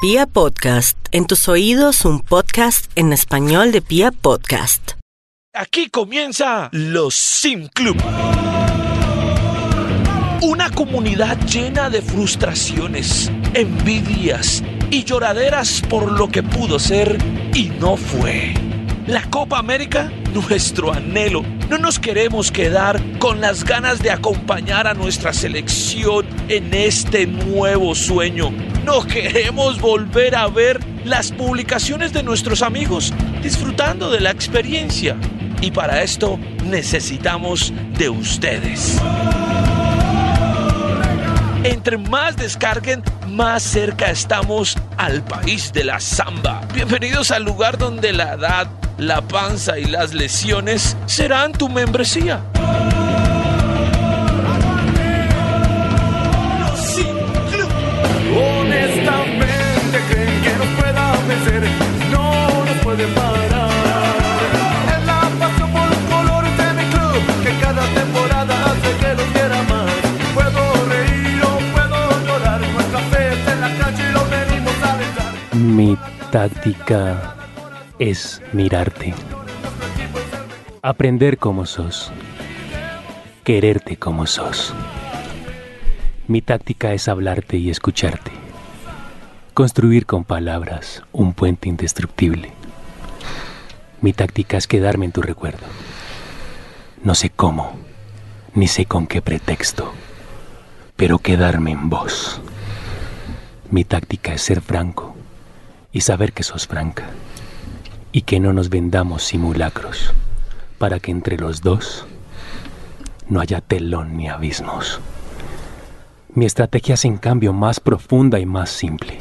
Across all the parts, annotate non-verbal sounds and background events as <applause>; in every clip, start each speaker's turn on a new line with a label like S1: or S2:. S1: Pia Podcast, en tus oídos un podcast en español de Pia Podcast.
S2: Aquí comienza los Sim Club. Una comunidad llena de frustraciones, envidias y lloraderas por lo que pudo ser y no fue. La Copa América, nuestro anhelo. No nos queremos quedar con las ganas de acompañar a nuestra selección en este nuevo sueño. No queremos volver a ver las publicaciones de nuestros amigos disfrutando de la experiencia. Y para esto necesitamos de ustedes. Entre más descarguen, más cerca estamos al país de la samba. Bienvenidos al lugar donde la edad, la panza y las lesiones serán tu membresía.
S3: Honestamente creen que nos pueda vencer, no nos pueden parar. Es la pasión por los colores de mi club que cada temporada hace que nos quiera más. Puedo reír o puedo llorar, nuestra fe está en la calle y lo venimos a dejar.
S4: Mi táctica es mirarte. Aprender como sos. Quererte como sos. Mi táctica es hablarte y escucharte. Construir con palabras un puente indestructible. Mi táctica es quedarme en tu recuerdo. No sé cómo, ni sé con qué pretexto, pero quedarme en vos. Mi táctica es ser franco y saber que sos franca y que no nos vendamos simulacros para que entre los dos no haya telón ni abismos. Mi estrategia es en cambio más profunda y más simple.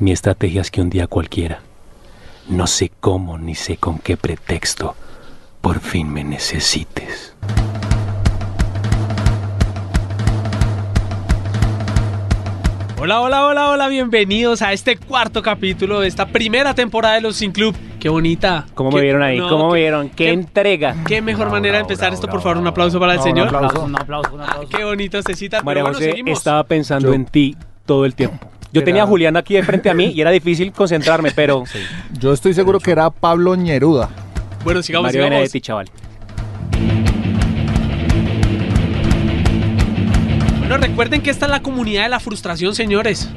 S4: Mi estrategia es que un día cualquiera, no sé cómo ni sé con qué pretexto, por fin me necesites.
S5: Hola, hola, hola, hola, bienvenidos a este cuarto capítulo de esta primera temporada de Los Sin Club. Qué bonita.
S4: ¿Cómo
S5: Qué-
S4: me vieron ahí?
S5: no,
S4: ¿Cómo me
S5: qué-
S4: vieron? ¿Qué,
S5: qué-
S4: entrega?
S5: Qué mejor manera de empezar esto, por favor, un aplauso para el señor. Ah,
S6: Un aplauso, un aplauso.
S5: Qué bonito, Cecita.
S4: María
S5: Pero bueno,
S4: José
S5: seguimos.
S4: estaba pensando en ti todo el tiempo. Yo
S7: Era-
S4: tenía a Julián aquí de frente a mí y era difícil concentrarme,
S5: <laughs>
S4: pero
S7: Yo estoy seguro que era Pablo Ñeruda.
S5: Bueno, sigamos,
S4: Mario
S5: sigamos.
S4: Benedetti, chaval.
S5: Bueno, recuerden que esta es la comunidad de la frustración, señores.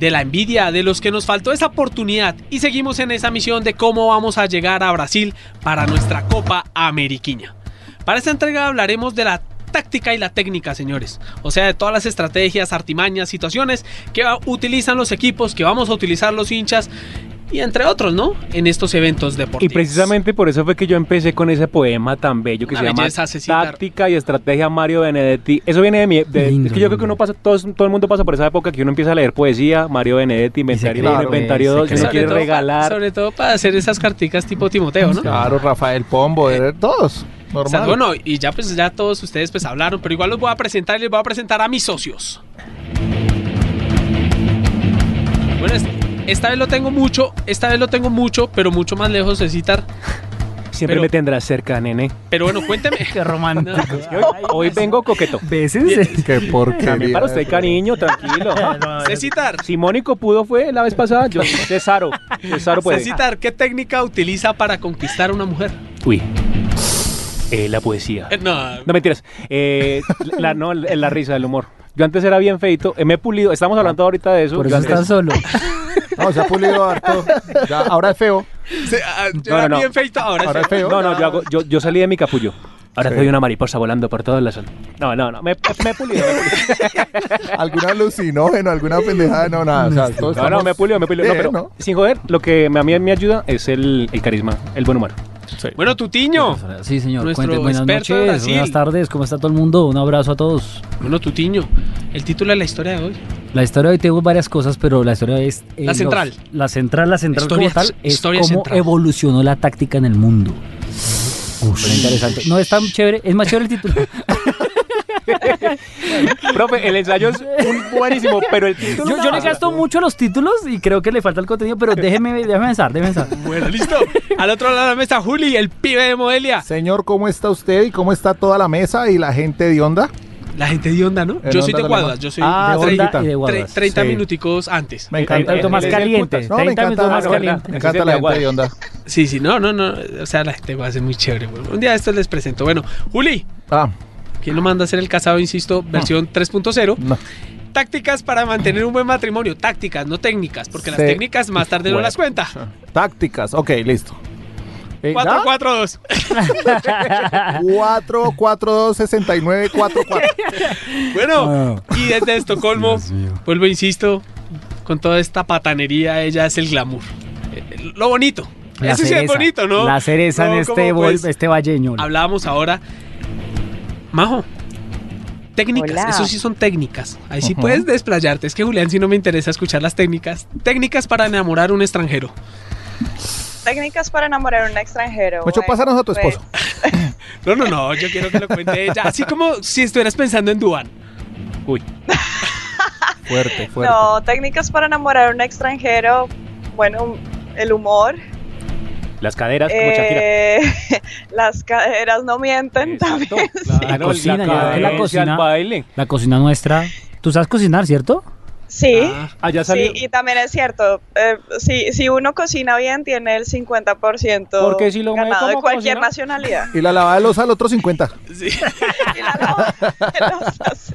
S5: De la envidia, de los que nos faltó esa oportunidad. Y seguimos en esa misión de cómo vamos a llegar a Brasil para nuestra Copa Ameriquiña. Para esta entrega hablaremos de la táctica y la técnica, señores. O sea, de todas las estrategias, artimañas, situaciones que va- utilizan los equipos, que vamos a utilizar los hinchas y entre otros, ¿no? En estos eventos
S4: Y
S5: deportivos.
S4: precisamente por eso fue que yo empecé con ese poema tan bello que
S5: Una
S4: se llama
S5: belleza, Cecita.
S4: Táctica y Estrategia Mario Benedetti. Eso viene de mi... de-
S6: Lindo,
S4: es que yo creo que
S6: lindo.
S4: uno pasa, todo, todo el mundo pasa por esa época que uno empieza a leer poesía, Mario Benedetti, Inventario
S6: cree,
S4: 1,
S7: claro,
S4: Inventario
S6: se
S4: 2,
S6: cree.
S4: uno
S5: Sobre
S4: quiere
S5: todo pa-
S4: regalar.
S5: sobre todo para hacer esas carticas tipo Timoteo, ¿no? Eh,
S7: Claro, Rafael Pombo, era todos.
S5: O sea,
S7: Normal.
S5: bueno, y ya pues ya todos ustedes pues hablaron, pero igual los voy a presentar y les voy a presentar a mis socios. Bueno, es- esta vez lo tengo mucho, esta vez lo tengo mucho, pero mucho más lejos de citar.
S4: Siempre
S5: pero-
S4: me tendrás cerca, nene.
S5: Pero bueno, cuénteme.
S6: <laughs> Qué
S5: <laughs>
S6: romántico.
S4: Hoy, hoy vengo coqueto.
S6: ¿Veces?
S7: Qué porquería.
S4: <laughs> También para usted,
S6: <laughs>
S4: cariño, tranquilo.
S5: Cecitar,
S4: Si Mónico pudo fue Eh, la vez pasada, yo Cesaro. Cesaro puede.
S5: Cecitar, ¿qué técnica utiliza para conquistar a una mujer?
S4: Uy. Eh, la poesía.
S5: Eh, No,
S4: No mentiras. Eh, la, no, la, la risa, el humor. Yo antes era bien feito, eh, me he pulido. Estamos hablando ahorita de eso.
S6: Ah, Por eso
S4: Yo antes-
S6: estás solo.
S7: <laughs> No, se ha pulido harto. Ya, ahora es feo. <laughs>
S5: se- ah, yo
S4: No,
S5: era
S4: no, no.
S5: bien feito, ahora,
S7: Ahora es
S5: sí.
S7: feo.
S4: no, no, yo, hago- yo, yo salí de mi capullo. Ahora soy una mariposa volando por todas las. No, no, no. Me, me he pulido. me he pulido.
S7: Alguna alucinógeno, alguna pendejada, no, nada. O sea, todos
S4: No, no,
S7: estamos
S4: me he pulido, me he pulido. No,
S7: bien,
S4: pero
S7: ¿no?
S4: sin joder, lo que me- a mí me ayuda es el, el carisma, el buen humor.
S5: Bueno, Tutiño.
S6: Sí, señor.
S5: Nuestro
S6: Cuente, buenas
S5: experto de
S6: noches,
S5: Brasil.
S6: buenas tardes. ¿Cómo está todo el mundo? Un abrazo a todos.
S5: Bueno, Tutiño. El título de la historia de hoy.
S6: La historia de hoy tengo varias cosas, pero la historia es... eh,
S5: La central.
S6: los- la central, la central
S5: Historia-
S6: como tal, es
S5: historia
S6: cómo
S5: central.
S6: evolucionó la táctica en el mundo. Súper
S4: <laughs>
S6: interesante. No, es tan chévere. Es más chévere el título.
S4: Profe, el ensayo es un buenísimo, pero el título.
S6: Yo,
S4: no.
S6: yo le gasto mucho a los títulos y creo que le falta el contenido, pero déjeme, déjeme pensar, déjeme pensar.
S5: Bueno, listo. Al otro lado de la mesa, Juli, el pibe de Modelia.
S7: Señor, ¿cómo está usted y cómo está toda la mesa y la gente de onda?
S5: La gente de onda, ¿no?
S7: En
S5: yo soy de
S7: Onda
S5: Guaduas,
S7: Tolima.
S5: yo soy
S6: Ah,
S5: de
S6: de
S5: tre-
S6: onda
S7: Guaduas.
S6: y de
S5: tre-
S6: Guaduas.
S5: 30
S8: Sí.
S5: minuticos antes.
S7: Me
S8: Eh,
S7: encanta.
S8: eh,
S7: el
S8: más
S7: de
S6: caliente,
S7: putas. No, me
S6: 30
S7: encanta,
S6: minutos más
S7: la verdad.
S6: caliente.
S7: Me encanta la gente de onda.
S5: Sí, sí, no, no, no. O sea, la gente va a ser muy chévere. güey. Un día de estos les presento. Bueno, Juli,
S7: Ah,
S5: quien lo manda a hacer el casado, insisto, versión 3.0.
S7: no.
S5: Tácticas para mantener un buen matrimonio. Tácticas, no técnicas, porque las
S7: Sí.
S5: técnicas más tarde no
S7: Bueno.
S5: las cuenta.
S7: Tácticas. Ok, listo.
S5: <laughs>
S7: Eh, ¿ya?
S5: 4-4-2.
S7: 4, 4, 2, 69, 4, 4.
S5: Bueno, y desde Estocolmo, vuelvo, insisto, con toda esta patanería, ella es el glamour. Eh, Lo bonito.
S6: La
S5: Eso sí es
S6: cereza,
S5: bonito, ¿no?
S6: La cereza
S5: No,
S6: en
S5: como,
S6: este, bol-
S5: pues,
S6: este valleño.
S5: Hablábamos ahora. Majo, técnicas,
S9: Hola.
S5: eso sí son técnicas. Ahí sí
S7: Ujú.
S5: puedes desplayarte. Es que Julián sí no me interesa escuchar las técnicas. Técnicas para enamorar a un extranjero.
S9: Técnicas para enamorar a un extranjero.
S7: Mucho,
S9: bueno,
S7: pásanos a tu
S9: pues,
S7: esposo.
S5: No, no, no, yo quiero que lo cuente ella. Así como si estuvieras pensando en Dubán.
S7: Fuerte, fuerte.
S9: No, técnicas para enamorar a un extranjero. Bueno, el humor.
S8: Las caderas como Shakira.
S9: eh, <laughs> las caderas no mienten
S8: Exacto,
S9: también. <laughs>
S8: claro,
S6: La cocina, yo creo que la
S8: cadencia,
S6: cocina-
S8: el baile.
S6: La cocina nuestra. Tú sabes cocinar, ¿cierto?
S9: Sí.
S8: Allá
S9: Sí,
S8: Ah, salió.
S9: y también es cierto, eh, si, si uno cocina bien tiene el 50%
S8: Porque si lo mueve
S9: ganado de
S8: como
S9: cualquier
S8: cocina.
S9: nacionalidad.
S7: Y la lavada de los al otro 50.
S5: Sí.
S9: <laughs> Y la lava- los así.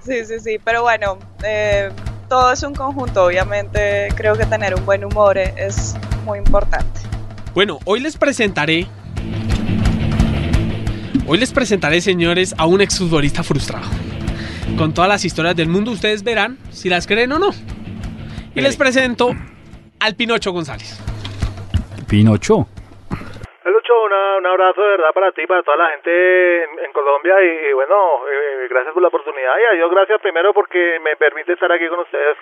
S9: Sí, sí, sí, pero bueno, eh, todo es un conjunto, obviamente creo que tener un buen humor e- es muy importante.
S5: Bueno, hoy les presentaré. Hoy les presentaré, señores, a un exfutbolista frustrado. Con todas las historias del mundo, ustedes verán si las creen o no. Y les presento al Pinocho González.
S6: Pinocho.
S10: Lucho, una- un abrazo de verdad para ti, para toda la gente en, en Colombia y, y bueno, eh, gracias por la oportunidad y a Dios gracias primero porque me permite estar aquí con ustedes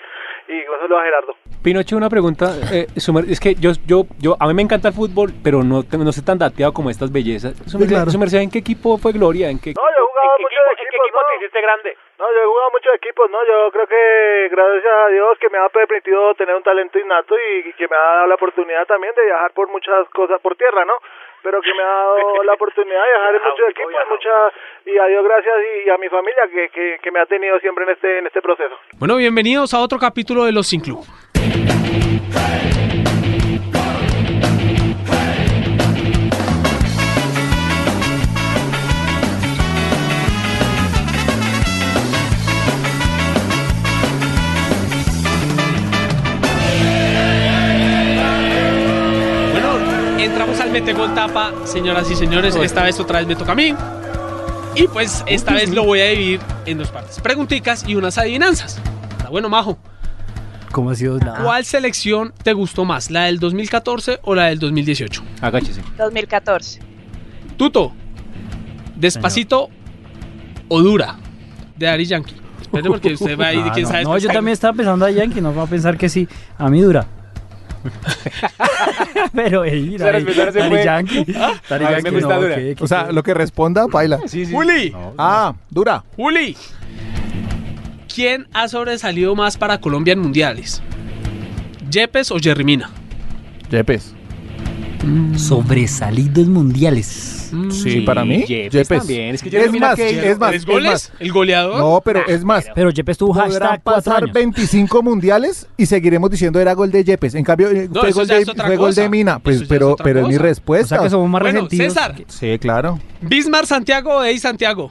S10: y saludo a Gerardo.
S8: Pinocho, una pregunta. eh, Sumer- es que yo, yo, yo, a mí me encanta el fútbol, pero no, te- no sé tan dateado como estas bellezas. Sumer,
S7: claro.
S8: Sumer, ¿en qué equipo fue Gloria? ¿En qué?
S10: No, yo he jugado mucho de equipos, no.
S8: grande?
S10: No, yo he jugado mucho de equipos, no, yo creo que gracias a Dios que me ha permitido tener un talento innato y, y que me ha dado la oportunidad también de viajar por muchas cosas por tierra, ¿no? Pero que me ha
S8: <laughs>
S10: dado la oportunidad de viajar en
S8: Ah,
S10: muchos equipos, en muchas y a Dios gracias y, y a mi familia que, que, que me ha tenido siempre en este en este proceso.
S5: Bueno, bienvenidos a otro capítulo de Los Sin Club. Bueno, Entramos al Metegol Tapa, señoras y señores. Esta vez otra vez me toca a mí. Y pues esta vez lo voy a dividir en dos partes. Pregunticas y unas adivinanzas. Está bueno, Majo.
S6: ¿Cómo ha sido la.?
S7: Ah.
S5: ¿Cuál selección te gustó más? ¿La del 2014 o la del 2018?
S8: Agáchese.
S9: 2014.
S5: Tuto, ¿despacito o dura? De Ari Yankee. Espere porque usted
S7: <laughs>
S5: va ahí,
S6: Ah,
S5: quién
S6: no,
S5: sabe.
S6: no, yo también estaba pensando a Yankee, no va a pensar que sí. A mí
S8: <laughs>
S6: dura. Pero, ey, mira,
S8: Sara
S6: ey,
S8: Espinosa se
S6: Daddy
S8: fue.
S6: Yankee.
S5: Ah,
S6: Daddy
S8: A mí me
S6: Yankee,
S8: gusta
S6: no,
S8: dura.
S6: qué- qué-
S7: O sea, lo que responda, baila.
S8: Sí, sí.
S5: Juli,
S7: Ah, dura.
S5: Juli. ¿Quién ha sobresalido más para Colombia en mundiales? ¿Yepes o Yerrimina?
S7: Yepes.
S6: Mm. Sobresalidos mundiales.
S5: Mm.
S7: Sí, para mí,
S8: Yepes
S7: Yepes.
S8: también. Es que yo
S7: Es
S8: mira
S7: más,
S8: que-
S7: es más,
S5: ¿Tres
S7: es
S5: goles?
S7: más.
S5: ¿El goleador?
S7: No, pero es más.
S6: Pero Yepes tuvo
S7: Podrán
S6: hashtag cuatro
S7: pasar
S6: años.
S7: 25 mundiales y seguiremos diciendo era gol de Yepes. En cambio, eh,
S5: No,
S7: fue,
S5: eso
S7: gol
S5: ya
S7: de,
S5: es otra
S7: fue gol
S5: cosa.
S7: de Mina. Pues,
S5: Eso ya es
S7: pero
S5: otra
S7: pero es mi
S5: cosa.
S6: O
S7: respuesta.
S6: sea que somos más
S5: Bueno,
S6: resentidos.
S5: César.
S6: que-
S7: Sí, claro. <laughs>
S5: ¿Bismar Santiago o Eddie Santiago?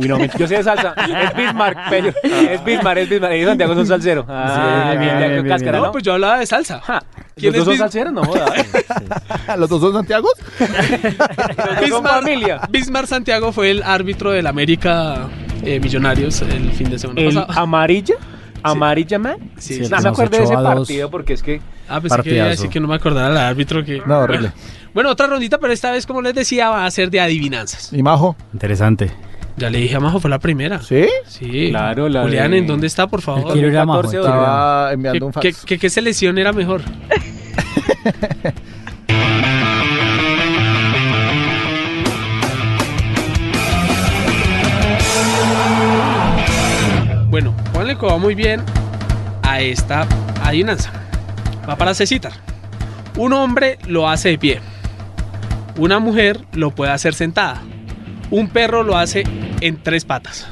S8: Uy, no, yo sé de salsa.
S5: <laughs>
S8: Es <laughs> Bismarck, Pello. Es Bismarck, es Bismarck. Ellos Santiago son salsero. Ah,
S6: Sí,
S8: bien,
S6: bien,
S8: ya
S6: bien,
S8: con
S6: bien,
S8: cáscara,
S5: No,
S8: ¿no?
S5: pues yo hablaba de salsa.
S8: Ja,
S5: ¿quién
S8: ¿Los dos
S5: es
S8: son
S5: Bis-
S8: salseros? No, joda.
S5: <laughs>
S7: ¿Los dos son Santiagos?
S8: Los dos son
S5: Bismarck,
S8: familia.
S5: Bismarck Santiago fue el árbitro del América eh, Millonarios el fin de semana
S8: El
S5: pasado.
S8: amarilla. Amarilla man.
S6: Sí,
S5: Sí, sí.
S8: No me
S6: Nos
S8: acuerdo de ese
S6: echó a dos.
S8: partido porque es que
S5: Ah, pensé que iba a decir
S7: partidazo.
S5: que no me acordaba el árbitro que.
S7: No, horrible.
S5: Bueno, otra rondita, pero esta vez, como les decía, va a ser de adivinanzas.
S7: Y Majo.
S6: Interesante.
S5: Ya le dije a Majo, fue la primera.
S7: ¿Sí?
S5: Sí.
S8: Claro, la
S5: Julián,
S8: de-
S5: ¿en dónde está, por favor?
S6: Quiero ir a Majo,
S8: 14
S6: quiero ir a Majo.
S7: Estaba
S5: ¿Qué,
S7: enviando un
S5: qué-
S7: fax.
S5: qué- qué selección
S7: <laughs>
S5: era mejor? bueno, ponle que va muy bien a esta adivinanza. Va para Cecitar. Un hombre lo hace de pie. Una mujer lo puede hacer sentada. Un perro lo hace en tres patas.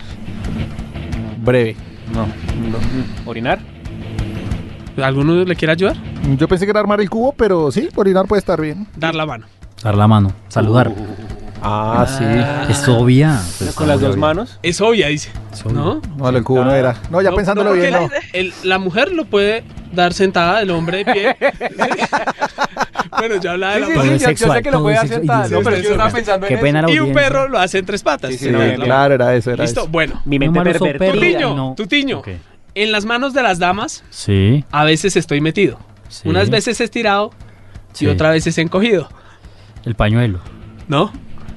S11: Breve.
S8: No. ¿Orinar?
S5: ¿Alguno le quiere ayudar?
S7: Yo pensé que era armar el cubo, pero sí, orinar puede estar
S5: <laughs>
S7: bien.
S5: Dar la mano.
S6: Dar la mano. Saludar.
S7: Uh.
S11: Ah, sí.
S6: Es obvia. Pues,
S8: ¿Con las
S6: obvia,
S8: dos
S6: obvia.
S8: manos?
S5: Es obvia, dice. ¿No?
S7: No, el cubo no era. No, ya
S5: No,
S7: pensándolo
S5: no, porque
S7: bien, no.
S5: la- el- la mujer lo puede dar sentada, el hombre
S11: <laughs>
S5: de pie. bueno, ya hablaba de la
S11: Sí, sí, sí, yo-
S5: mano.
S11: yo, sé
S6: Homosexual,
S11: que lo puede
S6: todo
S11: hacer
S6: sexo-
S11: tal.
S6: y
S11: No, pero
S5: sí,
S11: yo estaba
S5: sí.
S11: pensando
S6: Qué
S11: en
S6: pena la
S5: Y un
S6: audiencia.
S5: perro lo hace en tres patas.
S8: Sí, sí,
S5: ¿no?
S8: bien,
S5: Claro.
S7: Claro, era eso, era
S5: Listo,
S7: eso.
S5: bueno.
S8: Mi
S6: No,
S8: mente
S6: mano, son
S8: pervertida.
S6: perros.
S5: Tutiño,
S6: no.
S5: Tutiño.
S6: Ok.
S5: En las manos de las damas,
S6: Sí.
S5: a veces estoy metido.
S6: sí.
S5: Unas veces estirado
S6: Sí.
S5: y otra veces encogido.
S6: El pañuelo.
S5: ¿No?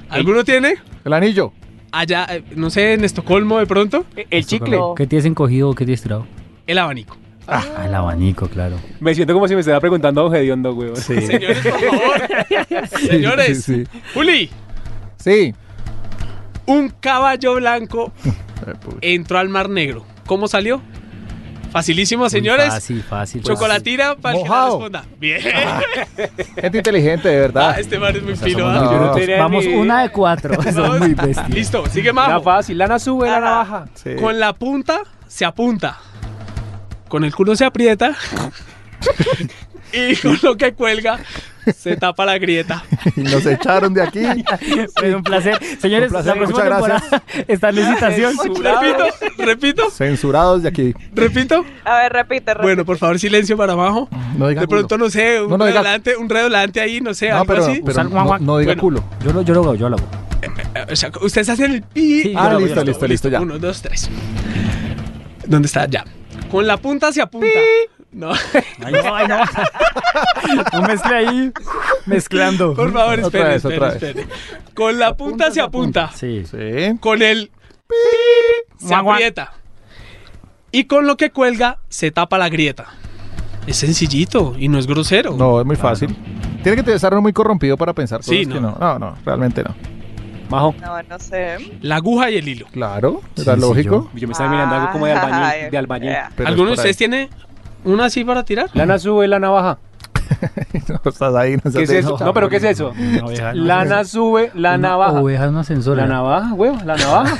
S5: ¿Alguno tiene?
S7: El anillo.
S5: Allá, eh, no sé, en Estocolmo de pronto,
S8: Eh, El chicle.
S6: ¿Qué tienes encogido o qué tienes tirado?
S5: el abanico.
S6: Ah, el abanico, claro.
S8: Me siento como si me estuviera preguntando a Ojediondo, güey. <laughs>
S5: Señores, por favor. <laughs> Señores.
S7: sí,
S5: Juli,
S7: Sí.
S5: un caballo
S11: <laughs>
S5: blanco entró al Mar Negro. ¿Cómo salió? Facilísimo,
S6: Muy
S5: señores.
S6: Fácil, fácil.
S7: pues,
S6: pues.
S5: Chocolatina para el que la
S7: Mojado.
S5: responda. Bien.
S7: Ah, Gente inteligente, de verdad.
S5: Ah, este mar es muy filo.
S7: somos
S5: ¿ah?
S7: una-
S6: fácil. Vamos una
S5: <laughs>
S6: de
S7: <laughs>
S6: cuatro. Son
S5: Vamos.
S6: muy bestias.
S5: Listo, sigue
S8: La
S5: Majo.
S8: fácil, lana sube, lana baja.
S7: Sí.
S5: Con la punta se apunta. Con el culo se
S7: <laughs>
S5: aprieta. y con lo que cuelga se tapa la grieta.
S7: <laughs> Y nos echaron de aquí.
S6: Fue un placer. Señores,
S7: Un placer,
S6: la próxima
S7: muchas gracias.
S6: temporada está en licitación.
S5: <laughs> Repito, repito,
S7: Censurados de aquí.
S5: repito.
S9: A ver, repite, repite.
S5: Bueno, por favor, silencio para abajo.
S7: No diga
S5: De pronto,
S7: culo.
S5: no sé, un
S7: No, no diga-
S5: redolante, un redolante ahí, no sé,
S7: No,
S5: algo
S7: pero,
S5: así.
S7: pero
S6: Usar
S7: no,
S6: guaguac.
S7: no diga
S5: Bueno.
S7: culo.
S6: Yo lo, yo lo hago, yo lo hago.
S5: Eh, O sea, ustedes hacen el pi.
S6: Sí,
S7: Ah,
S6: yo lo hago,
S7: listo,
S6: yo lo hago.
S7: listo, listo, ya.
S5: Uno, dos, tres. ¿Dónde <laughs> está? Ya. Con la punta se apunta.
S7: <laughs>
S5: No,
S6: Ay, no, ay,
S8: <laughs>
S6: no. No mezcle ahí. Mezclando.
S5: por favor,
S7: Otra
S5: espere,
S7: vez,
S5: espere,
S7: otra
S5: espere. Con la punta se apunta.
S6: Sí.
S7: Sí.
S5: Con el se
S6: Guau, guau.
S5: aprieta. Y con lo que cuelga se tapa la grieta. Es sencillito y no es grosero.
S7: No, es muy fácil. Tiene que estar uno muy corrompido para pensar cosas
S5: Sí,
S7: que
S5: no.
S7: no. No, no, realmente no.
S8: Majo,
S9: No, no sé.
S5: La aguja y el hilo.
S7: Claro,
S6: Sí,
S7: era
S6: sí,
S7: lógico.
S8: yo me estaba mirando algo como de albañil.
S9: Ay,
S8: De albañil.
S9: yeah.
S7: pero es
S5: ¿Alguno de
S7: por ahí.
S5: ustedes tiene una así para tirar?
S8: Lana sube, lana
S6: <laughs>
S8: baja.
S7: No, estás ahí, no
S8: ¿Qué
S7: estás
S8: es
S7: de-
S8: eso? No, pero ¿qué es eso?
S6: Una oveja, no,
S8: Lana sube,
S6: una
S8: lana baja.
S6: Oveja es una ascensora.
S8: La <laughs> navaja, huevo, la navaja.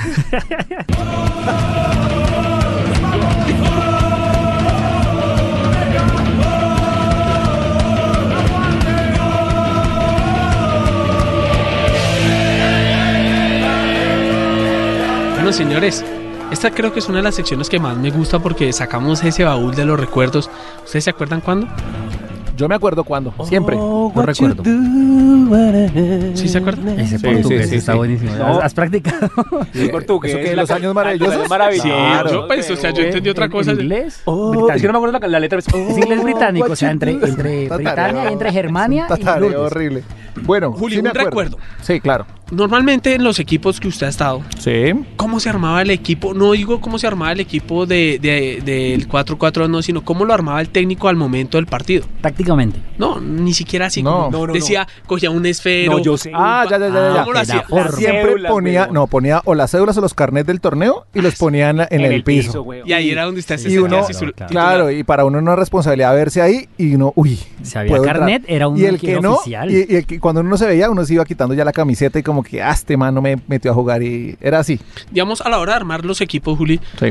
S5: Bueno, señores, esta creo que es una de las secciones que más me gusta porque sacamos ese baúl de los recuerdos. ¿Ustedes se acuerdan cuándo? Oh,
S7: Yo me acuerdo cuando, siempre.
S6: No recuerdo. <laughs>
S5: ¿Sí se acuerdan?
S6: Ese
S7: Sí,
S6: Eh, portugués
S7: sí, sí,
S6: está
S7: sí.
S6: buenísimo.
S8: No.
S6: ¿Has, has practicado?
S8: Es portugués.
S7: ¿Eso qué?
S8: es
S7: ¿Los
S8: la-
S7: años maravillosos?
S8: Los maravillosos.
S7: Claro.
S5: yo pensé, o sea, yo entendí otra
S6: ¿En-
S5: cosa.
S6: ¿En inglés?
S8: Oh,
S6: Británico.
S8: es que no me acuerdo la, la letra.
S5: Oh,
S8: pero es-
S6: Es inglés británico, o sea, entre, <laughs>
S7: <laughs>
S6: entre
S7: Tatareo.
S6: Britania y Eh, entre Germania.
S7: Un tatareo
S6: y Lourdes.
S7: horrible. Bueno,
S5: Juli,
S7: sí me
S5: un
S7: acuerdo.
S5: recuerdo.
S7: Sí, claro.
S5: Normalmente en los equipos que usted ha estado,
S7: Sí.
S5: ¿cómo se armaba el equipo? No digo cómo se armaba el equipo de- de- del 4-4, no, sino cómo lo armaba el técnico al momento del partido.
S6: Tácticamente.
S5: No, ni siquiera así.
S7: No.
S5: como
S7: No,
S8: no,
S5: decía, cogía un esfero.
S8: No, yo sé.
S7: Ah, ya, ya, ya, ya.
S5: ¿Cómo lo
S6: ok,
S5: hacía?
S6: la forma.
S7: Siempre
S8: Cédulas,
S7: ponía,
S8: huevón.
S7: no, ponía o las cédulas o los carnets del torneo y
S6: Ah,
S7: los ponía en, la- en
S8: en
S7: el piso.
S8: huevo.
S5: Y ahí era donde usted se
S7: Y
S5: sentía
S7: uno,
S5: así su-
S6: claro.
S7: claro, y para uno no es responsabilidad verse ahí y uno, uy.
S6: Si había
S7: puedo entrar.
S6: carnet, era un
S7: Y el que no,
S6: oficial.
S7: y, y el que cuando uno no se veía, uno se iba quitando ya la camiseta y como que, ah, este man no me metió a jugar y era así.
S5: Digamos, a la hora de armar los equipos, Juli,
S7: Sí.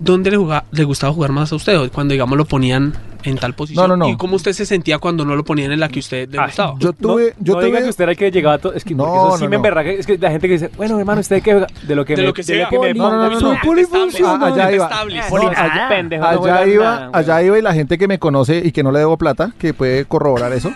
S5: ¿dónde le, juga- le gustaba jugar más a usted? O Cuando, digamos, lo ponían en tal posición.
S7: No, no, no.
S5: ¿Y cómo usted se sentía cuando no lo ponían en la que usted le
S8: Ay,
S5: gustaba?
S7: Yo tuve,
S8: no,
S7: yo
S8: no
S7: tuve.
S8: diga que usted era el que llegaba todo. Es que
S7: No,
S8: porque eso sí
S7: no,
S8: me
S7: no.
S8: emberraga. Es que la gente que dice, bueno, hermano, usted que de lo que
S5: de
S8: me,
S5: lo que sea.
S8: lo me
S7: No, no, no,
S8: ponga,
S7: no,
S8: soy
S7: no.
S5: Polifuncional,
S7: Ah, allá iba.
S5: detestable.
S6: Poli-
S8: Allá,
S6: Ah,
S8: pendejo, no
S7: Allá
S8: juegas
S7: iba,
S8: nada,
S7: allá
S8: güey.
S7: iba y la gente que me conoce y que no le debo plata, que puede corroborar eso.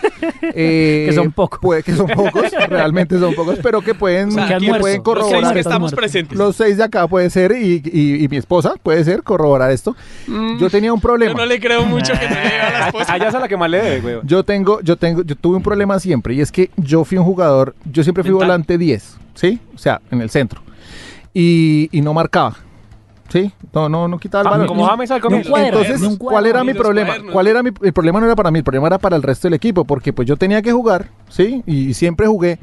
S7: eh,
S6: Que son pocos.
S7: Puede que son pocos,
S8: <laughs>
S7: realmente son pocos, pero que pueden,
S5: O sea,
S7: que
S5: aquí
S6: almuerzo.
S7: pueden
S5: Los seis
S7: corroborar.
S5: que
S6: Estás
S5: estamos
S6: muerto.
S5: presentes.
S7: Los seis de acá puede ser y, y- y mi esposa puede ser corroborar esto.
S5: Mm,
S7: Yo tenía un
S5: yo
S7: problema.
S5: no le creo mucho que no le diga a la
S8: A- <laughs>
S5: esposa.
S8: Allá es a la que más le debe, güey.
S7: Yo tengo, yo tengo, yo tuve un problema siempre y es que yo fui un jugador, yo siempre fui
S5: Mental.
S7: volante 10, ¿sí? O sea, en el centro. Y, y no marcaba, ¿sí? No, no, no
S5: Ah,
S7: quitaba el balón.
S8: Como James al
S6: Ni un
S8: comienzo.
S6: cuadro,
S7: Entonces,
S6: ni un cuadro.
S7: ¿cuál era
S5: ni
S7: mi
S5: los
S7: problema?
S5: cuadernos.
S7: ¿Cuál era mi el problema no era para mí, el problema era para el resto del equipo, porque pues yo tenía que jugar, ¿sí? Y siempre jugué,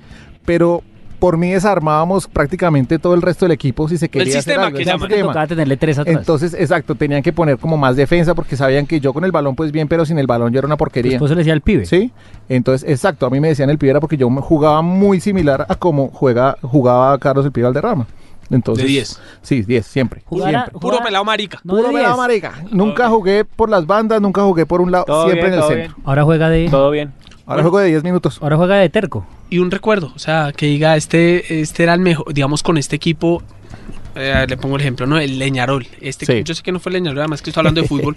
S7: pero por mí desarmábamos prácticamente todo el resto del equipo si se quería hacer
S5: sistema
S7: algo,
S5: que
S7: el
S5: llaman.
S6: Te
S7: sistema.
S6: tocaba tenerle tres atrás.
S7: Entonces, exacto, tenían que poner como más defensa porque sabían que yo con el balón pues bien, pero sin el balón yo era una porquería.
S6: Después se Pues le decía al pibe.
S7: ¿Sí? Entonces, exacto, a mí me decían el pibe era porque yo jugaba muy similar a como juega, jugaba Carlos el pibe Valderrama. Entonces,
S5: De 10.
S7: Sí, 10, siempre.
S5: Puro,
S7: siempre.
S5: puro pelado marica.
S7: Puro pelado marica. Nunca jugué por las bandas, nunca jugué por un lado,
S5: Todo
S7: siempre en
S5: bien,
S7: el
S5: todo
S7: centro.
S6: Ahora juega de.
S8: Todo bien.
S7: Ahora juego de 10 minutos.
S6: Ahora juega de terco.
S5: Y un recuerdo, o sea, que diga, este, este era el mejor, digamos, con este equipo. eh, le pongo el ejemplo, ¿no? El Leñarol. Este,
S7: Sí.
S5: Yo sé que no fue el Leñarol, además que estoy hablando
S7: <laughs>
S5: de fútbol.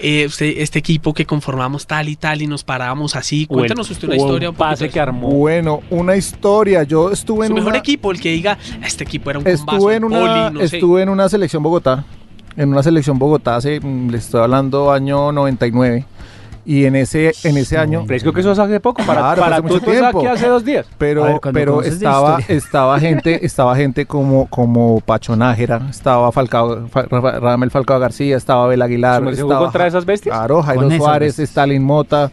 S5: Eh, usted- este equipo que conformamos tal y tal y nos parábamos así.
S8: O el-
S5: Cuéntanos usted una
S8: o un
S5: historia. un poquito
S8: pase
S5: de eso.
S8: que armó.
S7: Bueno, una historia. Yo estuve
S5: Su
S7: en
S5: mejor
S7: una,
S5: equipo, el que diga, este equipo era un bombazo,
S7: estuve en
S5: un
S7: una
S5: poli, no sé".
S7: estuve en una selección Bogotá, en una selección Bogotá hace mm, le estoy hablando año 99 y en ese en ese año
S8: Fresco que eso es hace poco, para,
S7: Claro,
S8: para
S7: hace mucho
S8: tú eso es
S7: tiempo.
S8: aquí hace dos días.
S7: pero
S6: A ver, cuando
S7: pero
S6: conoces de
S7: estaba
S6: historia. <laughs>
S7: estaba gente estaba gente como como Pacho Nájera, estaba Falcao Fa- Rafa- Ramel Falcao García, estaba Abel Aguilar,
S8: ¿Se jugó
S7: estaba
S8: contra esas bestias?
S7: Claro, Jairo
S6: Con esas
S7: Suárez,
S6: bestias.
S7: Stalin Mota,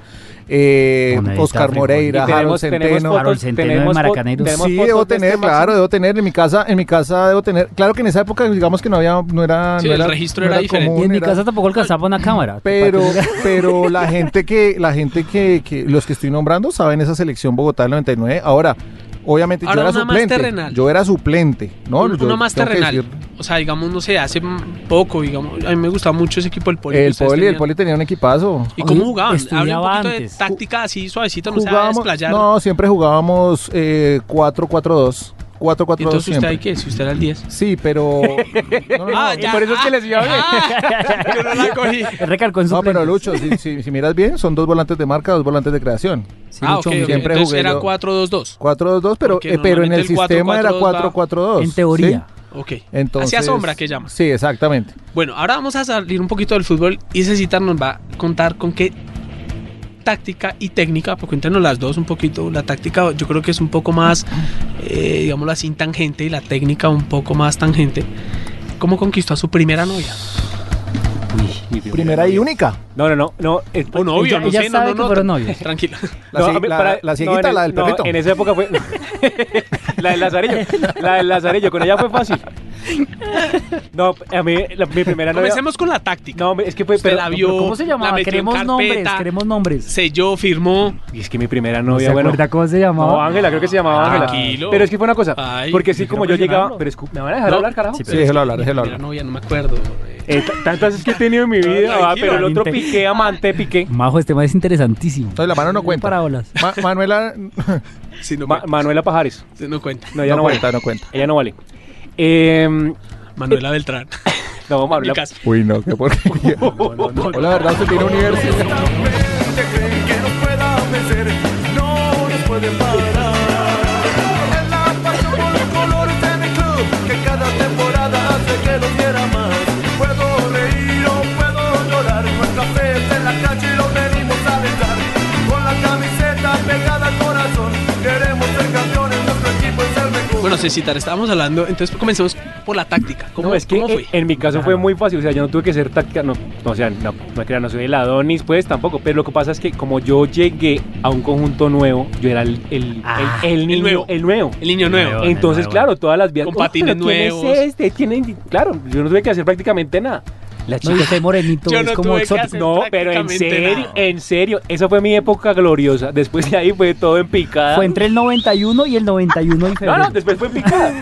S7: eh,
S6: Con Edith
S7: Oscar
S6: Africón.
S7: Moreira,
S8: Y
S7: Harold
S8: tenemos- tenemos
S7: Centeno.
S8: fotos-
S6: Harold Centeno
S8: tenemos
S6: de
S8: fo-
S6: Maracaneros.
S8: tenemos
S7: Sí,
S8: fotos
S7: debo
S8: de este
S7: tener,
S8: máximo.
S7: claro, debo tener. En mi casa, en mi casa debo tener. Claro que en esa época, digamos que no había, no era, Ah,
S5: Sí,
S7: no
S5: el
S7: era,
S5: registro
S7: no
S5: era diferente.
S7: común,
S6: Y en mi
S7: era-
S6: casa tampoco alcanzaba una cámara.
S7: Pero, <laughs> pero la gente que, la gente que, que- los que estoy nombrando saben esa selección Bogotá del 99. Ahora, obviamente
S5: Ahora
S7: yo era
S5: una más
S7: suplente.
S5: terrenal.
S7: Yo era suplente, ¿no?
S5: Un-
S7: Yo
S5: uno más
S7: tengo que
S5: terrenal.
S7: decir-
S5: O sea, digamos, no sé, hace m- poco, digamos. A mí me gustaba mucho ese equipo, el Poli. que
S7: el
S5: ustedes
S7: Poli, el
S5: tenían.
S7: Poli tenía un equipazo.
S5: ¿Y cómo jugaban?
S6: Estudiaba
S5: Habla un poquito
S6: antes.
S5: de táctica así suavecito, no se va a
S7: Jugábamos,
S5: desplayar.
S7: no, siempre jugábamos eh, 4-4-2. 4-4-2
S5: Y entonces usted
S7: siempre.
S5: hay que, si usted era el 10.
S7: Sí, pero.
S5: <laughs>
S7: no, no,
S5: Ah,
S7: no.
S8: <laughs> Y por eso es que les iba bien.
S5: Yo no la
S6: <laughs>
S5: cogí.
S6: Recargó en su
S7: No, pero Lucho, si, si- si miras bien, son dos volantes de marca, dos volantes de creación.
S5: ah, ok, ok.
S7: siempre
S5: Entonces
S7: jugué
S5: era
S7: yo.
S5: 4-2-2.
S7: 4-2-2, pero,
S5: Porque
S7: eh, pero en
S5: normalmente
S7: el,
S5: el
S7: sistema era
S5: 4-4-2 va-
S7: 4-4-2.
S6: En teoría.
S7: ¿sí?
S5: Ok.
S7: Entonces,
S5: Hacia sombra que llama.
S7: Sí, exactamente.
S5: Bueno, ahora vamos a salir un poquito del fútbol y Cecita nos va a contar con qué táctica y técnica, porque cuéntanos las dos un poquito. La táctica yo creo que es un poco más, eh, digámoslo así, tangente y la técnica un poco más tangente. ¿Cómo conquistó a su primera novia?
S8: Mi primera
S7: Primera y
S8: novia.
S7: única.
S8: No, no, no. no eh,
S5: O novio,
S6: ella-
S5: Oh, no
S6: ella
S5: sé, no,
S6: sabe
S5: no,
S6: que
S5: no.
S6: fueron novios.
S8: <laughs>
S5: Tranquila.
S7: La,
S8: No,
S7: cie-
S8: a mí-
S7: la-
S8: para-
S7: la
S8: no,
S7: cieguita,
S8: en- e-
S7: la del
S8: no,
S7: perrito.
S8: en esa
S7: <laughs>
S8: época fue. la del Lazarillo. La del Lazarillo, con ella fue fácil. No, a mí, la- mi primera novia.
S5: Comencemos con la táctica.
S8: No, hombre, es que fue.
S5: Usted
S8: Pero,
S5: la vio.
S6: ¿Cómo se
S5: La
S6: llamaba?
S5: metió en
S6: Queremos nombres,
S5: carpeta.
S6: queremos nombres.
S5: Selló, firmó.
S8: Y es que mi primera
S6: No
S8: novia,
S6: se
S8: bueno.
S6: acuerda cómo se
S8: No,
S6: llamaba.
S8: Ángela, creo que se llamaba Ángela.
S5: Ah, Tranquilo.
S8: Pero es que fue una cosa.
S5: Ay,
S8: porque sí,
S5: yo
S8: como yo
S5: quiero
S8: llegaba.
S5: presionarlo.
S8: Pero escu- ¿me van a dejar
S5: No.
S8: hablar, carajo?
S7: Sí, déjelo hablar, déjelo
S5: Primera
S7: hablar.
S5: novia, no me acuerdo. eh.
S8: Eh, t- tantas es que he tenido en mi
S5: No,
S8: vida, ah,
S5: tranquilo,
S8: pero el otro
S6: Valente.
S8: piqué, amante, piqué.
S6: Majo, este tema es interesantísimo.
S7: Entonces la mano
S5: <laughs>
S7: no cuenta.
S6: Parábolas.
S7: Ma-
S8: <laughs>
S7: Manuela
S5: Sí, no,
S8: Ma-
S5: cuenta,
S8: Manuela Pajares.
S5: sí, no cuenta.
S8: No, ella
S7: no,
S8: no, vale.
S7: cuenta, no cuenta.
S8: Ella no vale. Eh,
S5: Manuela Beltrán.
S8: no, Manuela.
S5: Mi casa.
S7: Uy, no, qué
S5: <laughs>
S7: porquería. O La verdad, usted tiene universidad.
S3: Te creen que no pueda vencer, no nos pueden parar. Es la pasión por los colores de mi club, que cada temporada hace que nos quiera más. Puedo reír o puedo llorar, nuestra fe está en la calle y lo venimos a alentar. Con la camiseta pegada al corazón, queremos ser campeones, nuestro equipo es el mejor.
S5: Bueno, Cecitar, estábamos hablando, entonces comencemos por la táctica. ¿Cómo,
S8: No, es que
S5: cómo fue?
S8: en- en mi caso fue muy fácil, o sea, yo no tuve que ser táctica, no, no, o sea, no, no crean, no soy el Adonis, pues tampoco, pero lo que pasa es que como yo llegué a un conjunto nuevo, yo era el, el,
S6: Ah,
S8: el, el niño,
S5: nuevo.
S8: el nuevo.
S5: el niño nuevo.
S6: Nuevo.
S8: Entonces,
S6: nuevo.
S8: claro, todas las vías.
S5: Con
S8: "Uy,
S5: patines
S8: pero ¿quién es
S5: nuevos".
S8: este? ¿Quién es-?" Claro, yo no tuve que hacer prácticamente nada. La
S6: No, y
S8: chica
S6: usted Eh, morenito,
S5: Yo
S6: es
S5: no
S6: como
S5: tuve que
S6: exótico.
S5: hacer-
S8: No, pero en
S5: prácticamente
S8: serio,
S5: nada.
S8: en serio, esa fue mi época gloriosa. Después de ahí fue todo en picada.
S6: Fue entre el 91 y el 91 y
S8: no,
S6: febrero.
S8: no, después fue en
S5: <laughs>
S8: picada.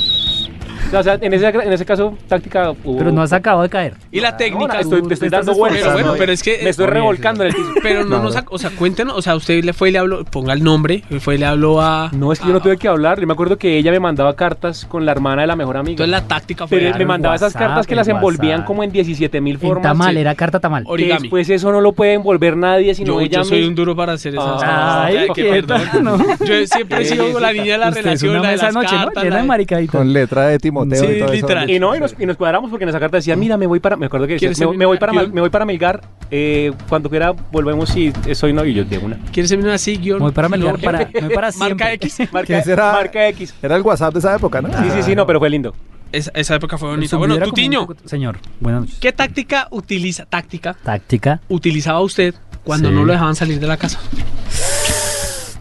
S8: O sea, o sea, en, ese, en ese caso, táctica. hubo-
S6: Pero no has acabado de caer.
S5: y la
S8: No,
S5: técnica.
S8: no, estoy, te estoy
S6: estás
S8: dando vueltas.
S5: pero bueno,
S8: ¿no?
S5: pero es que.
S8: Me estoy revolcando en el piso.
S5: Pero no nos. sac- O sea, cuéntenos. O sea, usted le fue y le habló. Ponga el nombre. Fue y le habló a.
S8: No, es que yo no tuve que hablar. Yo me acuerdo que ella me mandaba cartas con la hermana de la mejor amiga.
S5: Entonces la táctica fue.
S8: pero
S6: Claro,
S8: me
S6: el
S8: mandaba esas
S6: WhatsApp,
S8: cartas que
S6: el
S8: las envolvían
S6: WhatsApp.
S8: como en 17 mil
S6: En
S8: formas.
S6: tamal,
S8: sí.
S6: era carta tamal.
S8: Que
S5: origami.
S8: Después eso no lo puede envolver nadie, sino
S5: yo,
S8: ella
S5: yo soy
S8: misma.
S5: un duro para hacer esas
S8: Ah,
S5: cosas.
S8: ay,
S5: que
S6: qué tal, ¿no?
S5: Yo siempre he sido la niña de la
S6: Usted es
S5: relación,
S6: una
S5: la de
S6: mesa
S5: las
S6: noche, ¿no?
S5: cartas.
S6: Llena
S5: la
S6: de
S5: de-
S6: maricaditas.
S7: Con letra de Timoteo
S5: Sí,
S7: y todo eso.
S5: literal.
S8: Y no, y nos, y nos cuadramos porque en esa carta decía, mira, me voy para, me acuerdo que decía,
S5: ¿Quieres
S8: me,
S5: ser
S8: me voy para,
S5: millonario?
S8: Mal- me voy para Melgar, eh, cuando quiera volvemos y soy novio, y yo de una.
S5: ¿Quieres ser así, guión?
S6: Voy para Melgar,
S5: guión, <laughs>
S6: para,
S5: F?
S6: voy para siempre. <laughs>
S5: Marca X.
S8: Marca, <laughs>
S7: ¿Quién será?
S8: marca X.
S7: Era el WhatsApp de esa época, ¿no?
S8: Sí, sí, sí, no, pero fue lindo.
S5: Esa, esa época fue
S6: Pero
S5: bonita.
S6: su
S5: Bueno,
S6: vida era como un
S5: Tutiño,
S6: poco- Señor, buenas noches.
S5: ¿qué táctica utiliza? Táctica
S6: Táctica,
S5: utilizaba usted cuando
S6: Sí.
S5: no lo dejaban salir de la casa.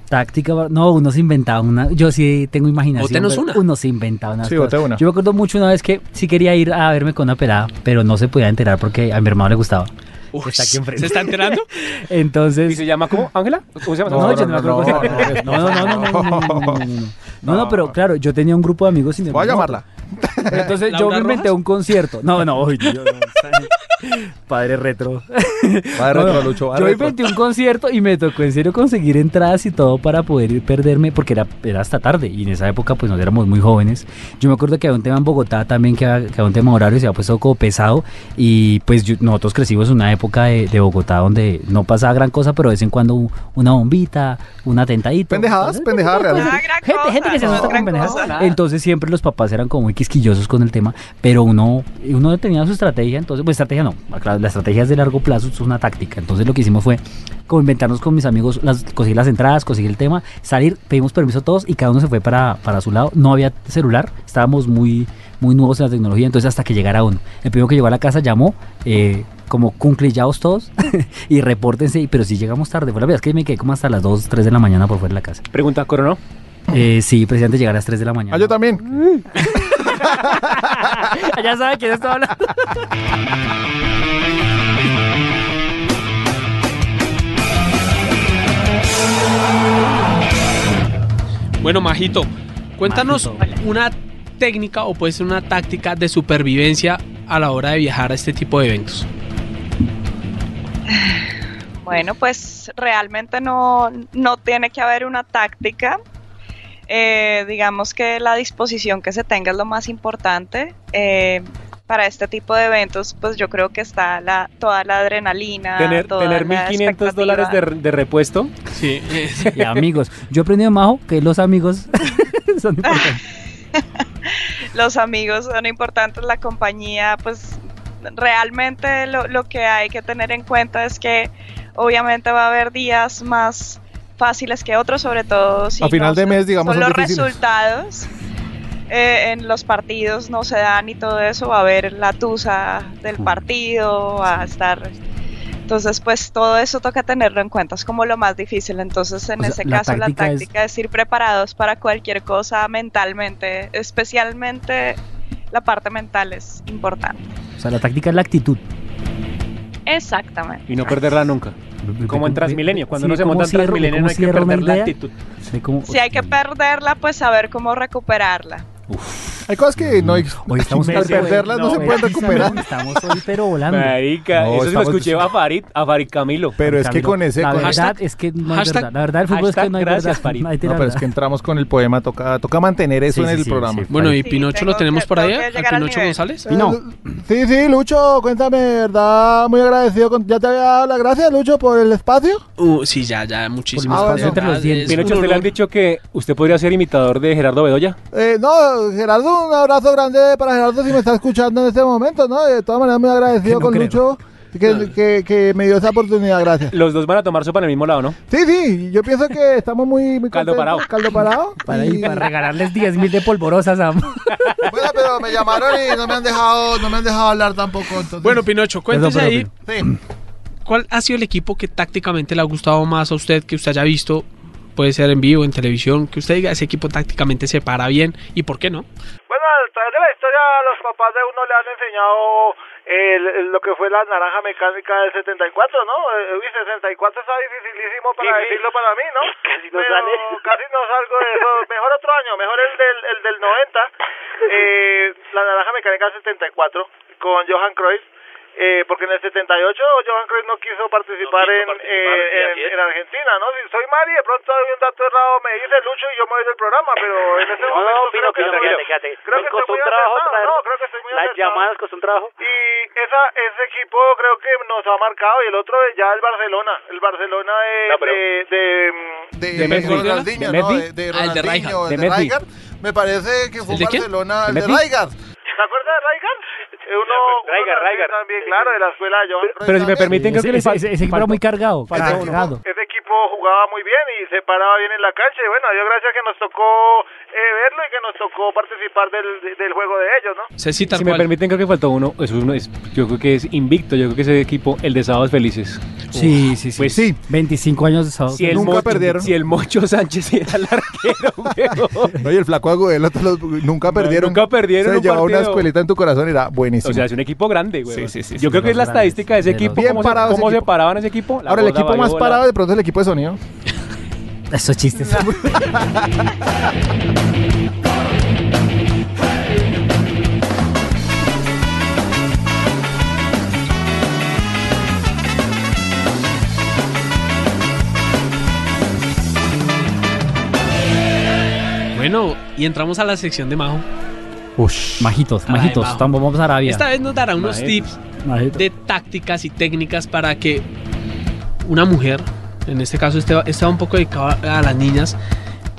S6: táctica. No, uno se inventaba una. Yo sí tengo imaginación.
S5: Botenos
S6: pero
S5: una.
S6: Uno se inventaba una.
S7: Sí, boté una.
S6: Yo me acuerdo mucho una vez que sí quería ir a verme con una pelada, pero no se podía enterar porque a mi hermano le gustaba.
S5: Uy,
S6: Está aquí enfrente.
S5: ¿Se
S7: <laughs>
S5: está enterando?
S6: Entonces.
S8: ¿Y se llama cómo? ¿Ángela? ¿Cómo se llama?
S6: No,
S7: No,
S6: yo
S7: no,
S6: no me acuerdo.
S7: no, <laughs>
S6: cómo se llama. No, no, no, no, no, no, no, no, no, no. No, no,
S7: No.
S6: pero claro, yo tenía un grupo de amigos sin
S7: Voy a
S6: embargo,
S7: llamarla.
S6: Pero entonces yo
S5: ¿Laura
S6: me inventé
S5: Rojas?
S6: un concierto. No, no, uy,
S7: <laughs>
S6: Dios, no. Padre retro.
S11: Padre
S6: No,
S11: retro,
S6: no,
S11: Lucho, padre
S6: Yo
S11: retro.
S6: inventé un concierto y me tocó en serio conseguir entradas y todo para poder ir perderme porque era, era hasta tarde y en esa época pues nos éramos muy jóvenes. Yo me acuerdo que había un tema en Bogotá también que había, que había un tema horario y se había puesto como pesado y pues yo- nosotros crecimos en una época de, de Bogotá donde no pasaba gran cosa pero de vez en cuando un- una bombita, una tentadita.
S7: Pendejadas, pendejadas realmente.
S6: Gente, gente que se asusta con pendejadas.
S7: cosa.
S6: Entonces siempre los papás eran como muy quisquillosos con el tema, pero uno, uno tenía su estrategia, entonces, pues estrategia no, claro, la estrategia es de largo plazo, es una táctica. Entonces lo que hicimos fue como inventarnos con mis amigos, las, conseguir las entradas, conseguir el tema, salir, pedimos permiso todos y cada uno se fue para, para su lado. No había celular, estábamos muy, muy nuevos en la tecnología, entonces hasta que llegara uno. El primero que llegó a la casa llamó, eh, como cunclillados todos <laughs> y repórtense, y- pero si llegamos tarde, fue la verdad es que me quedé como hasta las 2, 3 de la mañana por fuera de la casa.
S8: Pregunta, ¿coronó?
S6: Eh, sí, presidente, llegar a las 3 de la mañana.
S7: Ah, yo también.
S6: <laughs>
S5: Mm.
S6: ya sabe quién está hablando.
S5: Bueno, Majito, cuéntanos una técnica o puede ser una táctica de supervivencia a la hora de viajar a este tipo de eventos.
S9: Bueno, pues realmente no, no tiene que haber una táctica. Eh, digamos que la disposición que se tenga es lo más importante. Eh, para este tipo de eventos, pues yo creo que está la, toda la adrenalina.
S8: ¿Tener,
S9: Ah, toda
S8: tener
S9: la
S8: 1.500 dólares de, de repuesto?
S5: Sí.
S6: Y amigos, yo he aprendido Majo que los amigos <laughs> son
S5: Ah,
S6: importantes.
S9: los amigos son importantes, la compañía, pues realmente lo, lo que hay que tener en cuenta es que obviamente va a haber días más fáciles que otros, sobre todo si
S7: A final
S9: no
S7: de
S9: se-
S7: mes, digamos,
S9: son
S7: son
S9: los
S7: difíciles.
S9: resultados eh, en los partidos no se dan y todo eso, va a haber la tusa del
S6: Mm.
S9: partido, va a estar... Entonces, pues todo eso toca tenerlo en cuenta, es como lo más difícil. Entonces, en
S6: O sea,
S9: ese
S6: la
S9: caso, la
S6: táctica es-
S9: táctica es ir preparados para cualquier cosa mentalmente, especialmente la parte mental es importante.
S6: O sea, la táctica es la actitud.
S9: Exactamente.
S8: Y no
S4: Ah.
S8: perderla nunca. Como en Transmilenio. Cuando
S6: Sí,
S8: no se
S6: ¿cómo
S8: monta en
S6: cierro-
S8: Transmilenio
S6: cómo
S8: no hay que
S6: cierro una
S8: perder la
S6: idea?
S8: actitud.
S6: Sí, como-
S9: Si hay que perderla, pues saber cómo recuperarla.
S7: Hay cosas que no hay.
S6: Hoy estamos
S7: Al perderlas no, se pueden recuperar.
S6: Estamos hoy, pero volando.
S8: Marica,
S7: No,
S8: eso se lo
S7: estamos- pues
S8: escuché a Farid, a Farid Camilo.
S7: Pero es que
S6: Camilo,
S7: con ese.
S6: La
S7: con-
S6: verdad
S5: Hashtag-
S6: es que no hay
S5: hashtag-
S6: verdad. La verdad del fútbol es que no hay
S8: hashtag gracias,
S6: verdad.
S8: Farid.
S6: No hay
S7: No, pero es que
S6: verdad.
S7: entramos con el poema. Toca, toca mantener eso
S6: Sí,
S7: en
S6: sí,
S7: el
S6: sí,
S7: programa.
S6: sí,
S5: Bueno,
S6: Farid.
S5: ¿y
S9: Sí,
S5: Pinocho
S9: tengo
S5: lo tenemos
S9: que-
S5: por ahí?
S9: tengo que
S5: ¿A
S9: llegar al
S5: Pinocho
S9: nivel.
S5: González?
S6: Y no.
S7: Sí, sí, Lucho, cuéntame, ¿verdad? Muy agradecido. Con... Ya te había dado las gracias, Lucho, por el espacio.
S5: Uh, sí, ya, ya, muchísimas
S7: Ah, bueno.
S5: gracias.
S6: Entre los dientes.
S5: Es un
S8: Pinocho, ¿usted le han
S5: honor.
S8: dicho que usted podría ser imitador de Gerardo Bedoya?
S7: Eh, no, Gerardo, un abrazo grande para Gerardo si me está escuchando en este momento, ¿no? De todas maneras, muy agradecido
S6: No
S7: con
S6: creo.
S7: Lucho que, que, que me dio esa oportunidad, gracias.
S8: Los dos van a tomar sopa en el mismo lado, ¿no?
S7: Sí, sí, yo pienso que estamos muy... muy
S8: Caldo parado.
S7: contentos. Caldo parado.
S6: Para,
S7: y-
S6: para regalarles 10 mil de polvorosas a
S7: Bueno, pero me llamaron y no me han dejado, no me han dejado hablar tampoco. entonces-
S5: Bueno, Pinocho, cuéntese
S6: Perdón,
S5: ahí,
S7: Sí.
S5: ¿cuál ha sido el equipo que tácticamente le ha gustado más a usted, que usted haya visto? Puede ser en vivo, en televisión, que usted diga, ese equipo tácticamente se para bien, ¿y por qué no?
S10: Bueno, al través de la historia, los papás de uno le han enseñado el- el- lo que fue la naranja mecánica del 74, ¿no? Eh, Uy, 64 está dificilísimo para decirlo para mí, ¿no? <laughs> Casi no Casi no salgo de eso. Mejor otro año, mejor el del, el del 90. Eh, la naranja mecánica del 74 con Johan Cruyff. Eh, porque en el 78 Johan Cruyff no quiso participar, en, eh, en, en Argentina, ¿no? Si soy mal y de pronto hay un dato errado, me dice Lucho y yo me voy del programa, pero en este momento creo que estoy- creo que estoy muy acertado, no, creo que estoy muy acertado.
S11: costó un trabajo.
S10: Y esa, ese equipo creo que nos ha marcado y el otro ya el Barcelona, el Barcelona de... de, de, mm,
S7: De,
S8: ¿De Messi?
S7: Ronaldinho,
S8: ¿De
S7: ¿no?
S8: Messi?
S7: De, de
S5: Ah, el de
S7: Ronaldinho, el
S5: Rijkaard.
S8: ¿De
S7: de
S8: Messi?
S7: Rijkaard. Me parece que fue
S5: ¿El de quién?
S7: Barcelona, el
S8: ¿De
S7: de
S8: Messi?
S7: Rijkaard.
S10: ¿Te acuerdas de Rijkaard? Eh, Uno,
S11: Rijkaard,
S10: uno
S11: Rijkaard.
S10: también, claro, de la escuela de Johan Cruyff
S8: Pero si me
S7: también.
S8: permiten, creo que
S6: Ese,
S8: le fal-
S6: ese, ese equipo era
S8: faltó-
S6: muy cargado.
S7: Faltó-
S6: Faltó cargado.
S10: Ese equipo jugaba muy bien y se paraba bien en la cancha. Y bueno, Dios gracias que nos tocó eh, verlo y que nos tocó participar del, del juego de ellos, ¿no?
S5: Se cita
S8: Si me permiten, creo que faltó uno. Es uno es- yo creo que es invicto. Yo creo que ese equipo, el de Sábados Felices.
S6: Sí, sí, sí.
S8: Pues
S7: sí.
S6: 25 años de sábado.
S8: Si el
S7: Nunca
S8: Mocho-
S7: perdieron.
S8: Si el Mocho Sánchez era
S6: <laughs>
S8: el arquero, weón.
S7: <laughs> Oye, el flaco Agudelo te lo- nunca perdieron.
S8: Nunca perdieron
S7: Se
S8: un
S7: llevaba una
S8: partido.
S7: escuelita en tu corazón y era buenísimo.
S8: O sea, es un equipo grande, güey.
S11: Sí, sí, sí,
S8: Yo
S11: sí,
S8: creo que
S6: los
S8: es la
S6: grandes,
S8: estadística de ese
S6: de los-
S8: equipo.
S7: Bien
S8: cómo
S7: parado
S8: se,
S7: ese
S8: cómo se
S7: equipo.
S8: paraban ese equipo. La
S7: Ahora, el
S8: gorda
S7: equipo más
S8: Bayola.
S7: parado de pronto es el equipo de sonido.
S6: Esos chistes.
S5: Bueno, y entramos a la sección de Majo.
S6: Ush. Majitos,
S5: Ay,
S6: majitos.
S5: Majo.
S6: Tampoco vamos a Arabia.
S5: Esta vez nos dará unos
S6: Majito.
S5: tips
S6: Majito.
S5: de tácticas y técnicas para que una mujer, en este caso este, este va un poco dedicado a a las niñas,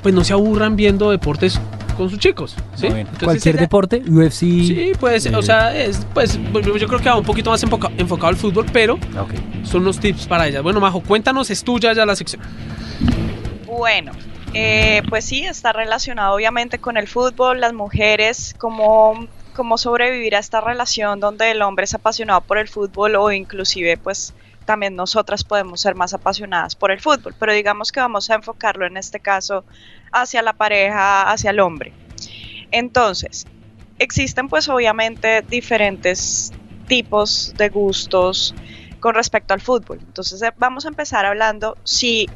S5: pues no se aburran viendo deportes con sus chicos. ¿sí?
S6: Muy bien.
S5: Entonces
S6: Ah, Cualquier
S5: ella-
S6: deporte, UFC.
S5: Sí, pues, o
S6: eh,
S5: sea, es, pues yo creo que va un poquito más enfoca- enfocado al fútbol, pero
S6: ok.
S5: son los tips para ellas. Bueno, Majo, cuéntanos, es tuya ya la sección.
S9: Bueno, eh, pues sí, está relacionado obviamente con el fútbol, las mujeres, cómo, cómo sobrevivir a esta relación donde el hombre es apasionado por el fútbol o inclusive pues también nosotras podemos ser más apasionadas por el fútbol, pero digamos que vamos a enfocarlo en este caso hacia la pareja, hacia el hombre. Entonces, existen pues obviamente diferentes tipos de gustos con respecto al fútbol. Entonces eh, vamos a empezar hablando si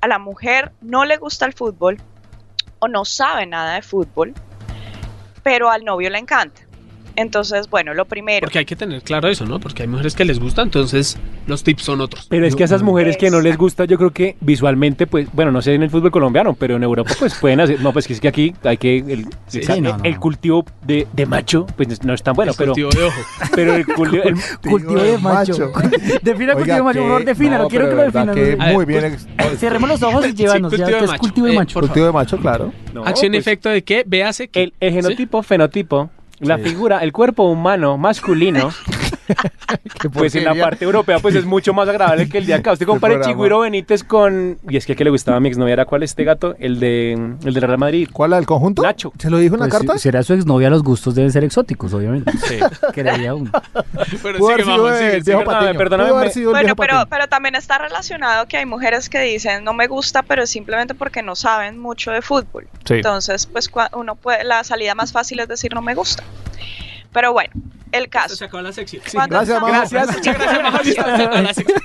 S9: a la mujer no le gusta el fútbol o no sabe nada de fútbol, pero al novio le encanta. Entonces, bueno, lo primero,
S5: Porque hay que tener claro eso, ¿no? Porque hay mujeres que les gusta, entonces los tips son otros.
S8: Pero es que a esas mujeres que no les gusta, yo creo que visualmente, pues, bueno, no sé en el fútbol colombiano, pero en Europa, pues pueden hacer. No, pues que es que aquí hay que. El,
S6: Sí,
S8: o sea,
S6: sí, no, no,
S8: el
S6: no.
S8: cultivo de, de macho, pues no es tan bueno,
S5: El
S8: pero.
S5: cultivo de ojo.
S8: <laughs> Pero el cultivo. el-
S6: Cultivo de macho.
S8: <laughs>
S6: Defina cultivo de macho, por favor, defina, no quiero que lo definan.
S5: A ver,
S7: muy bien.
S5: cult-
S7: ex-
S5: <laughs>
S7: no,
S6: Cerremos los ojos y llévanos.
S5: cultivo
S6: ya,
S5: de
S6: que es
S5: macho,
S6: cultivo de
S5: eh,
S6: macho.
S5: por
S7: Cultivo de macho, claro.
S8: no,
S5: Acción
S8: pues,
S5: efecto de qué? Véase que
S8: El, el genotipo, fenotipo, la figura, el cuerpo humano
S5: <laughs>
S8: masculino, pues en la
S7: porquería.
S8: parte europea, pues es mucho más agradable que el de
S7: <laughs>
S8: acá. Usted compara el
S7: programa.
S8: Chigüiro Benítez con. Y es que el que le gustaba a mi exnovia era cuál este gato, el de el del Real Madrid.
S7: ¿Cuál la del conjunto?
S5: <laughs>
S8: Nacho.
S7: ¿Se lo dijo en la
S6: Pues, si-
S7: carta?
S6: Será su exnovia, los gustos deben ser exóticos, obviamente. Sí. <laughs> Creería uno.
S5: Pero
S7: Pudo haber
S5: sigue,
S7: sido
S5: Majo, sigue,
S7: el viejo
S8: perdóname,
S7: Patiño.
S8: perdóname.
S7: Pudo haber sido el
S9: bueno,
S7: viejo
S9: pero,
S7: Patiño.
S9: pero también está relacionado que hay mujeres que dicen no me gusta, pero es simplemente porque no saben mucho de fútbol.
S11: Sí.
S9: Entonces, pues cua- uno puede, la salida más fácil es decir no me gusta. Pero bueno, el
S5: Esto
S9: caso.
S5: Se acabó la sección.
S9: Cuando
S7: Gracias,
S9: estamos-
S7: Majo.
S5: Muchas
S7: <laughs>
S5: gracias, Majo. Listo, se acabó la sección.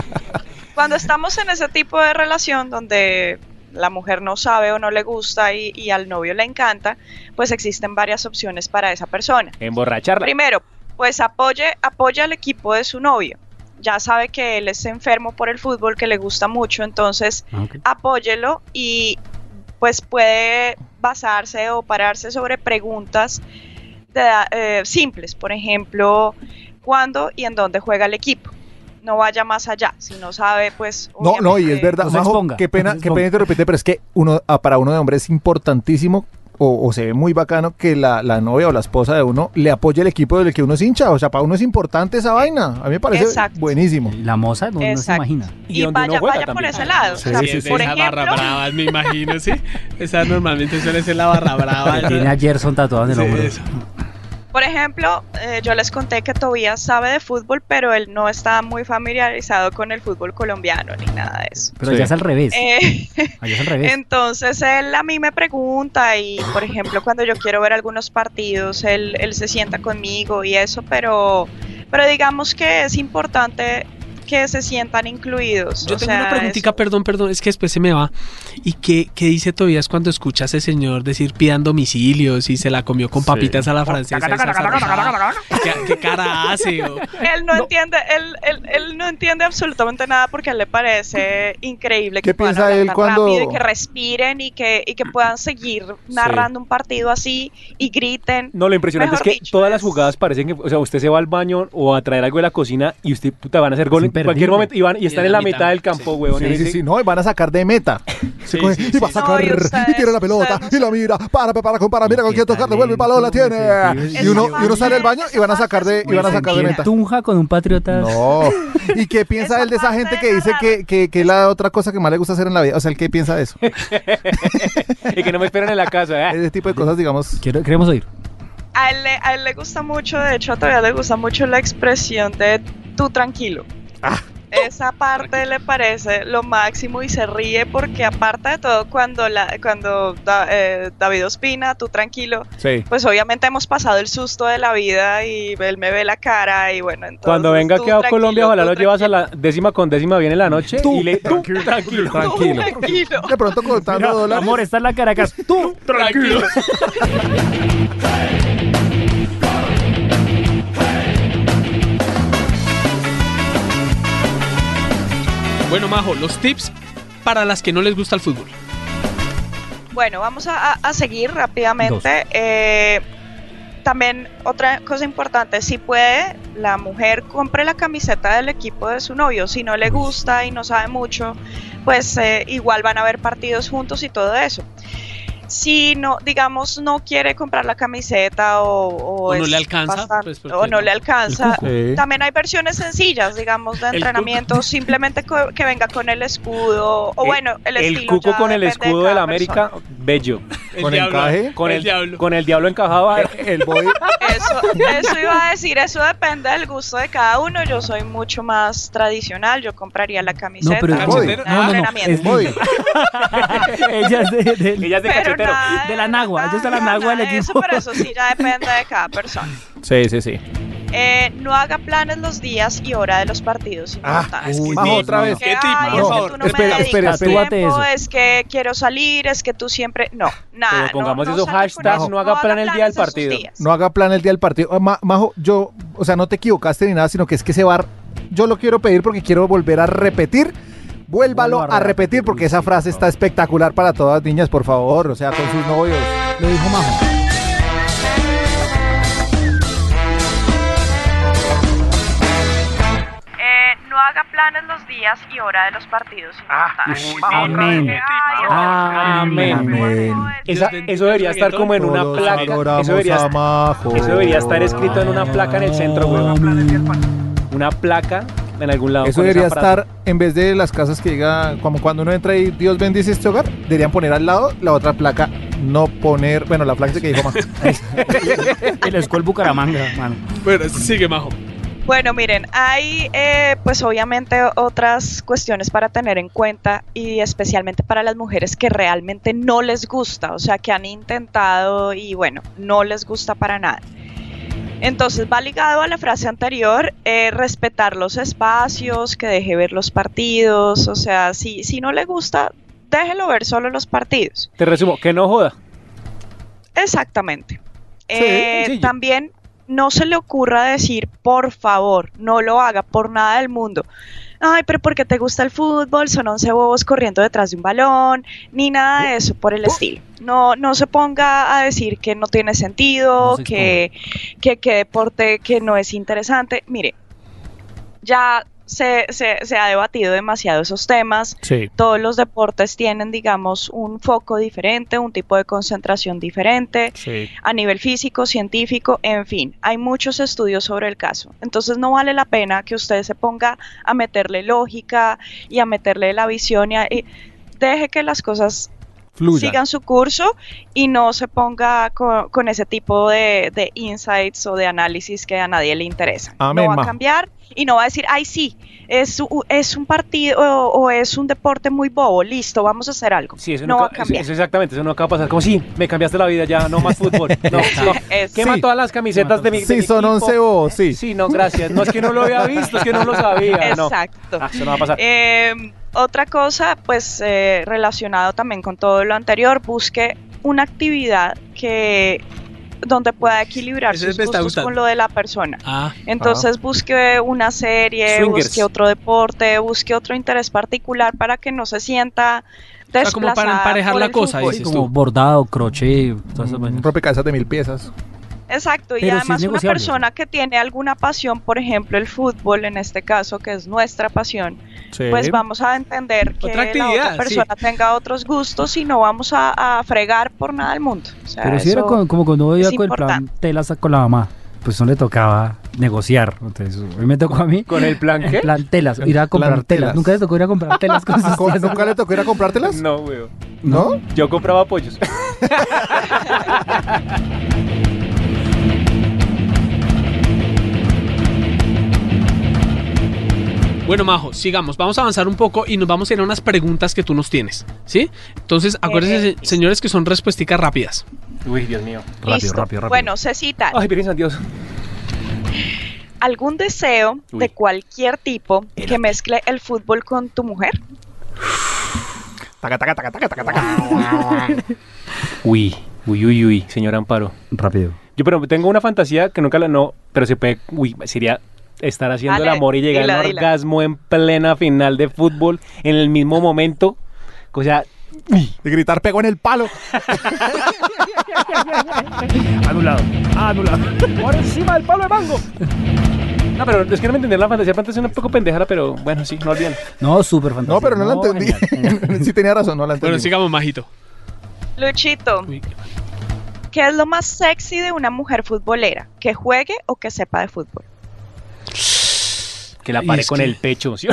S9: <laughs> cuando estamos en ese tipo de relación donde la mujer no sabe o no le gusta y, y al novio le encanta, pues existen varias opciones para esa persona.
S8: Emborracharla.
S9: Primero, pues apoye, apoya al equipo de su novio. Ya sabe que él es enfermo por el fútbol, que le gusta mucho, entonces
S8: Ah,
S9: apóyelo y pues puede basarse o pararse sobre preguntas de- eh, simples, por ejemplo, cuándo y en dónde juega el equipo. No vaya más allá, si no sabe, pues...
S7: No, no, y
S9: obviamente-
S7: es verdad,
S6: No se
S7: Majo,
S6: exponga,
S7: qué pena,
S6: no se
S7: qué
S6: exponga.
S7: pena interrumpirte, pero es que uno, ah, para uno de hombre es importantísimo o, o se ve muy bacano que la, la novia o la esposa de uno le apoye el equipo del que uno es hincha. O sea, para uno es importante esa vaina. A mí me parece
S9: Exacto.
S7: buenísimo.
S6: Eh, La moza no, no se
S9: Exacto.
S6: imagina.
S8: Y
S9: Y,
S8: donde uno
S9: vaya,
S8: juega
S9: vaya por
S8: también.
S9: ese lado.
S5: Sí,
S9: o sea,
S5: sí, sí,
S9: por
S5: esa barra
S9: ejemplo,
S5: brava, me imagino, sí. Esa normalmente suele ser la barra brava.
S6: Que tiene a Gerson tatuado en el
S5: Sí,
S6: hombro.
S5: eso.
S9: Por ejemplo, eh, yo les conté que Tobías sabe de fútbol, pero él no está muy familiarizado con el fútbol colombiano ni nada de eso.
S6: Pero allá es al revés.
S9: Eh,
S6: Allá <laughs> es al revés.
S9: entonces él a mí me pregunta y, por ejemplo, cuando yo quiero ver algunos partidos, él, él se sienta conmigo y eso, pero, pero digamos que es importante que se sientan incluidos.
S5: Yo
S9: o
S5: tengo
S9: sea,
S5: una preguntita,
S9: eso-
S5: perdón, perdón, es que después se me va. ¿Y qué, qué dice Tobías cuando escucha a ese señor decir pidan domicilios y se la comió con papitas a la francesa? y salsa rosada? ¿Qué, qué cara hace? o-
S9: <laughs> Él no, entiende, él, él- él no entiende absolutamente nada porque a él le parece increíble
S7: ¿Qué
S9: que puedan
S7: piensa él
S9: hablar
S7: cuando-
S9: rápido y que respiren y que, y que puedan seguir narrando un partido así y griten.
S8: No, lo impresionante
S9: Mejor
S8: es que
S9: dicho,
S8: todas
S9: es-
S8: las jugadas parecen que, o sea, usted se va al baño o a traer algo de la cocina y usted puta van a hacer gol en
S6: imperdible.
S8: cualquier momento y van y están en la mitad, del campo,
S5: sí.
S8: huevón. y
S7: Sí,
S8: dice,
S7: sí, sí, no, y van a sacar de
S8: <laughs>
S7: meta. Se coge- y va a
S9: sí.
S7: sacar,
S9: No, y ustedes-
S7: y tira la pelota,
S9: ustedes
S7: y la mira, para, para, compara, mira, con quién tocarle, vuelve el balón, la tiene.
S6: sí,
S7: Y uno,
S9: sí.
S7: y uno sale del baño y van a sacar de, y van a
S9: Esa
S7: sacar de
S6: ¿Quién
S7: meta.
S6: Tunja con un patriota. <laughs>
S7: No. ¿Y qué piensa
S9: Esa
S7: él de esa
S9: parte
S7: gente
S9: de
S7: que dice
S9: narrar.
S7: que, que, que es la otra cosa que más le gusta hacer en la vida? O sea, ¿el qué piensa de eso?
S8: <laughs> y que no me esperan en la casa. ¿eh?
S7: Ese tipo de cosas, digamos.
S6: Quiero- queremos oír.
S9: A él, le- a él le gusta mucho, de hecho, todavía le gusta mucho la expresión de tú tranquilo.
S5: Ah,
S9: Esa parte le parece lo máximo y se ríe porque aparte de todo, cuando, la, cuando Da- eh, David Ospina, tú tranquilo,
S7: Sí.
S9: pues obviamente hemos pasado el susto de la vida y él me ve la cara y bueno, entonces
S8: Cuando venga
S9: tú
S8: aquí a
S9: tranquilo,
S8: Colombia, ojalá
S9: tú
S8: lo llevas a
S9: tranquilo,
S8: la décima con décima bien en la noche y le tú, tranquilo.
S9: tú tranquilo.
S7: De pronto contando dólares.
S6: Amor, está en la Caracas. Tú.
S5: Tranquilo. Bueno, Majo, los tips para las que no les gusta el fútbol.
S9: Bueno, vamos a, a- a seguir rápidamente. Eh, también otra cosa importante, si puede, la mujer compre la camiseta del equipo de su novio. Si no le gusta y no sabe mucho, pues eh, igual van a haber partidos juntos y todo eso. Si no, digamos, no quiere comprar la camiseta o, o
S5: O no
S9: es
S5: le alcanza,
S9: bastante-
S5: pues, porque
S9: o no
S5: no.
S9: le alcanza,
S5: El cuco. Sí.
S9: también hay versiones sencillas, digamos, de
S5: cuco.
S9: entrenamiento, simplemente co- que venga con el escudo o bueno, el,
S8: El
S9: estilo
S8: cuco
S9: ya
S8: con el
S9: depende de
S8: escudo de
S9: cada
S8: la América,
S9: persona.
S8: bello.
S5: El Con diablo, encaje.
S8: Con
S5: el
S8: el,
S5: diablo.
S8: Con el diablo encajado. El boy.
S9: Eso, eso iba a decir, eso depende del gusto de cada uno. Yo soy mucho más tradicional, yo compraría la camiseta.
S6: No, pero es
S9: nada
S6: Body.
S9: de
S6: No, no, no.
S9: entrenamiento.
S6: Es Body.
S9: <laughs>
S6: Ella es de, del-
S8: Ella es de
S9: Pero
S8: cachetero.
S9: nada,
S6: de la nagua. Ella es de la
S9: nada
S6: nagua del
S9: de eso,
S6: equipo.
S9: pero eso sí ya depende de cada persona.
S11: Sí, sí, sí.
S9: Eh, no haga planes los días y hora de los partidos importantes.
S11: Ah, uy,
S9: Que
S11: Majo,
S9: sí,
S11: otra
S9: que,
S11: vez.
S9: ay,
S11: ¿Qué tip,
S9: es
S11: por
S9: que
S11: favor?
S9: tú no me
S11: Espera, espera,
S9: dedicas
S11: espera.
S9: tiempo,
S6: Tatúate
S9: es que quiero salir, es que tú siempre... No, nada.
S8: Pero pongamos
S9: no, no
S8: esos
S9: salga con
S8: hashtags,
S9: eso,
S8: no haga plan el día del
S9: planes en sus
S8: partido.
S9: días.
S7: No haga plan el día del partido. Ah, Ma- Majo, yo, o sea, no te equivocaste ni nada, sino que es que ese bar, yo lo quiero pedir porque quiero volver a repetir. Vuélvalo
S6: Vuelva
S7: a
S6: a
S7: repetir porque esa frase está espectacular para todas las niñas, por favor. O sea, con sus novios.
S6: Lo dijo Majo.
S9: Eh, no haga planes los días y hora de los partidos
S11: Ah,
S9: importantes.
S6: Amén.
S9: Ay,
S8: Amén. Esa- eso debería estar como en una
S7: Todos
S8: placa.
S7: adoramos
S8: Eso debería,
S7: a
S8: estar-
S7: Majo.
S8: eso debería estar escrito en una placa en el centro, güey. Una placa en algún lado.
S7: Eso
S8: con esa
S7: debería
S8: frase.
S7: estar, en vez de las casas que diga, como cuando uno entra y Dios bendice este hogar, deberían poner al lado la otra placa, no poner, bueno, la placa que dijo Majo.
S6: <laughs> El escuel Bucaramanga, mano.
S5: Bueno, sigue Majo.
S9: Bueno, miren, hay eh, pues obviamente otras cuestiones para tener en cuenta y especialmente para las mujeres que realmente no les gusta, o sea, que han intentado y bueno, no les gusta para nada. Entonces va ligado a la frase anterior, eh, respetar los espacios, que deje ver los partidos, o sea, si, si no le gusta, déjelo ver solo los partidos.
S8: Te resumo, que no joda.
S9: Exactamente. Eh,
S8: sencillo.
S9: también no se le ocurra decir, por favor, no lo haga por nada del mundo. Ay, pero porque te gusta el fútbol, son 11 bobos corriendo detrás de un balón, ni nada de eso por el estilo. No, no se ponga a decir que no tiene
S6: No
S9: sentido,
S6: se exponga.
S9: que, que, que deporte que no es interesante. Mire, ya se, se, se ha debatido demasiado esos temas
S11: Sí.
S9: todos los deportes tienen, digamos, un foco diferente, un tipo de concentración diferente,
S11: Sí.
S9: a nivel físico, científico, en fin, hay muchos estudios sobre el caso. Entonces no vale la pena que usted se ponga a meterle lógica y a meterle la visión y, a- y deje que las cosas
S11: Fluya.
S9: sigan su curso y no se ponga con, con ese tipo de, de insights o de análisis que a nadie le interesa.
S7: Amén,
S9: no va
S7: Majo.
S9: a cambiar y no va a decir, ay sí, es, u- es un partido o, o es un deporte muy bobo, listo, vamos a hacer algo.
S8: Sí, eso
S9: no
S8: nunca-
S9: va a cambiar.
S8: Eso, eso exactamente, eso no acaba de pasar. Como si me cambiaste la vida ya, no
S7: <laughs>
S8: más fútbol. No, no.
S9: Es-
S8: Quema
S7: Sí.
S8: todas las camisetas de mi. de
S7: Sí,
S8: mi
S7: son
S8: equipo.
S7: 11 o sí.
S8: Sí, no, gracias. No es que no lo había visto, es que no lo sabía. No.
S9: Exacto.
S8: Ah, eso no va a pasar.
S9: Eh, otra cosa, pues eh, relacionado también con todo lo anterior, busque una actividad que donde pueda equilibrar
S5: Eso
S9: sus
S5: me está
S9: gustos
S5: gustando.
S9: con lo de la persona.
S5: Ah,
S9: Entonces busque una serie,
S8: Swingers.
S9: busque otro deporte, busque otro interés particular para que no se sienta desplazada.
S5: sea, Ah, como para emparejar
S9: por
S5: la
S9: el
S5: cosa,
S9: fútbol.
S5: dices tú.
S6: Como bordado, crochet, todas esas
S7: Un
S6: vainas.
S7: Mm, rompecabezas de mil piezas.
S9: Exacto, y
S6: Pero sí es
S9: además una
S6: negociable,
S9: persona que tiene alguna pasión, por ejemplo el fútbol en este caso, que es nuestra pasión,
S11: Sí.
S9: pues vamos a entender que
S5: Otra
S9: la
S5: actividad,
S9: otra
S5: sí.
S9: persona tenga otros gustos y no vamos a, a fregar por nada del mundo. O sea,
S6: Pero si era
S9: eso-
S6: con- como cuando iba
S9: es
S6: con el plan telas con la mamá, pues no le tocaba negociar. Entonces, hoy me tocó a mí.
S8: ¿Con el plan qué?
S6: Plan telas, ir a comprar
S7: Plan
S6: telas.
S7: telas.
S6: Nunca les tocó ir a
S8: <laughs>
S6: comprar telas con sus
S7: ¿Co-
S6: tías?
S7: ¿Nunca le tocó ir a comprártelas?
S8: No, weón.
S7: ¿No?
S8: Yo compraba pollos.
S5: Bueno, Majo, sigamos. Vamos a avanzar un poco y nos vamos a ir a unas preguntas que tú nos tienes, ¿sí? Entonces, acuérdense,
S9: Perfecto.
S5: señores, que son respuesticas rápidas.
S8: Uy, Dios mío.
S9: Listo. Bueno, Cecita,
S8: Ay, Virgen San Dios.
S9: ¿algún deseo
S8: Uy.
S9: de cualquier tipo que mezcle el fútbol con tu mujer?
S11: Taca, taca, taca, taca, taca, taca.
S9: <laughs>
S8: Uy, uy, uy, uy, señor Amparo.
S6: Rápido.
S8: Yo, pero tengo una fantasía que nunca la no, pero se puede, uy, sería estar haciendo el
S9: Dale,
S8: amor y llegar
S9: dila,
S8: al
S9: dila.
S8: orgasmo en plena final de fútbol en el mismo momento. O sea,
S7: y gritar pego en el palo.
S8: <laughs> Anulado. Anulado. Por encima del palo de mango. No, pero es que no me entendí la fantasía. La fantasía es un poco pendejera, pero bueno, sí, no olviden.
S6: No, súper fantástico.
S7: No, pero no, la entendí. <laughs> sí tenía razón, no la entendí.
S5: Bueno, sigamos, Majito.
S9: Luchito, ¿qué es lo más sexy de una mujer futbolera? ¿Que juegue o que sepa de fútbol?
S8: Que la
S5: Y
S8: paré
S5: es
S8: con
S5: que-
S8: el pecho, ¿sí?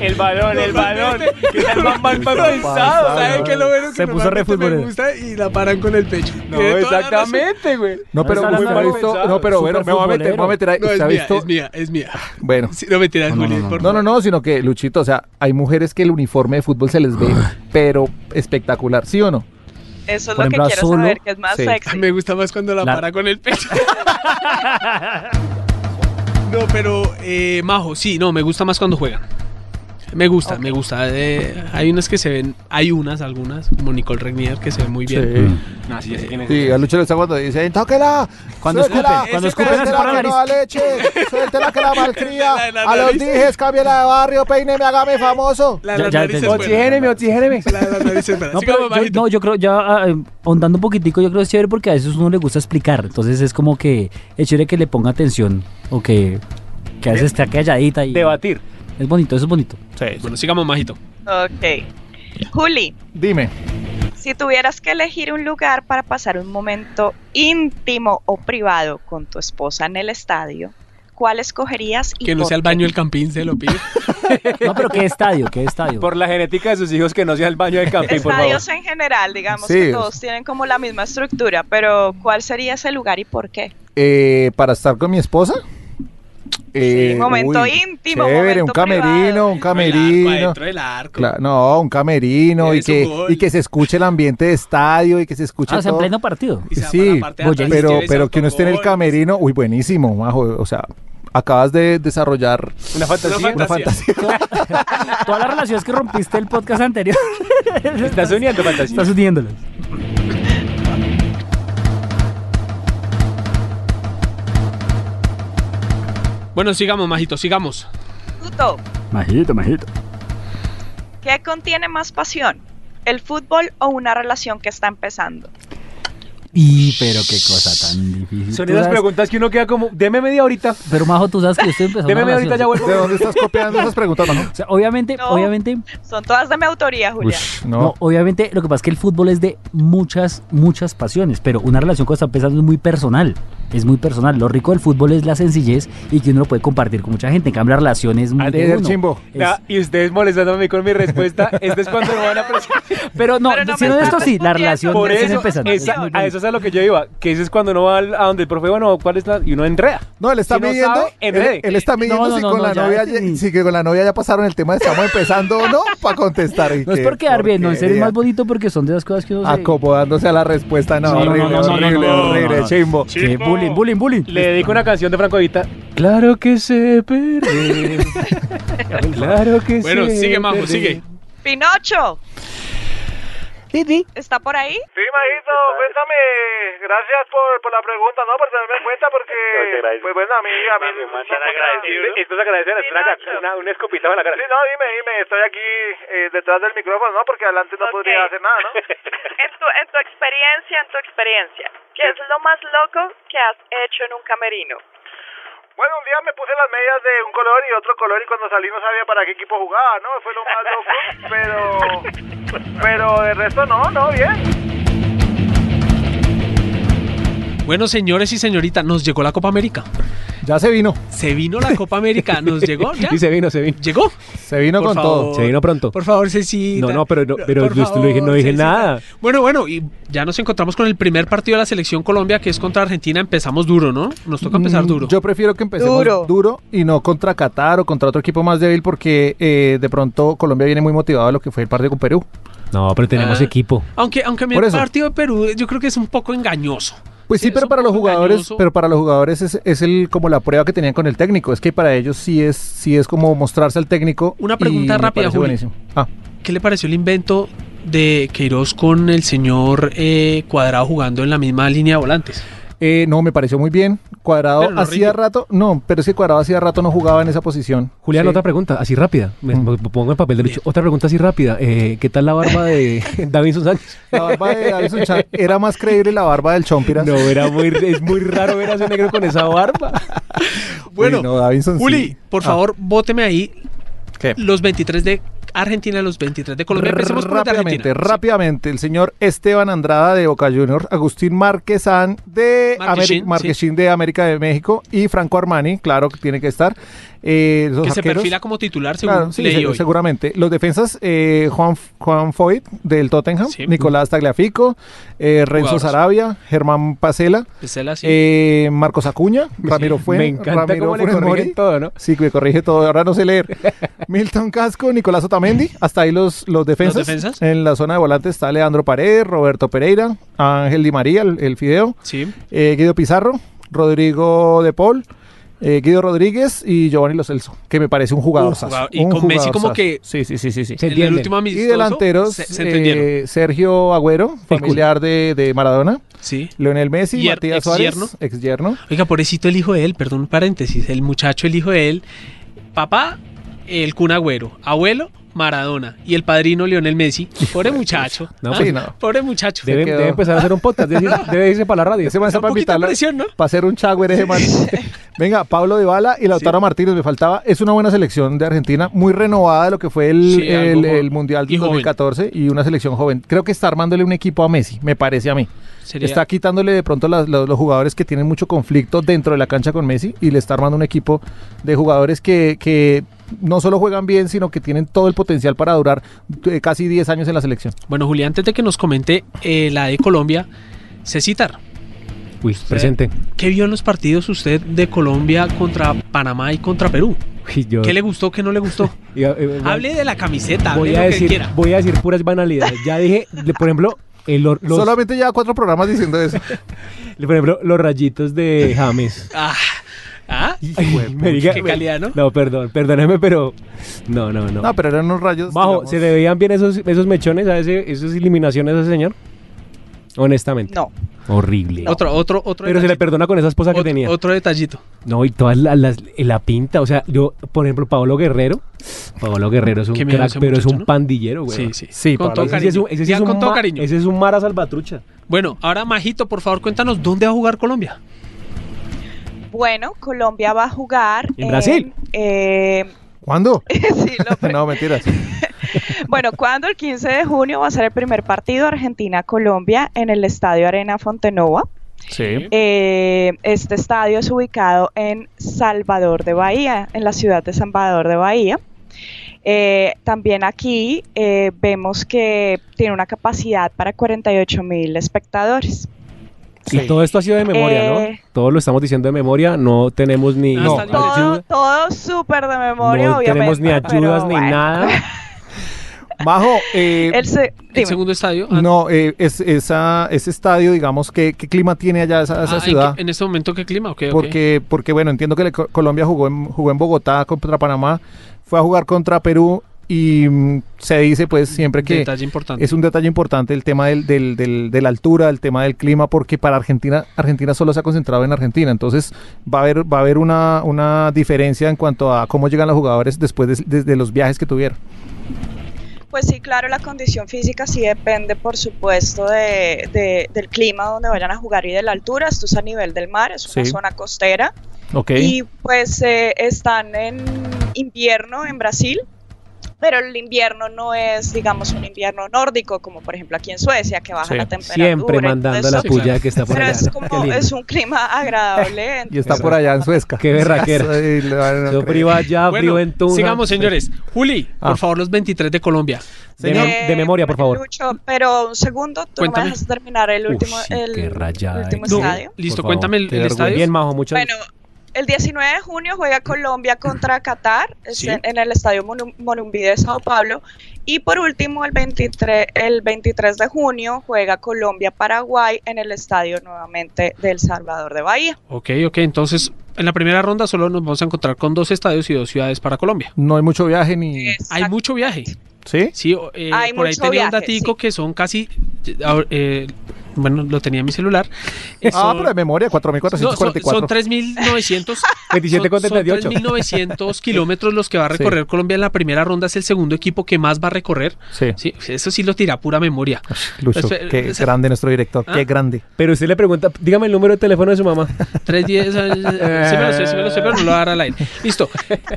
S8: el balón, el <laughs> balón. Que está el man mal mal pensado, ¿sabes?
S5: ¿Saben qué es lo bueno que
S6: Se puso re
S5: normalmente me
S6: futbolero.
S5: gusta y la paran con el pecho?
S8: No,
S5: Tiene toda la
S8: exactamente, güey.
S7: No, pero
S6: está
S7: muy
S6: hablando
S7: mal
S6: de
S7: visto.
S8: pensado.
S7: No, pero bueno, me
S6: Súper
S7: voy a meter, me voy a meter ahí. ¿Se
S5: razón.
S7: ha
S5: No, es mía,
S7: visto?
S5: es mía, es mía.
S7: Bueno.
S5: Sí, no me tiras,
S6: No, no,
S5: Juli,
S6: no,
S5: por
S7: No,
S5: favor.
S7: no, no, sino que Luchito, o sea, hay mujeres que el uniforme de fútbol se les ve, pero espectacular, ¿sí o no?
S9: Eso es
S6: Por
S9: lo que
S6: ejemplo, a
S9: quiero
S6: Zulu,
S9: saber, que es más
S7: sí.
S5: Ay,
S9: sexy.
S5: Ah, Me gusta más cuando la,
S6: La-
S5: para con
S7: <laughs>
S5: el pecho. no, pero, eh, Majo, sí, no, me gusta más cuando juegan. Me gusta, me gusta. eh, hay unas que se ven, hay unas, algunas, como Nicole Regnier, que se ve muy bien.
S8: No, sí, ya sé quién es.
S7: Sí, a Lucho le está cuando dice, tóquela,
S6: Cuando
S7: suéltela,
S6: escupen, cuando escupen,
S7: suéltela
S6: así por la
S7: que no da leche,
S5: <laughs>
S7: suéltela que la malcría,
S5: La de la
S7: a los
S5: nariz.
S7: dijes, cámbiela de barrio, peíneme, hágame famoso.
S5: La de
S6: Ya-
S5: las
S6: ya
S5: narices
S6: entendí.
S5: buenas.
S8: Oxigéneme, oxigéneme.
S5: La de las narices buenas.
S6: No,
S5: Sigamos,
S6: pero yo,
S5: Majito.
S6: no, yo creo, ya ah, eh, ahondando un poquitico, yo creo que es chévere porque a veces uno le gusta explicar. Entonces es como que es chévere que le ponga atención o que, que a veces está calladita y.
S8: Debatir.
S6: Es bonito, eso es bonito.
S5: Bueno, sigamos, Majito.
S9: Ok. Juli,
S7: Dime,
S9: si tuvieras que elegir un lugar para pasar un momento íntimo o privado con tu esposa en el estadio, ¿cuál escogerías? y
S5: Que no
S9: por
S5: sea el
S9: qué?
S5: baño del campín, se lo pido.
S6: <laughs> No, pero qué estadio, qué estadio.
S8: Por la genética de sus hijos, que no sea el baño del campín, por favor.
S9: Estadios en general, digamos
S7: Sí,
S9: que
S7: es-
S9: todos tienen como la misma estructura, pero ¿cuál sería ese lugar y por qué?
S7: eh, para estar con mi esposa. Eh,
S9: momento
S7: uy,
S9: íntimo,
S7: Chévere, un
S9: momento
S7: camerino,
S9: privado.
S7: un camerino.
S5: Dentro del arco.
S7: Cla- no, un camerino y
S5: Eres un
S7: que,
S5: gol.
S7: y que se escuche el ambiente de estadio y que se escuche
S6: Ah, o sea, en
S7: todo.
S6: pleno partido.
S5: Y se va para
S7: Sí,
S5: la parte de atrás y
S7: pero,
S5: lleves
S7: pero que no esté en el
S5: autogol.
S7: camerino, uy, buenísimo, majo. O sea, acabas de desarrollar
S8: Una fantasía.
S7: una fantasía.
S6: <laughs> Todas las relaciones que rompiste el podcast anterior.
S8: <laughs> Estás uniendo fantasía.
S6: Estás uniéndolas.
S5: Bueno, sigamos, Majito, sigamos.
S9: Tuto,
S6: Majito, majito.
S9: ¿qué contiene más pasión? ¿El fútbol o una relación que está empezando?
S6: Y pero qué cosa tan difícil.
S8: Son
S6: Tú
S8: esas
S6: sabes-
S8: preguntas que uno queda como, deme media ahorita.
S6: Pero Majo, tú sabes que yo estoy empezando
S8: Deme
S6: una
S8: media ahorita,
S6: relación.
S8: ya vuelvo.
S7: ¿De dónde estás copiando esas preguntas, majo?
S6: O sea, obviamente,
S9: No.
S6: obviamente,
S9: Son todas de mi autoría, Julia.
S7: No.
S6: no. obviamente, lo que pasa es que el fútbol es de muchas, muchas pasiones, pero una relación con está empezando es muy personal. Es muy personal. Lo rico del fútbol es la sencillez y que uno lo puede compartir con mucha gente. En cambio, la relación es muy <laughs>
S7: Ah,
S6: de
S7: debe ser
S6: uno.
S7: chimbo.
S6: Es-
S8: Ya, y ustedes molestándome a mí con mi respuesta, este es cuando me
S9: <laughs>
S8: van a presentar.
S6: Pero no,
S9: Pero no me
S6: siendo
S9: estás
S6: esto sí, la
S9: respondiendo.
S6: relación
S8: Por
S6: recién
S8: eso,
S6: empezando.
S8: esa-
S6: Es muy
S8: a
S6: bonito.
S8: eso es a lo que yo iba, que eso es cuando uno va al- a donde el profe, bueno, ¿cuál es la...? Y uno enrea.
S7: No, él está
S8: Si no
S7: midiendo.
S8: sabe, en
S7: él,
S8: red.
S7: él está midiendo
S6: no,
S7: si
S6: no,
S7: con
S6: no,
S7: la
S6: ya,
S7: novia
S6: sí.
S7: ya, si que con la novia ya pasaron el tema de estamos empezando o no para contestar. Y
S6: No es
S7: qué
S6: por quedar bien, <laughs> no, en serio es
S7: porquería.
S6: más bonito porque son de las cosas que uno se...
S7: Acomodándose a la respuesta, no,
S6: No, no,
S7: horrible,
S6: no, no, no,
S7: horrible,
S6: no, no,
S7: horrible,
S6: no, no.
S7: chimbo.
S6: Sí, bullying, bullying, bullying.
S8: Le dedico una canción de Franco Evita. Claro que se perder. claro que se
S5: Bueno, sigue, Majo,
S8: perder.
S5: sigue.
S9: Pinocho. ¿Está por ahí?
S10: Sí, Majito, cuéntame. Gracias por, por la pregunta, ¿no? Por tenerme en cuenta, porque. Pues bueno, a mí. A mí están agradecidos. Estás agradecido, una, una escopita en la cara. Sí, no, dime, dime. Estoy aquí eh, detrás del micrófono, ¿no? Porque adelante no podría hacer nada,
S9: <laughs>
S10: ¿no?
S9: En tu, en tu experiencia, en tu experiencia, ¿qué es lo más loco que has hecho en un camerino?
S10: Bueno, un día me puse las medias de un color y otro color y cuando salí no sabía para qué equipo jugaba, ¿no? Fue lo más loco, pero... Pero de resto no, no, bien.
S5: Bueno, señores y señoritas, nos llegó la Copa América.
S7: Ya se vino,
S5: Se vino la
S7: <laughs>
S5: Copa América, nos llegó ya.
S8: Y se vino, se vino.
S5: Llegó.
S7: se vino
S5: Por
S7: con
S5: favor.
S7: todo.
S8: Se vino pronto.
S5: Por favor, Cecita.
S8: No, no, pero no- pero
S5: Por
S8: yo no dije- no dije
S5: Cecita.
S8: nada.
S5: Bueno, bueno, y ya nos encontramos con el primer partido de la selección Colombia, que es contra Argentina. Empezamos duro, ¿no? Nos toca empezar
S7: Mm,
S5: duro.
S7: Yo prefiero que empecemos
S9: Duro.
S7: duro, y no contra Qatar o contra otro equipo más débil porque eh, de pronto Colombia viene muy motivado a lo que fue el partido con Perú.
S8: No, pero
S5: tenemos
S8: equipo.
S5: aunque aunque a mí
S7: Por
S5: el
S7: eso.
S5: partido de Perú, yo creo que es un poco engañoso.
S7: Pues sí,
S5: Es
S7: pero
S5: un
S7: para los
S5: poco
S7: jugadores,
S5: engañoso.
S7: pero para los jugadores es, es el como la prueba que tenían con el técnico. Es que para ellos sí es sí es como mostrarse al técnico.
S5: Una
S7: y
S5: pregunta
S7: me
S5: rápida,
S7: parece
S5: Juli.
S7: buenísimo. Ah,
S5: ¿Qué le pareció el invento de Queiroz con el señor eh, Cuadrado jugando en la misma línea de volantes?
S7: Eh, no, me pareció muy bien. Cuadrado
S8: Pero no
S7: hacía
S8: rinde.
S7: rato, no, pero es que Cuadrado hacía rato no jugaba en esa posición.
S12: Julián,
S7: Sí.
S12: otra pregunta, así rápida. Me, me pongo en papel de bicho. Otra pregunta así rápida. Eh, ¿Qué tal la barba de Davinson Sánchez?
S7: La barba de Davinson Sánchez.
S5: <laughs>
S7: Era más creíble la barba del Chompiras.
S12: No, era muy,
S7: <laughs>
S12: es muy raro ver a ese negro con esa barba.
S5: <laughs> Bueno,
S7: Uy, no, Davinson sí.
S5: Juli, por
S7: Ah.
S5: favor, bóteme ahí
S7: ¿Qué?
S5: los 23 de Argentina, los 23 de Colombia. Empecemos por el de
S7: Ah, Rápidamente,
S5: Argentina.
S7: rápidamente, el señor Esteban Andrada de Boca Juniors, Agustín Marquesán de
S5: Marquezín,
S7: Ameri- Marquezín de América de México y Franco Armani, claro que tiene que estar. Eh, los
S5: Que se
S7: arqueros,
S5: perfila como titular, según
S7: claro, sí,
S5: leí
S7: se-
S5: hoy.
S7: seguramente. Los defensas, eh, Juan, Juan Foyt del Tottenham,
S5: Sí.
S7: Nicolás Tagliafico, eh, Renzo
S5: Jugadorazo.
S7: Sarabia, Germán Pacela,
S5: Pesela, sí.
S7: eh, Marcos Acuña, Ramiro Fuen,
S12: Me encanta
S7: Ramiro
S12: cómo le
S7: Funes
S12: corrigen
S7: Mori.
S12: todo, ¿no?
S7: Sí, me corrige todo, ahora no
S12: <laughs>
S7: sé leer. Milton Casco, Nicolás Otamendi, hasta ahí los, los, defensas.
S5: ¿Los defensas?
S7: En la zona de volantes está Leandro Paredes, Roberto Pereira, Ángel Di María, el, el Fideo,
S5: Sí.
S7: eh, Guido Pizarro, Rodrigo De Paul, eh, Guido Rodríguez y Giovanni Lo Celso, que me parece un jugador.
S5: Un jugador- y con Messi como que-
S7: Sí, sí, sí, sí. sí.
S12: Se
S5: En el
S12: entienden.
S5: último
S7: Y
S5: amistoso
S7: delanteros,
S5: se, se entendieron.
S7: eh, Sergio Agüero, familiar de, de Maradona,
S5: sí.
S7: Leonel Messi,
S5: Yer-
S7: Matías Suárez,
S5: exyerno.
S7: ex yerno.
S5: Oiga, pobrecito el hijo de él, perdón un paréntesis, el muchacho, el hijo de él, papá, el Kun Agüero, abuelo, Maradona, y el padrino Lionel Messi, pobre muchacho,
S12: No,
S5: ¿ah?
S7: pues no.
S5: pobre muchacho,
S12: Debe,
S7: quedó.
S12: debe empezar a hacer un podcast,
S5: <laughs>
S12: debe, ir- debe irse para la radio.
S7: Ese man está
S5: un
S7: para
S5: poquito de
S7: invitarlo.
S5: presión, ¿no?
S7: Para hacer un chagüer ese
S5: <laughs>
S7: man. Venga, Pablo Dybala y Lautaro Martínez, me faltaba. Es una buena selección de Argentina, muy renovada de lo que fue el,
S5: Sí, algo
S7: el-
S5: joven.
S7: el Mundial
S5: Y
S7: del
S5: joven.
S7: 2014 y una selección joven. Creo que está armándole un equipo a Messi, me parece a mí.
S5: Sería-
S7: Está quitándole de pronto las- los, los jugadores que tienen mucho conflicto dentro de la cancha con Messi y le está armando un equipo de jugadores que, que no solo juegan bien, sino que tienen todo el potencial para durar eh, casi 10 años en la selección.
S5: Bueno, Julián, antes de que nos comente eh, la de Colombia, Cecitar,
S7: eh,
S12: Uy, presente.
S5: ¿qué vio en los partidos usted de Colombia contra Panamá y contra Perú?
S12: Uy, yo-
S5: ¿Qué le gustó, qué no le
S12: <laughs>
S5: gustó?
S12: yo- eh,
S5: Hable de la camiseta, hable
S12: voy
S5: lo
S12: a
S5: que
S12: decir,
S5: quiera.
S12: voy a decir puras banalidades. Ya dije, le- por ejemplo, el, or- los,
S7: Solamente lleva cuatro programas diciendo
S12: <laughs>
S7: eso.
S12: por ejemplo, los rayitos de James.
S5: Ah, ah,
S12: Ay, me diga-
S5: qué
S12: me-
S5: calidad, ¿no?
S12: No, perdón, perdóneme, pero no, no, no.
S7: No, pero eran unos rayos.
S12: Majo,
S7: digamos,
S12: ¿se le veían bien esos, esos mechones a ese, esas eliminaciones a ese señor? Honestamente.
S9: No.
S12: Horrible.
S5: Otro, otro, otro
S12: Pero se le
S5: detallito.
S12: perdona con esa esposa que
S5: Otro-
S12: tenía.
S5: otro detallito.
S12: No, y toda la, las- la pinta. O sea, yo, por ejemplo, Paolo Guerrero. Paolo Guerrero es un
S5: Qué miedo
S12: crack,
S5: ese
S12: pero es
S5: muchacho,
S12: un
S5: ¿no?
S12: pandillero, güey.
S5: Sí, sí.
S7: Sí,
S5: con
S7: Pablo,
S5: todo
S12: Ese sí
S5: cariño.
S12: es un, ese sí
S5: Ya
S12: es un
S5: con todo
S12: ma-
S5: cariño.
S12: ese es un Mara Salvatrucha.
S5: Bueno, ahora Majito, por favor, cuéntanos dónde va a jugar Colombia.
S9: Bueno, Colombia va a jugar
S12: ¿En Brasil?
S9: eh,
S7: ¿Cuándo?
S9: <laughs>
S7: <laughs>
S9: sí, lo pre- <laughs>
S7: No, mentiras.
S9: Bueno, cuando el 15 de junio va a ser el primer partido Argentina-Colombia en el Estadio Arena Fontenova.
S7: Sí.
S9: Eh, este estadio es ubicado en Salvador de Bahía, en la ciudad de Salvador de Bahía. Eh, también aquí eh, vemos que tiene una capacidad para 48 mil espectadores.
S12: Y todo esto ha sido de memoria,
S9: Eh.
S12: ¿no? Todo lo estamos diciendo de memoria. No tenemos ni.
S5: No, Hasta el-
S12: ayuda,
S9: Todo, todo súper de memoria,
S12: no
S9: obviamente.
S12: tenemos ni
S9: pero
S12: ayudas ni
S9: bueno.
S12: nada.
S5: Ah.
S7: Majo, eh,
S9: El se-
S5: El
S9: dime.
S5: segundo estadio. ah,
S7: no, eh, es, esa, ese estadio, digamos, ¿qué, qué clima tiene allá esa, esa
S5: ah, ¿en
S7: ciudad?
S5: qué- En, este momento, ¿qué clima? Ok, ok.
S7: Porque, porque, bueno, entiendo que le- Colombia jugó en, jugó en Bogotá contra Panamá, fue a jugar contra Perú y mm, se dice, pues, siempre que
S5: Detalle importante.
S7: es un detalle importante el tema del, del- del- de la altura, el tema del clima, porque para Argentina, Argentina solo se ha concentrado en Argentina, entonces va a haber, va a haber una, una diferencia en cuanto a cómo llegan los jugadores después de, de- de los viajes que tuvieron.
S9: Pues sí, claro, la condición física sí depende, por supuesto, de, de- del clima donde vayan a jugar y de la altura. Esto es a nivel del mar, es una
S7: Sí.
S9: zona costera.
S7: Ok.
S9: Y pues eh, están en invierno en Brasil, pero el invierno no es, digamos, un invierno nórdico, como por ejemplo aquí en Suecia, que baja
S7: Sí,
S9: la temperatura.
S12: Siempre
S9: y todo
S12: mandando
S9: eso.
S12: la
S5: Sí,
S12: puya
S5: claro.
S12: que está por
S9: Pero
S12: allá.
S9: es
S12: ¿no? Qué
S9: como,
S12: lindo.
S9: es un
S12: <laughs>
S9: clima agradable.
S7: Y está
S9: entonces-
S7: por allá en Suezca.
S12: Qué
S7: <laughs>
S12: berraquera.
S7: Ay, le van a
S12: Yo
S7: creer.
S12: frío allá,
S5: Bueno,
S12: frío en Tunja.
S5: sigamos, señores. Juli, por
S7: Ah.
S5: favor, los 23 de Colombia.
S12: De, mem- de
S9: Eh,
S12: memoria, por favor.
S9: Lucho, pero un segundo, tú no me
S5: Cuéntame.
S9: dejas terminar el
S12: Uy,
S9: último,
S12: sí,
S9: el,
S12: qué rayada.
S9: último
S12: No.
S9: estadio.
S5: Listo,
S12: favor,
S5: cuéntame el,
S7: qué
S5: el
S7: vergüenza.
S5: estadio.
S12: Bien, Majo, muchas
S9: Bueno, el 19 de junio juega Colombia contra Qatar es
S5: Sí.
S9: en, en el Estadio Monu- Morumbí de Sao Paulo. Y por último, el 23, el 23 de junio juega Colombia-Paraguay en el Estadio nuevamente del Salvador de Bahía.
S5: Ok, ok. Entonces, en la primera ronda solo nos vamos a encontrar con dos estadios y dos ciudades para Colombia.
S7: No hay mucho viaje ni.
S5: Hay mucho viaje.
S7: ¿Sí?
S5: Sí, o- eh,
S9: Hay
S5: por ahí
S9: mucho
S5: tenía
S9: viaje,
S5: un datico
S9: sí.
S5: que son casi eh, eh, bueno, lo tenía en mi celular. Eh,
S7: Ah,
S5: son-
S7: pero de memoria,
S5: No, son-
S7: 4.444.
S5: son
S12: <laughs>
S5: 3.900
S7: 27
S5: son-
S7: con 38.
S5: Son
S7: <laughs>
S5: 3.900 kilómetros los que va a recorrer Colombia en la primera ronda. Es el segundo equipo que más va a recorrer.
S7: Sí.
S5: eso sí lo tira a pura memoria.
S7: Lucho,
S5: Espe-
S7: qué
S5: o sea,
S7: grande nuestro director,
S5: Ah.
S7: qué grande.
S12: Pero usted le pregunta, dígame el número de teléfono de su
S7: <laughs>
S12: mamá.
S5: 3.10, eh, sí me lo sé, sí me lo sé, pero no lo voy a dar al aire. Listo.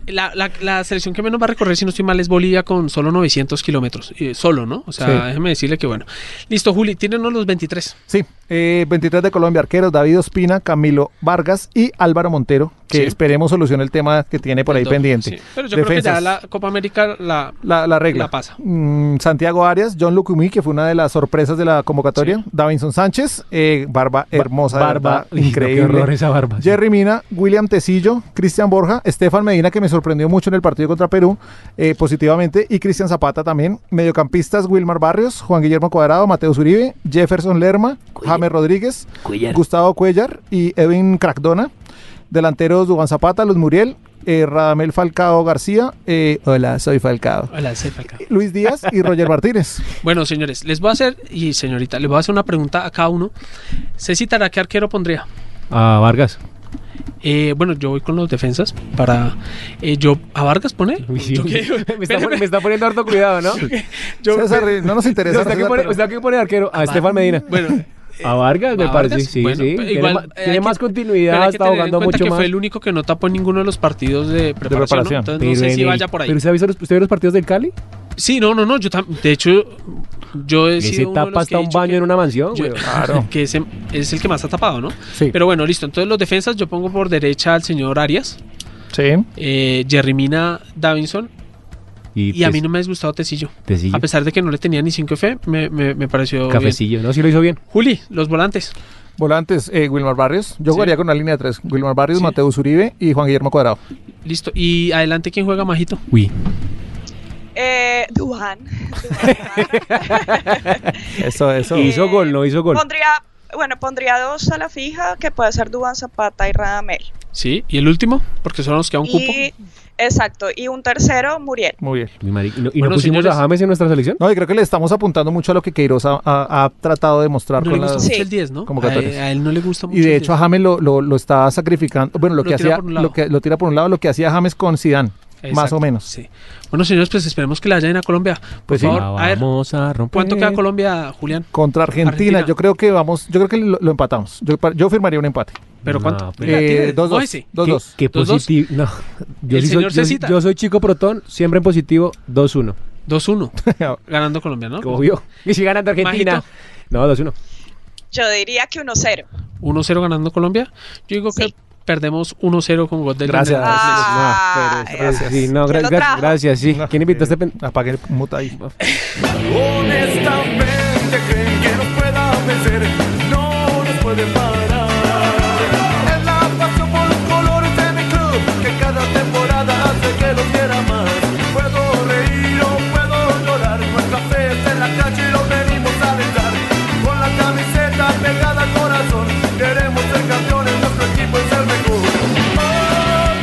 S5: La, la- la selección que menos va a recorrer, si no estoy mal, es Bolivia con solo 900 kilómetros. Eh, solo, ¿no? O sea,
S7: Sí.
S5: déjeme decirle que bueno. Listo, Juli, tírenos los 23.
S7: Sí, eh, 23 de Colombia, arqueros David Ospina, Camilo Vargas y Álvaro Montero, que
S5: Sí.
S7: esperemos solucione el tema que tiene por ahí
S5: Entonces,
S7: pendiente.
S5: sí. Pero yo creo que
S7: Defensas.
S5: ya la Copa América la,
S7: La, la regla.
S5: la pasa.
S7: Mm, Santiago Arias, John Lucumí, que fue una de las sorpresas de la convocatoria. Davinson Sánchez, eh, barba hermosa, de
S12: barba.
S7: verdad,
S12: Uy, no, qué
S7: increíble.
S12: horror esa barba.
S7: Jerry Mina, William Tecillo, Cristian Borja, Estefan Medina, que me sorprendió mucho en el partido contra Perú, eh, positivamente, y Cristian Zapata también. Mediocampistas, Wilmar Barrios, Juan Guillermo Cuadrado, Mateo Uribe, Jefferson Lerma, James Rodríguez,
S4: Cuellar.
S7: Gustavo Cuellar y Edwin Crackdona. Delanteros, Dubán Zapata, Luz Muriel, eh, Radamel Falcao García. eh, hola, soy Falcao.
S5: Hola, sí, Falcao.
S7: Luis Díaz y Roger Martínez.
S5: Bueno, señores, les voy a hacer, y señorita, les voy a hacer una pregunta a cada uno. Ceci Tará, ¿qué arquero pondría?
S12: A
S8: <laughs>
S12: Vargas.
S5: Eh, bueno, yo voy con los defensas para... eh, yo, ¿A Vargas pone? ¿Yo qué?
S7: <laughs>
S12: Me está, pon- me está poniendo harto cuidado,
S8: <laughs>
S12: ¿no?
S5: Yo-
S7: César, eh, no nos interesa.
S12: ¿Usted qué
S7: César,
S12: pone,
S7: pero-
S12: usted qué pone de arquero? A Estefan Medina.
S5: Bueno,
S12: <laughs> A Vargas, me
S5: ¿A
S12: parece.
S5: Vargas?
S12: Sí,
S5: Bueno,
S12: sí.
S5: pero
S12: tiene
S5: igual,
S12: ma-
S5: eh,
S12: tiene
S5: hay
S12: más
S5: que- Pero
S12: continuidad,
S5: hay que
S12: está
S5: tener en
S12: jugando
S5: cuenta
S12: mucho
S5: que
S12: más.
S5: fue el único que no tapó en ninguno de los partidos de preparación. ¿no?
S7: preparación.
S5: Entonces no sé
S12: en
S5: si
S12: el-
S5: vaya por ahí.
S12: ¿Pero usted ha visto los, usted vio los partidos del Cali?
S5: Sí, no, no, no. Yo tam- de hecho, yo he
S12: Ese
S5: sido uno de
S12: tapa
S5: los que he
S12: hasta un
S5: dicho
S12: baño
S5: que-
S12: en una mansión,
S5: yo-
S12: güey.
S5: que ese es el que más ha tapado, ¿no?
S7: Sí.
S5: Pero bueno, listo. Entonces los defensas yo pongo por derecha al señor Arias,
S7: Sí.
S5: eh, Jeremina Davinson y a
S12: te-
S5: mí no me ha disgustado Tecillo.
S12: Tecillo.
S5: A pesar de que no le tenía ni 5 F, me, me- me pareció bien.
S12: Cafecillo, ¿no? Sí lo hizo bien.
S5: Juli, los volantes.
S7: Volantes, eh, Wilmar Barrios. Yo
S5: Sí.
S7: jugaría con una línea de tres. Wilmar Barrios,
S5: Sí.
S7: Mateo Uribe y Juan Guillermo Cuadrado.
S5: Listo. Y adelante, ¿quién juega Majito?
S12: Uy.
S9: Eh,
S5: <laughs>
S9: Duján.
S7: Eso, eso.
S8: Eh,
S12: Hizo gol, no hizo gol.
S9: Pondría, bueno, pondría dos a la fija, que puede ser Duván Zapata y Radamel.
S5: Sí. ¿Y el último? Porque solo nos queda un cupo.
S9: Y, exacto, y un tercero, Muriel.
S7: Muy bien.
S12: Uy, marica, ¿Y no, y no
S5: Bueno,
S12: pusimos
S5: señores.
S12: a James en nuestra selección?
S7: No, y creo que le estamos apuntando mucho a lo que Queiroz ha, ha- ha tratado de mostrar
S5: No le
S7: con
S5: gusta
S7: las-
S5: mucho el 10, ¿no? A él,
S7: convocatorias.
S5: a él no le gusta mucho.
S7: Y
S5: el
S7: de hecho a
S5: 10.
S7: James lo, lo, lo está sacrificando. Bueno, lo,
S5: Lo
S7: que
S5: tira
S7: hacía,
S5: por un lado.
S7: lo que lo tira por un lado, lo que hacía James con Zidane, más
S5: Exacto,
S7: o menos.
S5: Sí. Bueno, señores, pues esperemos que la hayan a Colombia. Por
S7: Pues sí.
S5: favor, a ver,
S12: Vamos a romper.
S5: ¿cuánto queda Colombia, Julián?
S7: Contra Argentina,
S5: Argentina.
S7: yo creo que vamos, yo creo que lo, lo empatamos. Yo, pa- yo firmaría un empate.
S5: ¿Pero
S12: No,
S5: cuánto?
S12: pero-
S5: Mira, tiene-
S7: Eh, dos, dos,
S5: mójese.
S7: dos,
S12: Ah, Qué-
S7: dos.
S12: Qué
S5: Dos, dos.
S12: positivo. No. Yo,
S5: El
S12: sí soy,
S5: señor
S12: yo, sí-
S5: Cecita.
S12: yo soy chico protón, siempre en positivo, 2-1. <laughs>
S5: 2-1. Ganando Colombia, ¿no?
S12: Obvio. Y si ganan de Argentina.
S5: Majito.
S12: No, 2-1.
S9: Yo diría que 1-0.
S5: 1-0 ganando Colombia. Yo digo que
S9: Sí.
S5: perdemos 1-0 con gol del
S7: Gracias.
S5: Leonel Andrés Messi.
S9: Ah,
S7: pero- eh,
S9: eh,
S12: Sí, no,
S9: ¿Quién
S12: gra-
S9: lo
S12: gra-
S9: trajo?
S12: gracias, sí. ¿Quién invitó a este pen-
S7: Apague el mute ahí.
S12: <laughs>
S3: Honestamente creen que nos pueda vencer, no nos pueden parar. Es la pasión por los colores de mi club que cada temporada hace que lo quiera más. Puedo reír o puedo llorar, nuestra fe está en la calle y lo venimos a alentar. Con la camiseta pegada al corazón, queremos ser campeones, nuestro equipo es el mejor.
S12: Ah.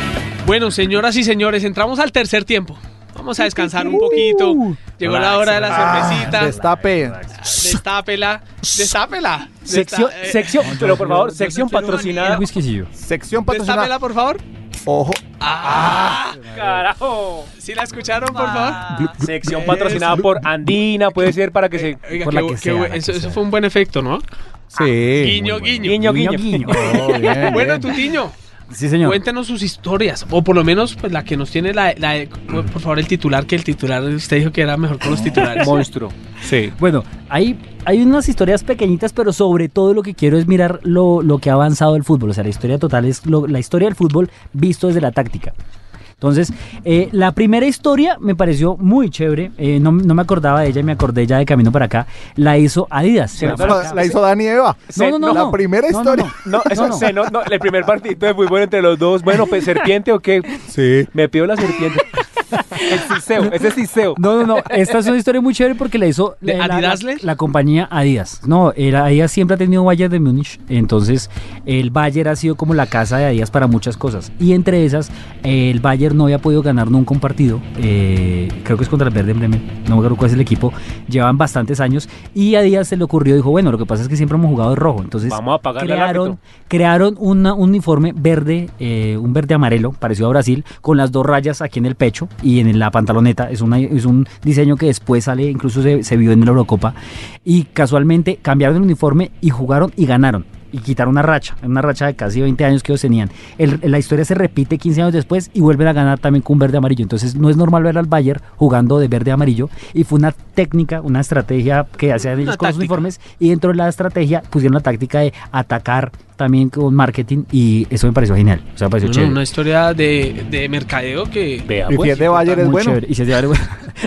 S5: Bueno, señoras y señores, entramos al tercer tiempo. Vamos a descansar un poquito. Llegó la hora de la cervecita.
S12: Ah,
S7: Destape.
S5: Destápela. Destápela.
S12: Sección,
S5: Desta- eh,
S12: sección, pero por favor, sección
S5: quiero
S12: patrocinada.
S7: Sección patrocinada.
S5: Destápela, por favor.
S7: Ojo.
S5: ¡Ah! ¿Sí la escucharon,
S12: Ah.
S5: por favor?
S12: Sección patrocinada por Andina, puede ser para que se.
S5: Eh, Oiga,
S6: Por
S5: qué
S6: la
S5: bu-
S6: que
S5: qué
S6: sea,
S5: bu-
S6: la
S5: eso,
S6: que
S5: eso
S6: sea.
S5: fue un buen efecto, ¿no? Ah,
S7: Sí.
S5: guiño,
S12: Guiño,
S5: guiño.
S12: guiño.
S7: Oh,
S8: <laughs>
S7: bien, bien.
S5: Bueno, Tutiño,
S6: Sí, señor.
S5: cuéntenos sus historias, o por lo menos pues, la que nos tiene la, la- Por favor, el titular, que el titular, usted dijo que era mejor con los titulares.
S12: Monstruo.
S7: Sí.
S6: Bueno, hay, hay unas historias pequeñitas, pero sobre todo lo que quiero es mirar lo, lo que ha avanzado el fútbol. O sea, la historia total es lo- la historia del fútbol visto desde la táctica. Entonces, eh, la primera historia me pareció muy chévere. eh, no, no me acordaba de ella, me acordé ya de camino para acá. La hizo Adidas.
S12: Sí,
S6: la
S12: claro.
S6: marca-
S7: La hizo Dani Eva.
S6: No, no, no,
S7: La
S6: no.
S7: primera
S6: No, no,
S7: historia.
S12: No, eso
S6: No, no.
S8: <laughs>
S12: se no- no, el primer partido de fútbol entre los dos. Bueno, pues, serpiente o qué.
S7: Sí.
S6: <laughs>
S12: Me pidió la serpiente.
S8: El Ciseo, ese es Ciseo.
S6: No,
S8: <laughs>
S6: no, no. Esta es una historia muy chévere porque la hizo
S8: ¿De
S6: la, la-
S8: Adidasler?
S6: la compañía Adidas. No, era- Adidas siempre ha tenido Bayern de Múnich. Entonces, el Bayern ha sido como la casa de Adidas para muchas cosas. Y entre esas, eh, el Bayern no había podido ganar nunca un partido. Eh, creo que es contra el Verde Bremen. No me acuerdo cuál es el equipo. Llevan bastantes años. Y a Adidas se le ocurrió, dijo, bueno, lo que pasa es que siempre hemos jugado de rojo. Entonces,
S8: Vamos a pagarle al
S6: crearon,
S8: árbitro.
S6: crearon una- un uniforme verde, eh, un verde amarelo, parecido a Brasil, con las dos rayas aquí en el pecho y en la pantaloneta. Es, una- es un diseño que después sale, incluso se, se vio en la Eurocopa. Y casualmente cambiaron el uniforme y jugaron y ganaron. Y quitaron una racha, una racha de casi 20 años que ellos tenían. El- la historia se repite 15 años después y vuelven a ganar también con verde amarillo. Entonces no es normal ver al Bayern jugando de verde amarillo. Y fue una técnica, una estrategia que hacían ellos
S5: Una
S6: con los
S5: táctica.
S6: uniformes. Y dentro de la estrategia pusieron la táctica de atacar también con marketing. Y eso me pareció genial. O sea, me pareció
S5: No, no,
S6: Pues, chévere.
S5: una historia de, de mercadeo que.
S6: Y pues, si es de Bayern es muy bueno. <laughs> chévere. Y si es de Bayern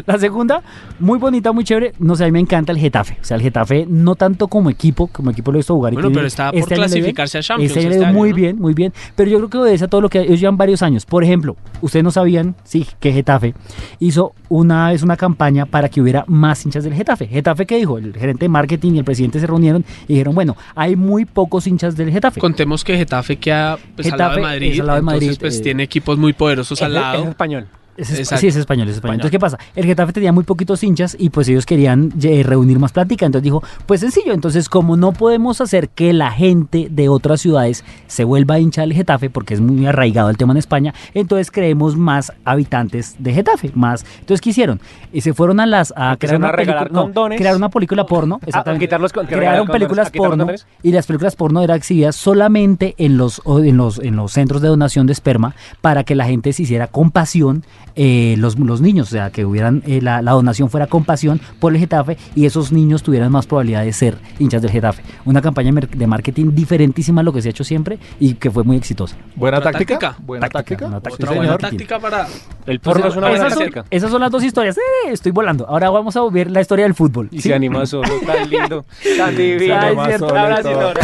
S6: La segunda, muy bonita, muy chévere. No sé, a mí me encanta el Getafe. O sea, el Getafe, no tanto como equipo, como equipo lo he visto jugar. y
S5: Bueno,
S6: tiene- este
S5: pero
S6: año
S5: está por
S6: le ven-
S5: clasificarse a Champions
S6: Este año le
S5: este
S6: ven
S5: año,
S6: muy
S5: ¿no?
S6: bien, muy bien. Pero yo creo que obedece a todo lo que ellos llevan varios años. Por ejemplo, ustedes no sabían, sí, que Getafe hizo una vez una campaña para que hubiera más hinchas del Getafe. Getafe, ¿qué dijo? El gerente de marketing y el presidente se reunieron y dijeron, bueno, hay muy pocos hinchas del Getafe.
S5: Contemos que Getafe queda pues, al lado
S6: Getafe
S5: de
S6: es
S5: Madrid.
S6: al lado de
S5: entonces,
S6: Madrid,
S5: pues
S6: eh,
S5: tiene equipos muy poderosos al
S6: es-
S5: lado.
S6: es
S8: español.
S6: Es espa-
S5: Exacto.
S6: Sí, es español, es español. Entonces, ¿qué
S5: Español.
S6: pasa? El Getafe tenía muy poquitos hinchas y pues ellos querían eh, reunir más plática. Entonces dijo, pues sencillo, entonces como no podemos hacer que la gente de otras ciudades se vuelva hincha del Getafe, porque es muy arraigado el tema en España, entonces creemos más habitantes de Getafe, más. Entonces, ¿qué hicieron? Y se fueron a las... A crear
S8: Empezaron
S6: una,
S8: a regalar
S6: película- no,
S8: condones.
S6: crear una película porno.
S8: a quitar los con- que
S6: crearon
S8: regalan condones,
S6: películas
S8: a quitar los
S6: porno
S8: condones.
S6: y las películas porno eran exhibidas solamente en los, o en los, en los centros de donación de esperma para que la gente se hiciera con pasión eh, los, los niños, o sea, que hubieran eh, la, la donación fuera con pasión por el Getafe y esos niños tuvieran más probabilidad de ser hinchas del Getafe. Una campaña mer- de marketing diferentísima a lo que se ha hecho siempre y que fue muy exitosa.
S7: Buena
S5: Otra
S7: táctica.
S5: táctica.
S7: Buena táctica.
S6: una táctica
S5: Otra
S6: de
S5: buena
S6: marketing.
S5: táctica para. Pues,
S8: El porno
S6: Entonces,
S8: es una buena
S6: esas son-
S8: táctica.
S6: Esas son las dos historias. ¡Eh! Estoy volando. Ahora vamos a ver la historia del fútbol. <laughs>
S8: Y
S6: ¿sí?
S8: se anima solo, tan lindo, tan divino.
S6: Ay, es cierto.
S8: Ahora sí, no, no.
S5: <laughs>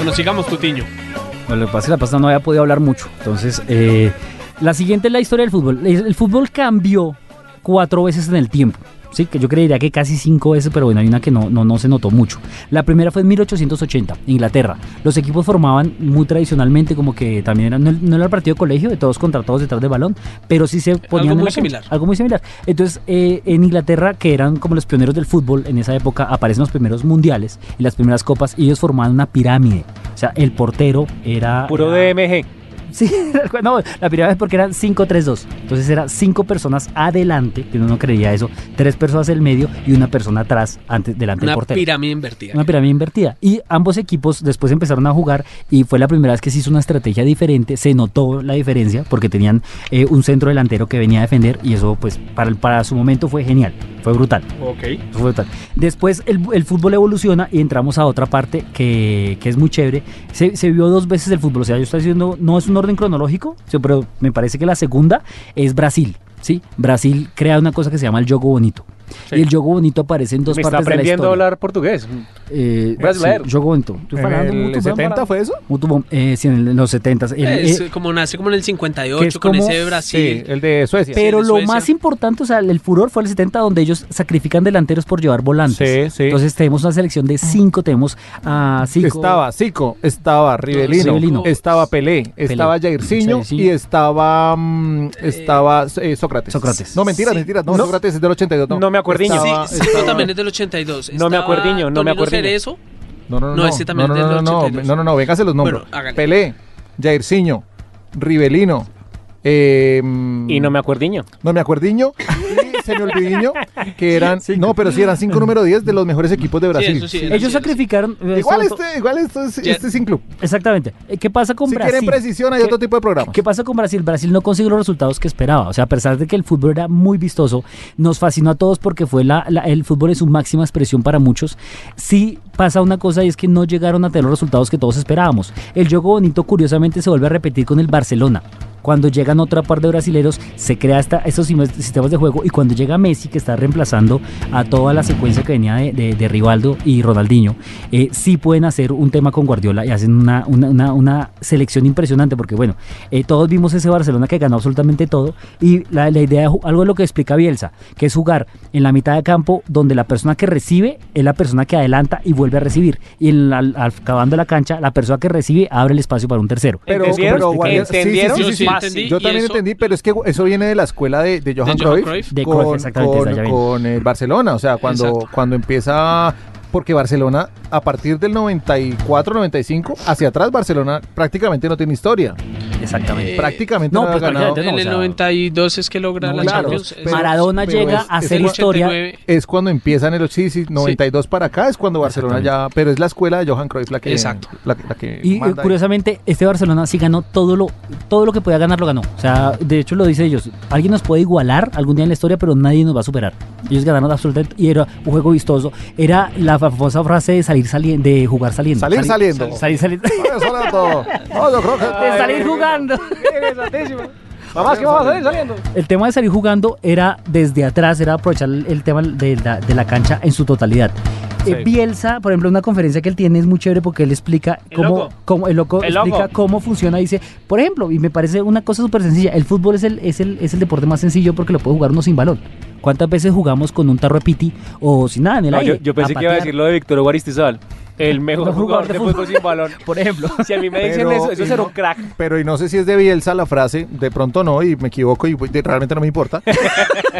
S5: Bueno, sigamos, Tutiño.
S6: Bueno, lo que pasa es que la pasada no había podido hablar mucho. Entonces, eh, la siguiente es la historia del fútbol. El el fútbol cambió cuatro veces en el tiempo. Sí, que yo creería que casi cinco veces, pero bueno, hay una que no, no, no se notó mucho. La primera fue en 1880, Inglaterra. Los equipos formaban muy tradicionalmente, como que también eran, no, no era el partido de colegio, de todos contra todos detrás del balón, pero sí se ponían en
S5: muy
S6: la cancha.
S5: similar.
S6: Algo muy similar. Entonces, eh, en Inglaterra, que eran como los pioneros del fútbol, en esa época aparecen los primeros mundiales y las primeras copas, y ellos formaban una pirámide. O sea, el portero era.
S8: Puro
S6: era-
S8: DMG.
S6: Sí, <laughs> no, la pirámide es porque eran 5-3-2. Entonces eran 5 personas adelante, que uno no creía eso, 3 personas en el medio y una persona atrás, antes, delante
S5: Una
S6: del portero.
S5: pirámide invertida.
S6: Una pirámide invertida. Y ambos equipos después empezaron a jugar y fue la primera vez que se hizo una estrategia diferente. Se notó la diferencia porque tenían eh, un centro delantero que venía a defender y eso pues para, el- para su momento fue genial. Fue brutal.
S8: Ok.
S6: Eso fue brutal. Después el, el fútbol evoluciona y entramos a otra parte que, que es muy chévere. Se, se vio dos veces el fútbol. O sea, yo estoy diciendo, no es un orden cronológico, sí, pero me parece que la segunda es Brasil. ¿sí? Brasil crea una cosa que se llama el yogo bonito.
S8: Sí.
S6: Y el yogo bonito aparece en dos
S8: Me está
S6: partes de la
S8: aprendiendo a
S6: historia.
S8: hablar portugués.
S6: Eh,
S8: Brasileiro.
S6: sí, Jogo bonito. Estoy
S7: ¿En
S6: falando
S7: el
S6: mucho,
S7: 70 fue eso?
S6: mucho, mucho, eh, sí, en los 70. El,
S5: es
S6: eh,
S5: como nace como en el
S6: que es
S5: 58, con
S6: como-
S5: ese de Brasil.
S7: Sí, el de Suecia.
S5: Sí,
S6: pero
S5: de
S6: lo
S5: Suecia.
S6: más importante, o sea, el furor fue el 70, donde ellos sacrifican delanteros por llevar volantes.
S7: Sí, sí.
S6: Entonces tenemos una selección de cinco, tenemos a cinco.
S7: Estaba Zico, estaba Rivelino,
S6: Rivelino.
S7: estaba Pelé, estaba Jairzinho
S6: Jairzinho.
S7: y estaba mm, estaba eh, Sócrates.
S6: Sócrates.
S7: No, mentiras, mentiras. No,
S8: No.
S7: Sócrates es del 82. No,
S8: No me acuerdiño.
S7: Estaba-
S5: sí, sí,
S7: estaba-
S5: también es del 82.
S8: No me
S5: Estaba
S8: acuerdiño, no me
S5: Domino
S8: acuerdiño.
S5: Cerezo.
S7: No, no, no.
S5: No, ese también
S7: no,
S5: es
S7: no,
S5: del
S7: no, no,
S5: 82.
S7: no, no, no, véngase los nombres.
S5: Bueno, hágale.
S7: Pelé, Jairzinho, Rivelino, eh, mm,
S8: Y no me acuerdiño.
S7: no me acuerdiño y se me olvidiño que eran no, pero sí eran cinco número 10 de los mejores equipos de Brasil.
S5: eso sí,
S7: Sí.
S5: era
S6: Ellos sacrificaron. eh,
S7: Igual
S6: sobre todo-
S7: este, igual esto es,
S5: Ya-
S7: este es sin club.
S6: Exactamente. Eh, ¿Qué pasa con
S7: Si
S6: Brasil?
S7: quieren precisión hay
S6: ¿Qué-
S7: otro tipo de programas.
S6: ¿Qué pasa con Brasil? Brasil no consiguió los resultados que esperaba. O sea, a pesar de que el fútbol era muy vistoso, nos fascinó a todos porque fue la, la- el fútbol es su máxima expresión para muchos. Sí pasa una cosa y es que no llegaron a tener los resultados que todos esperábamos. El juego bonito curiosamente se vuelve a repetir con el Barcelona. Cuando llegan otra par de brasileros, se crea hasta esos sim- sistemas de juego. Y cuando llega Messi, que está reemplazando a toda la secuencia que venía de, de- de Rivaldo y Ronaldinho, eh, sí pueden hacer un tema con Guardiola y hacen una, una, una- una selección impresionante. Porque, bueno, eh, todos vimos ese Barcelona que ganó absolutamente todo. Y la, la idea, de ju- algo de lo que explica Bielsa, que es jugar en la mitad de campo donde la persona que recibe es la persona que adelanta y vuelve a recibir. Y en la- al- acabando la cancha, la persona que recibe abre el espacio para un tercero.
S7: Pero,
S6: ¿Entendieron?
S7: pero Guardiola- sí, sí,
S6: ¿Entendieron?
S7: sí, sí,
S6: Yo sí
S7: sí.
S6: entendí,
S7: Yo
S6: y
S7: también
S6: eso-
S7: entendí, pero es que eso viene de la escuela de, de Johan,
S6: Johan
S7: Cruyff,
S6: Cruyff. De
S7: con,
S6: Cruyff, exactamente,
S7: con-
S6: de allá viene.
S7: con el Barcelona. O sea, cuando,
S6: Exacto.
S7: cuando empieza... Porque Barcelona, a partir del 94, 95, hacia atrás, Barcelona prácticamente no tiene historia.
S6: Exactamente.
S7: prácticamente no, ha
S6: pues
S7: ganado.
S5: en el 92 es que logra la
S7: Claro,
S5: Champions.
S7: pero- pero es- es
S5: el
S7: cuando-
S5: 89.
S7: Es cuando empiezan el sí, sí, 92 para acá, es cuando Barcelona ya. Pero es la escuela de Johan Cruyff la que.
S6: Exacto.
S7: La, la que
S6: Y eh,
S7: manda ahí.
S6: curiosamente, este Barcelona sí ganó todo lo, todo lo que podía ganar, lo ganó. O sea, de hecho lo dice ellos. Alguien nos puede igualar algún día en la historia, pero nadie nos va a superar. Ellos ganaron absolutamente y era un juego vistoso. Era la famosa frase de salir saliendo, de jugar saliendo.
S7: Salir
S6: Sali-
S7: saliendo.
S6: Salir saliendo.
S7: Eso era todo. No, yo creo que.
S6: De salir jugando.
S7: Mamá, ¿qué vamos a salir
S8: saliendo?
S6: El tema de salir jugando era desde atrás, era aprovechar el el tema de la, de la cancha en su totalidad. Eh,
S13: Sí.
S6: Bielsa, por ejemplo, una conferencia que él tiene es muy chévere porque él explica
S13: El
S6: cómo,
S13: loco.
S6: cómo- el loco
S13: El
S6: explica
S13: loco.
S6: cómo funciona. Dice, por ejemplo, y me parece una cosa súper sencilla, el fútbol es el, es, el, es el deporte más sencillo porque lo puede jugar uno sin balón. ¿Cuántas veces jugamos con un tarro de piti o sin nada en el
S8: No, yo,
S6: aire?
S8: yo pensé que iba a
S6: patear?
S8: decir lo de Víctor Hugo Aristizábal, el mejor jugador de fútbol sin balón.
S6: Por ejemplo.
S8: Si a mí me dicen
S7: Pero-
S8: eso, eso
S7: y
S8: será
S7: no-
S8: un crack.
S7: Pero y no sé si es de Bielsa la frase, de pronto no, y me equivoco y pues, de- realmente no me
S5: <laughs>
S7: importa.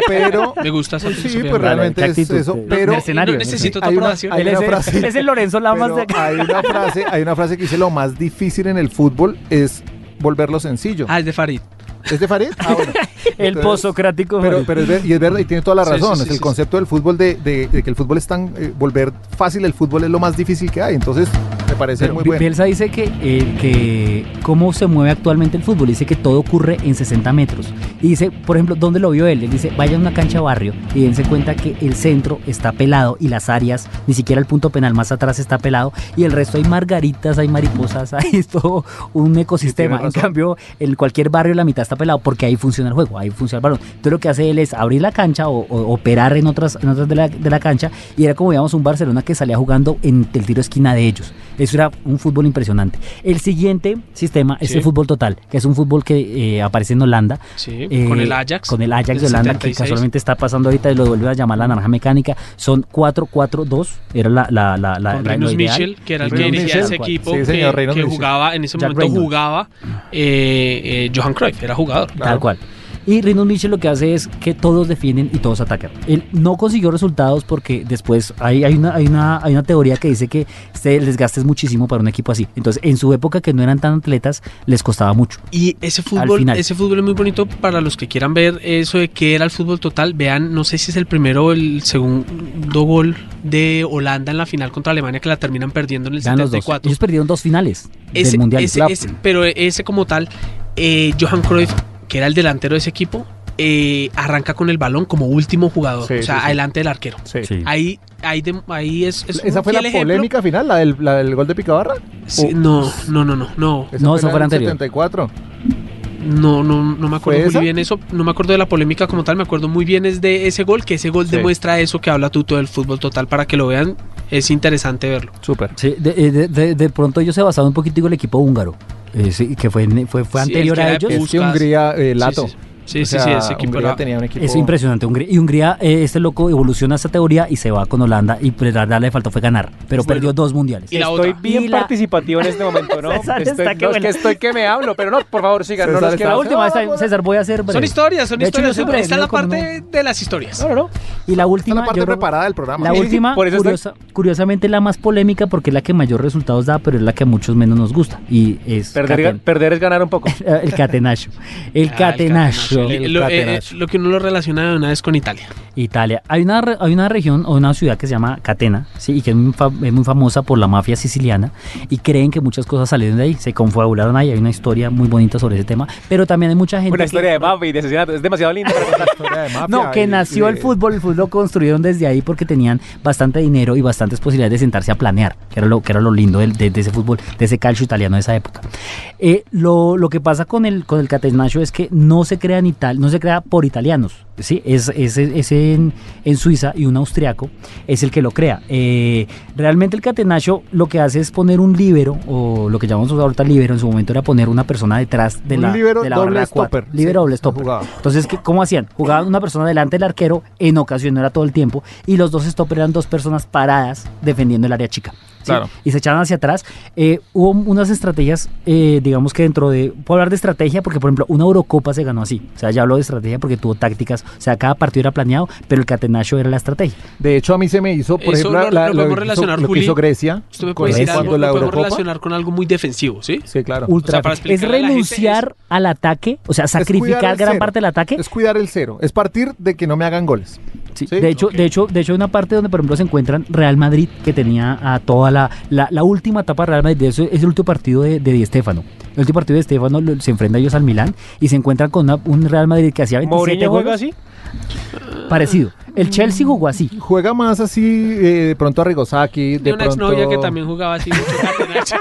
S7: Pero
S5: Me gusta esa
S7: sí,
S5: filosofía.
S7: pues realmente
S5: Vale,
S7: es
S5: qué actitud,
S7: eso.
S5: eh,
S7: Pero
S5: mercenario. No necesito tu
S7: Hay una-
S5: aprobación.
S7: hay
S5: Él
S7: una
S5: es el-
S7: frase-
S5: él es el Lorenzo Lamas
S7: pero
S5: de acá.
S7: Hay una frase, hay una frase que dice lo más difícil en el fútbol es volverlo sencillo.
S5: Ah, es de Farid.
S7: ¿Es de Farid? Ah,
S5: <laughs>
S7: bueno.
S6: El
S7: Entonces,
S6: posocrático.
S7: Pero, pero es ver- y es verdad, y tiene toda la
S6: Sí,
S7: razón.
S6: sí, sí,
S7: es el
S6: sí,
S7: concepto del fútbol de, de- de que el fútbol es tan. eh, volver fácil el fútbol es lo más difícil que hay. Entonces, me parece
S6: Pero
S7: muy
S6: Bi-
S7: bueno.
S6: Bielsa dice que, eh, que cómo se mueve actualmente el fútbol. Dice que todo ocurre en 60 metros. Y dice, por ejemplo, ¿dónde lo vio él? Él dice, vaya a una cancha barrio y dense cuenta que el centro está pelado y las áreas, ni siquiera el punto penal más atrás está pelado y el resto hay margaritas, hay mariposas, <laughs> hay es todo un ecosistema. En cambio, en cualquier barrio la mitad está pelado porque ahí funciona el juego, ahí funciona el balón. Entonces lo que hace él es abrir la cancha o, o operar en otras, en otras de, la, de la cancha y era como veíamos un Barcelona que salía jugando en el tiro de esquina de ellos. Eso era un fútbol impresionante. El siguiente sistema es
S5: Sí.
S6: el fútbol total, que es un fútbol que eh, aparece en Holanda. Eh,
S5: Sí, con el Ajax,
S6: Con el Ajax de
S5: del
S6: Holanda, que
S5: 76.
S6: casualmente está pasando ahorita y lo vuelve a llamar la naranja mecánica. Son 4-4-2, era la, la, la, la,
S5: Con
S6: la-
S5: Reynolds
S6: lo ideal.
S5: Mitchell, que era el que
S6: Reynolds
S5: dirigía
S6: Mitchell,
S5: ese
S6: tal cual.
S5: equipo,
S6: Sí,
S5: que,
S6: señor, Reynolds
S5: que
S6: Mitchell.
S5: jugaba, en ese
S6: Jack
S5: momento
S6: Reynolds.
S5: jugaba eh, eh, Johan Cruyff, era jugador.
S6: Tal cual. Y Rinus Mitchell lo que hace es que todos defienden y todos atacan. Él no consiguió resultados porque después hay, hay, una, hay, una, hay una teoría que dice que se- el desgaste es muchísimo para un equipo así. Entonces, en su época que no eran tan atletas, les costaba mucho.
S5: Y ese
S6: Al
S5: fútbol,
S6: final.
S5: ese fútbol es muy bonito para los que quieran ver eso de qué era el fútbol total. Vean, no sé si es el primero o el segundo gol de Holanda en la final contra Alemania que la terminan perdiendo en el
S6: Ganan los dos.
S5: 74.
S6: Ellos perdieron dos finales
S5: Ese-
S6: del Mundial.
S5: ese- ese- pero ese como tal, eh, Johan Cruyff, que era el delantero de ese equipo, eh, arranca con el balón como último jugador,
S7: Sí,
S5: o sea,
S7: sí, sí.
S5: adelante del arquero.
S7: Sí.
S5: Ahí, ahí, de- ahí es, es
S7: ¿Esa
S5: un
S7: fue la
S5: fiel ejemplo.
S7: polémica final, la del, la del gol de Picabarra?
S5: Sí, no, no, no, no, no.
S7: No, eso fue la del 74.
S5: No, no, no me
S7: ¿Fue
S5: acuerdo muy
S7: esa?
S5: bien eso, no me acuerdo de la polémica como tal, me acuerdo muy bien es de ese gol, que ese gol
S6: Sí.
S5: demuestra eso que habla Tuto del fútbol total para que lo vean, es interesante verlo.
S7: Súper.
S6: Sí, de, eh, de- de- de pronto ellos se basaron un poquitico en el equipo húngaro, eh, sí, que fue, fue, fue
S5: Sí,
S6: anterior
S5: el que
S6: a
S5: era
S6: ellos.
S5: de
S7: Es que Hungría, eh,
S5: Sí,
S7: Lato.
S5: sí, sí.
S7: O
S5: Sí, sí,
S7: sea,
S5: sí, ese equipo
S7: Hungría
S5: era-
S7: tenía un equipo.
S6: Es impresionante. Hungría, y Hungría, eh, este loco evoluciona esa teoría y se va con Holanda. Y pues, la verdad le faltó fue ganar, pero
S8: Bueno,
S6: perdió dos mundiales.
S8: Estoy bien
S6: Y la-
S8: participativo en este momento, ¿no?
S6: César
S8: estoy,
S6: está que
S8: no, es
S6: bueno.
S8: que estoy que me hablo, pero no, por favor, sigan. no
S6: César
S8: nos
S6: está-
S8: queda
S6: la última, esta- César, voy a hacer
S5: Son
S6: breve.
S5: historias, son
S6: De hecho, yo
S5: historias,
S6: siempre
S5: esta es la
S6: defino como
S5: parte de las historias.
S6: Y la última.
S7: la parte
S6: yo creo-
S7: preparada del programa.
S6: La
S7: Sí, sí,
S6: última,
S7: por eso es la-
S6: curiosa- curiosamente, la más polémica porque es la que mayor resultados da, pero es la que a muchos menos nos gusta. Y es.
S8: Perder,
S6: Caten- <laughs>
S8: perder es ganar un poco.
S6: el catenacho. El
S8: Ah, el
S6: catenacho. Eso.
S5: Lo, eh, eh, lo que uno lo relaciona de una vez con Italia.
S6: Italia. Hay una, re- hay una región o una ciudad que se llama Catena, ¿sí? y que es muy, fa- es muy famosa por la mafia siciliana, y creen que muchas cosas salieron de ahí, se confabularon ahí, hay una historia muy bonita sobre ese tema, pero también hay mucha gente...
S8: Una
S6: que-
S8: historia de mafia y de asesinato. Es demasiado linda para contar. historia de mafia.
S6: no, que nació el fútbol, el fútbol lo construyeron desde ahí porque tenían bastante dinero y bastantes posibilidades de sentarse a planear, que era lo, que era lo lindo del- de, de ese fútbol, de ese calcio italiano de esa época. Eh, lo, lo que pasa con el, con el catenaccio es que no se crea en Ital- no se crea por italianos, ¿sí? es, es- es en, en Suiza y un austriaco es el que lo crea. Eh, realmente el catenaccio lo que hace es poner un líbero, o lo que llamamos ahorita líbero, en su momento era poner una persona detrás de
S7: Un
S6: la,
S7: líbero
S6: de la
S7: doble
S6: barra de cuatro.
S7: stopper,
S6: Líbero doble stopper. Entonces, ¿qué- ¿cómo hacían? Jugaban una persona delante del arquero, en ocasión, no era todo el tiempo, y los dos stopper eran dos personas paradas defendiendo el área chica. ¿sí?
S7: Claro.
S6: Y se echaban hacia atrás. Eh, hubo unas estrategias, eh, digamos que dentro de. Puedo hablar de estrategia porque, por ejemplo, una Eurocopa se ganó así. O sea, ya hablo de estrategia porque tuvo tácticas. O sea, cada partido era planeado, pero el catenacho era la estrategia.
S7: De hecho, a mí se me hizo, por
S5: Eso
S7: ejemplo,
S5: lo,
S7: la- lo
S5: lo podemos
S7: que hizo-
S5: relacionar,
S7: lo que
S5: Juli,
S7: hizo Grecia
S5: Usted me
S7: con
S5: puede decir
S7: cuando
S5: algo,
S7: la
S5: lo podemos
S7: Eurocopa.
S5: relacionar con algo muy defensivo, ¿sí?
S7: Sí, claro.
S6: Ultra.
S5: para
S6: es
S5: explicarle a la gente,
S6: renunciar al ataque, o sea,
S7: Es cuidar
S6: sacrificar
S7: el
S6: gran
S7: cero.
S6: parte del ataque.
S7: Es cuidar el cero. Es partir de que no me hagan goles.
S6: Sí, De hecho, de hecho, de hecho, hay una parte donde, por ejemplo, se encuentran Real Madrid, que tenía a toda la, la, la última etapa de Real Madrid, de eso es el último partido de, de Di Stéfano. El último partido de Stéfano lo- se enfrenta ellos al Milán y se encuentran con una- un Real Madrid que hacía 27
S8: ¿Mourinho juega
S6: goles.
S8: así?
S6: Parecido. El Chelsea jugó así.
S7: Juega más así, eh, de pronto a Rigosaki, de,
S5: De una
S7: pronto...
S5: exnovia que también jugaba así mucho
S7: <laughs>
S5: catenacho.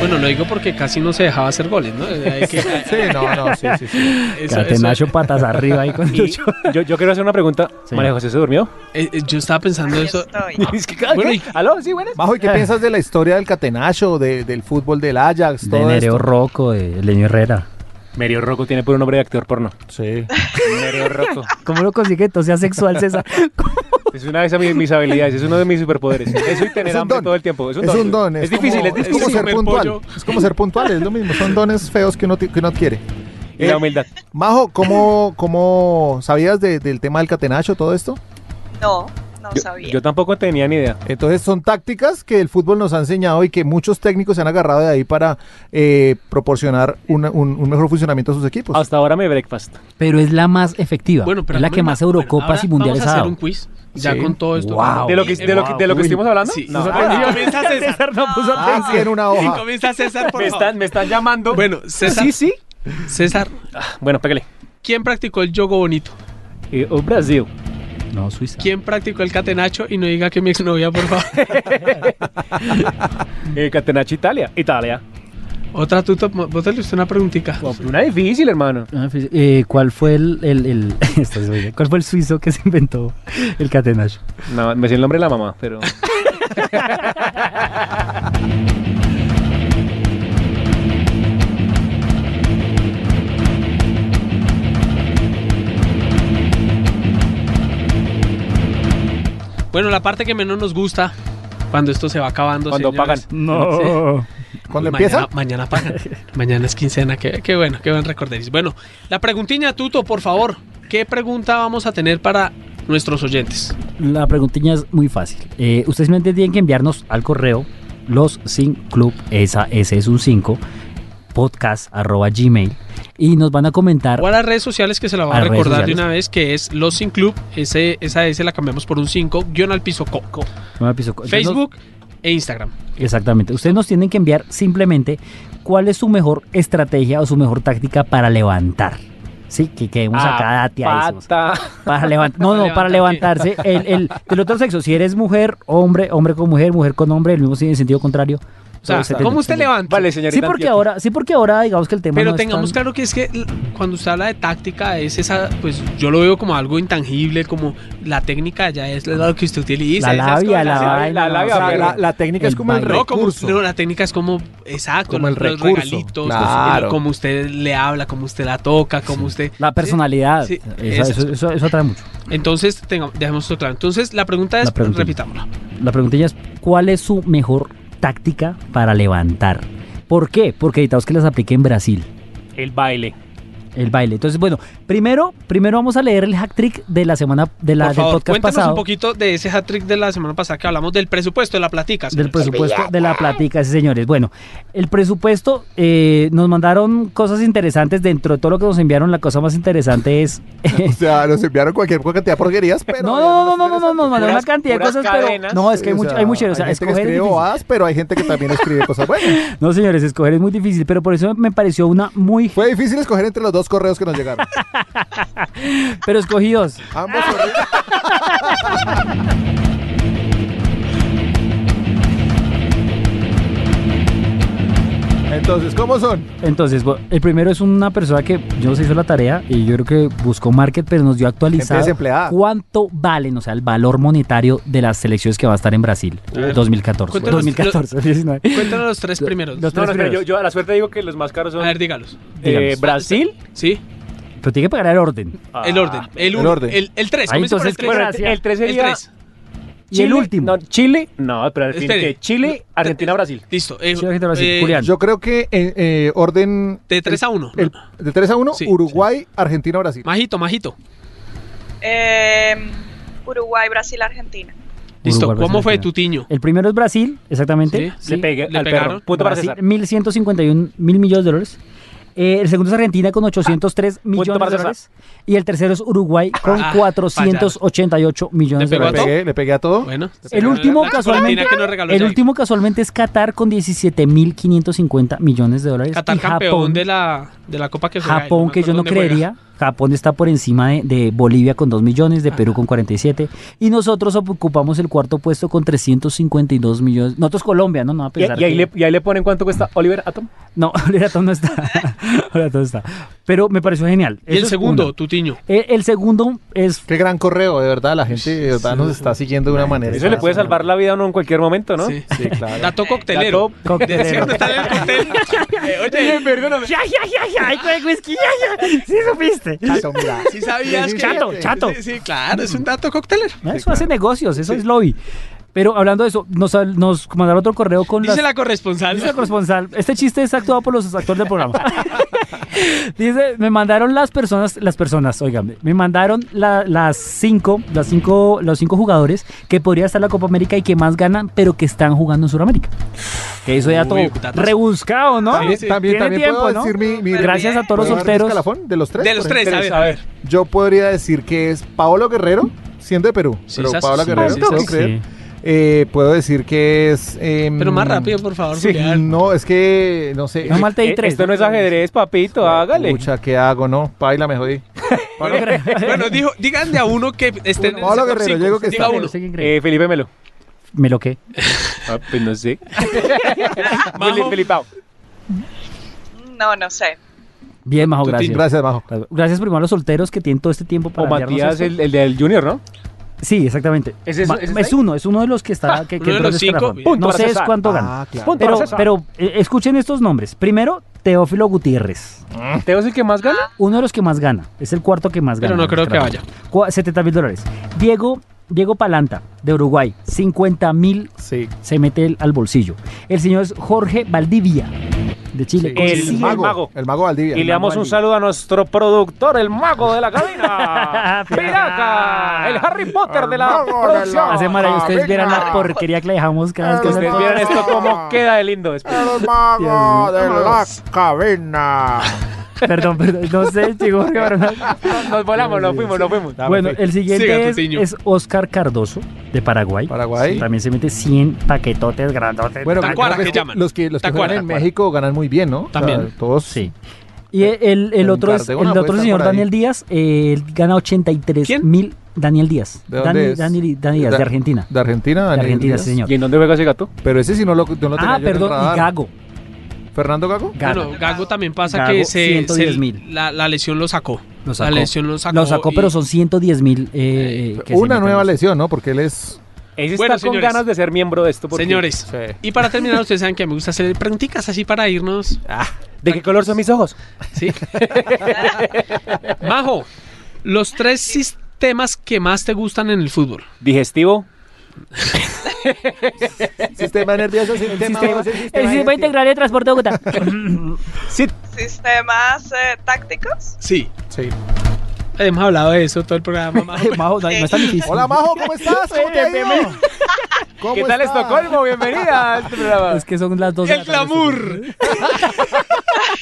S5: Bueno, lo digo porque casi no se dejaba hacer goles, ¿no? Hay
S8: <laughs>
S5: que-
S7: Sí, no, no, sí, sí, sí.
S5: eso-
S6: Catenacho
S5: eso-
S6: patas arriba ahí con
S5: Y-
S8: Yo, yo quiero hacer una pregunta. María José se durmió.
S5: eh, eh, yo estaba pensando eso.
S8: <laughs> Es que cada-
S5: Bueno, y-
S8: ¿Aló? Sí, buenas. Ah.
S7: Majo, ¿y
S6: Ah.
S7: qué piensas de la historia del Catenacho, de- del fútbol del Ajax,
S6: de
S7: todo
S6: Nereo
S7: esto?
S6: Rocco, de Leño Herrera.
S8: Merio Rocco tiene por un nombre de actor porno.
S7: Sí.
S8: Merio
S5: <laughs>
S8: Rocco.
S6: ¿Cómo lo consigue entonces asexual, César?
S8: Es una de mis, mis habilidades, es uno de
S7: <laughs>
S8: mis superpoderes. Eso y tener
S7: Es un
S8: hambre
S7: don.
S8: todo el tiempo. Es un don. Es,
S7: como-
S8: difícil, es difícil.
S7: como ser
S5: comer
S7: puntual.
S5: pollo.
S7: Es como ser puntual, es lo mismo. Son dones feos que uno, ti- que uno adquiere.
S8: Y
S7: Eh.
S8: la humildad.
S7: Majo, ¿cómo, cómo sabías de- del tema del Catenacho, todo esto?
S9: No, no
S8: Yo,
S9: sabía.
S8: yo tampoco tenía ni idea.
S7: Entonces son tácticas que el fútbol nos ha enseñado y que muchos técnicos se han agarrado de ahí para eh, proporcionar una- un, un mejor funcionamiento a sus equipos.
S8: Hasta ahora me breakfast.
S6: Pero es la más efectiva.
S5: Bueno, pero
S6: es la
S5: no
S6: que
S5: me-
S6: más
S5: bueno,
S6: Eurocopas
S5: ahora
S6: y mundiales
S5: vamos
S6: ha
S5: a hacer
S6: dado.
S5: un quiz. Ya
S7: Sí.
S5: con todo esto.
S6: Wow.
S8: ¿De lo que, de lo que, de lo que estuvimos hablando?
S5: Sí.
S8: No.
S5: Ah,
S8: <laughs>
S5: comienza César.
S6: no puso
S7: Ah, sí, en una hoja.
S5: Comienza César, por
S8: me,
S5: favor.
S8: están, me están llamando.
S5: Bueno, César.
S8: Sí, sí.
S5: César,
S8: Ah, Bueno, pégale.
S5: ¿quién practicó el yogo bonito?
S8: Eh, oh, Brasil.
S6: No, Suiza.
S5: ¿Quién practicó el catenacho? Y no diga que mi exnovia, por
S8: <laughs>
S5: favor.
S8: Eh, Catenaccio, Italia. Italia.
S5: Otra tuta, bótale usted una preguntita.
S8: Una difícil, hermano.
S6: <laughs> Ah, pues, eh, ¿Cuál fue el, el- el- <laughs> esto es muy bien. ¿Cuál fue el suizo que se inventó el catenacho?
S8: No, me sé el nombre de la mamá, pero.
S5: Bueno, la parte que menos nos gusta cuando esto se va acabando.
S8: Cuando
S5: señores.
S6: No.
S7: Cuando
S5: mañana,
S7: empieza,
S5: mañana
S6: <laughs>
S5: pagan. mañana es quincena. Qué, qué bueno, qué buen recorderis. Bueno, la preguntiña, Tuto, por favor. ¿Qué pregunta vamos a tener para nuestros oyentes?
S6: La preguntilla es muy fácil. Eh, ustedes simplemente tienen que enviarnos al correo los sin club, esa, ese es un 5, podcast arroba gmail y nos van a comentar.
S5: O a las redes sociales que se la va
S6: A
S5: a
S6: las redes
S5: recordar de
S6: sociales.
S5: una vez, que es Los Sin Club. Ese, esa S la cambiamos por un 5, guión al piso coco.
S6: No me piso- Entonces nos-
S5: Facebook e Instagram.
S6: Exactamente. Ustedes nos tienen que enviar simplemente cuál es su mejor estrategia o su mejor táctica para levantar. Sí, que quedemos
S5: Ah,
S6: acá dateadísimos.
S8: Pata.
S6: Para levantar. No, no, para levantarse. El, el, del otro sexo. Si eres mujer, hombre, hombre con mujer, mujer con hombre, el mismo sin- en sentido contrario.
S5: O sea,
S6: Todo se
S5: ¿cómo
S6: te-
S5: usted
S6: se-
S5: levanta?
S8: Vale, señorita.
S6: Sí porque,
S8: Antioquia.
S6: ahora, sí, porque ahora digamos que el tema.
S5: Pero
S6: no es
S5: tengamos
S6: tan-
S5: claro que es que l- cuando usted habla de táctica, es esa, pues yo lo veo como algo intangible, como la técnica ya es lo que usted utiliza.
S6: La
S5: esas
S6: labia,
S5: cosas,
S6: la
S5: ¿sí?
S6: vaina.
S8: la
S6: no,
S8: labia,
S6: o sea,
S8: pero-
S7: la, la técnica es
S6: el
S7: como el
S6: baile.
S5: No, como,
S7: recurso.
S5: no, la técnica es como, exacto,
S7: Como el
S5: los
S7: recurso,
S5: regalitos,
S7: claro.
S5: el- como usted le habla, como usted la toca, como usted...
S6: La personalidad.
S5: Sí,
S6: Esa-
S5: esas
S6: eso, eso- eso atrae mucho.
S5: Entonces, tenga- dejemos esto claro. Entonces, la pregunta es,
S6: La pregunta.
S5: repitámosla.
S6: La preguntilla es: ¿cuál es su mejor táctica para levantar? ¿Por qué? Porque necesitamos que las aplique en Brasil.
S8: El baile.
S6: El baile. Entonces, bueno, primero, primero vamos a leer el hack trick de la semana de la,
S5: Por favor,
S6: del podcast
S5: cuéntanos
S6: pasado.
S5: un poquito de ese hat trick de la semana pasada que hablamos del presupuesto, de la platica.
S6: del
S5: señores.
S6: presupuesto de la platica, sí, señores. Bueno, el presupuesto eh, nos mandaron cosas interesantes. Dentro de todo lo que nos enviaron, la cosa más interesante es. <laughs>
S7: O sea, nos enviaron cualquier cantidad de porquerías, pero.
S6: no, no, no, no, no, no, nos mandaron una
S7: Puras-
S6: cantidad de
S7: puras
S6: cosas, pero.
S7: cadenas.
S6: No, es que hay
S7: Sí, o
S6: mucho,
S7: sea,
S6: hay mucho. O sea,
S7: hay gente
S6: escoger
S7: que
S6: es
S7: escribe
S6: difícil.
S7: bobadas, pero hay gente que también escribe cosas buenas.
S6: <laughs> No, señores, escoger es muy difícil, pero por eso me pareció una muy.
S7: Fue difícil escoger entre los dos correos que nos llegaron.
S6: <laughs> pero escogidos.
S7: Ambos Entonces, ¿cómo son?
S6: Entonces, bu- el primero es una persona que yo no sé hizo la tarea y yo creo que buscó market, pero nos dio
S7: Gente
S6: actualizado
S7: desempleada.
S6: cuánto valen, o sea, el valor monetario de las selecciones que va a estar en Brasil
S8: ver.
S6: 2014.
S5: Cuéntanos-
S6: 2014, 19.
S5: Cuéntanos los tres primeros.
S6: Los
S8: No,
S6: tres
S8: no, espera,
S6: primeros.
S8: yo, yo a la suerte digo que los más caros son.
S5: A ver, dígalos.
S8: eh,
S6: Dígalos.
S8: Brasil.
S5: Sí.
S6: Pero tiene que pagar el orden.
S5: Ah, El orden. El, uno,
S7: orden.
S5: El, el tres.
S6: Ahí
S5: comienza por
S6: Ah, entonces, ¿qué
S5: el tres.
S6: gracia?
S8: El 3
S5: El
S8: sería.
S5: tres.
S6: Y el
S8: Chile-
S6: último.
S8: No, Chile. No, espera, al fin,
S5: Espere.
S8: que Chile, Argentina, Brasil.
S5: Listo. eh,
S6: Sí, ahorita lo voy a decir.
S5: eh,
S6: Julián.
S7: Yo creo que eh, eh, orden
S5: De 3 a 1.
S7: el- de 3 a 1,
S5: Sí,
S7: Uruguay, Argentina, Brasil.
S5: Majito, majito.
S9: Eh, Uruguay, Brasil, Argentina.
S5: Listo.
S6: Brasil,
S5: ¿Cómo fue
S6: Argentina.
S5: tu tiño?
S6: El primero es Brasil, exactamente.
S5: Sí,
S8: Le pegué
S5: le
S8: al
S5: pegaron.
S8: perro. Punto para
S6: Brasil,
S8: César.
S6: 1.051 mil millones de dólares. Eh, el segundo es Argentina con 803 millones
S8: Ah, para
S6: de
S8: César.
S6: dólares. Y el tercero es Uruguay con
S5: Ah,
S6: 488 millones de
S5: Le pegó
S7: Le
S5: a
S6: dólares.
S5: todo.
S7: pegué, le pegué a todo.
S5: Bueno.
S6: El último,
S5: La
S6: casualmente,
S5: cortina que nos regaló
S6: el
S5: Jair.
S6: último casualmente es Qatar con 17.550 millones de dólares.
S5: Qatar
S6: y
S5: campeón
S6: Japón,
S5: de, la, de la copa que juega él,
S6: Japón
S5: me
S6: que yo
S5: acuerdo
S6: no
S5: dónde juega.
S6: creería. Japón está por encima de, de Bolivia con 2 millones, de Perú con 47. Y nosotros ocupamos el cuarto puesto con 352 millones. Nosotros Colombia, ¿no? No, va a
S8: Y,
S6: pensar
S8: y ahí
S6: que-
S8: le, y ahí le ponen cuánto cuesta Oliver Atom.
S6: No, <laughs> Olerato no está. Olerato no está. Pero me pareció genial.
S5: Y
S6: Eso
S5: el
S6: es
S5: segundo,
S6: uno.
S5: tu tiño.
S7: Eh,
S6: El, el segundo es...
S7: Qué gran correo, de verdad. La gente de verdad, nos está siguiendo de una manera.
S8: Eso le puede salvar la vida a uno en cualquier momento, ¿no?
S5: Sí.
S7: Sí, claro.
S5: Dato coctelero.
S8: Dato
S6: coctelero.
S5: De- ¿sí? ¿Dónde está el cóctel? Eh, oye,
S6: <laughs>
S5: perdóname.
S6: ¡Ya, ya, ya, ya! ¡Ay, con el whisky! ¡Ya, ya! ¡Sí supiste!
S7: Chato, mira.
S5: Sí sabías que...
S6: Chato, chato.
S5: Sí, sí, claro, es un dato coctelero.
S6: Ah, Eso hace negocios, eso es lobby. Pero hablando de eso, nos, nos mandaron otro correo con
S5: Dice
S6: las-
S5: la corresponsal.
S6: Dice la corresponsal, este chiste es actuado por los actores del programa. <laughs> Dice, me mandaron las personas, las personas, oigan, me mandaron la- las cinco, las cinco, los cinco jugadores que podría estar en la Copa América y que más ganan, pero que están jugando en Sudamérica. Que eso ya
S5: Uy,
S6: todo
S5: putazo.
S6: rebuscado, ¿no?
S7: También,
S5: sí.
S7: también,
S6: Tiene
S7: también
S6: tiempo,
S7: puedo
S6: ¿no?
S7: decir mi, mi-
S6: Gracias a todos los
S7: ¿puedo dar mi
S6: solteros.
S7: escalafón? de los tres.
S5: De los
S7: por ejemplo?
S5: tres, a ver.
S8: A ver.
S7: Yo podría decir que es Paolo Guerrero, siendo de Perú.
S5: Sí,
S7: Pero
S5: esas-
S7: Paolo
S5: sí,
S7: Guerrero,
S5: sí,
S7: puedo
S5: esas-
S7: creer. Eh, puedo decir que es. em,
S5: Pero más rápido, pues, por favor,
S7: Sí,
S5: Julián.
S7: no, es que no sé.
S6: No mal te di
S8: Eh,
S6: tres.
S8: Esto no es ajedrez, papito, hágale.
S7: Pucha, ¿qué hago? No, paila, me jodí.
S5: Bueno, dijo, díganle a uno que esté en el
S7: Pablo
S5: sector
S7: Guerrero,
S5: cinco.
S7: yo digo que
S5: Diga
S7: está.
S5: uno.
S8: Eh, Felipe Melo.
S6: Me lo que.
S8: Ah, pues no sé. <laughs>
S5: Majo.
S8: Felipao.
S9: No, no sé.
S6: Bien, Majo,
S5: Tuti,
S6: gracias.
S7: Gracias, Majo.
S6: Gracias primero a los solteros que tienen todo este tiempo para
S8: O
S6: enviarnos
S8: Matías,
S6: esto.
S8: el, el del Junior, ¿no?
S6: Sí, exactamente.
S8: ¿Es eso-
S6: Ma-
S8: es
S6: Es,
S8: ese ahí?
S6: uno, es uno de los que está. que,
S5: uno
S6: que
S5: de
S6: entró
S5: los
S6: de
S5: cinco,
S6: escalafón.
S5: bien.
S6: No
S8: Punto para
S6: sé es
S8: César.
S6: cuánto gana.
S7: Ah, claro.
S8: Punto
S6: Pero,
S8: para César.
S6: pero eh, escuchen estos nombres. Primero, Teófilo Gutiérrez.
S8: ¿Teo Mm. es el que más gana?
S6: Uno de los que más gana. Es el cuarto que más
S5: Pero
S6: gana. este
S5: no creo que vaya.
S6: 70 mil dólares. Diego, Diego Palanta, de Uruguay. 50 mil
S7: Sí.
S6: se mete el- al bolsillo. El señor es Jorge Valdivia, de Chile. con
S8: El
S6: cien-
S8: mago.
S7: El mago Valdivia.
S8: Y le damos un
S6: Valdivia.
S8: saludo a nuestro productor, el mago de la cabina. Piraca, el Harry Potter de la producción.
S6: Hace maravilla. Ustedes vieran la porquería que le dejamos cada vez que
S8: Que ustedes
S6: hacemos-
S8: vieran esto como queda de lindo después. <laughs>
S6: Dios mío.
S11: de la cabina.
S7: Ah.
S6: <laughs> Perdón, perdón. No
S7: <laughs>
S6: sé, chico. Jorge Barona.
S8: Nos volamos, nos fuimos, nos fuimos.
S6: Bueno, el
S5: Siga,
S6: siguiente es,
S5: Tutiño.
S6: es Oscar Cardoso, de Paraguay.
S7: Paraguay.
S6: También se mete 100 paquetotes grandotes.
S7: Bueno,
S5: Tacuara,
S7: creo
S5: que
S7: es-
S5: llaman.
S7: Los que, los que
S5: Tacuara.
S7: juegan en México ganan muy bien, ¿no? O sea,
S5: También.
S7: todos.
S6: sí. Y el, el
S7: Pero
S6: otro,
S7: un
S6: es,
S7: par de
S6: el
S7: una
S6: otro
S7: apuesta
S6: señor
S7: por ahí.
S6: Daniel Díaz, eh, él gana 83
S5: ¿Quién?
S6: mil. Daniel Díaz.
S7: ¿De dónde
S6: Dani-
S7: es?
S6: Dani- Dani Díaz,
S7: Da-
S6: de Argentina.
S7: De Argentina,
S6: De
S7: Daniel
S6: Argentina,
S7: Díaz.
S6: sí, señor.
S8: ¿Y en dónde juega ese gato?
S7: Pero ese sí no lo, no lo tenía
S6: Ah,
S7: yo en el
S6: perdón, y
S7: radar.
S6: Gago.
S7: Fernando Gago.
S6: Gago.
S5: Bueno, Gago también pasa
S6: Gago,
S5: que se,
S6: 110
S5: se-
S6: mil.
S5: la, la lesión lo sacó.
S6: Lo sacó.
S5: La lesión lo sacó.
S6: Lo sacó,
S5: y-
S6: pero son 110 mil. eh, que se
S7: Una
S6: meten
S7: nueva
S6: los-
S7: lesión, ¿no? Porque
S6: <laughs>
S7: él es.
S8: Ese
S5: Bueno,
S8: está con
S5: señores.
S8: ganas de ser miembro de esto. porque-
S5: Señores, y para terminar, ustedes saben que me gusta hacer preguntitas así para irnos.
S8: Ah, ¿De qué color son mis ojos?
S5: ¿sí? Majo, los tres sistemas que más te gustan en el fútbol.
S8: Digestivo,
S7: Sistema nervioso, sistema,
S6: sistema-
S7: óseo,
S6: el
S7: sistema
S6: sistema
S7: digestivo.
S6: integral de transporte de
S7: <laughs>
S6: Bogotá.
S9: ¿Sistemas eh, tácticos?
S5: Sí.
S7: Sí.
S5: Hemos hablado de eso todo el programa. Majo.
S6: <laughs> Majo, no es tan difícil.
S7: Hola, Majo, ¿cómo estás? ¿Cómo te ha ido? ¿Cómo
S8: ¿Qué tal
S7: estás?
S8: Estocolmo? Bienvenida a este programa.
S6: Es que son las 12 de
S5: El
S6: la tarde.
S5: glamour.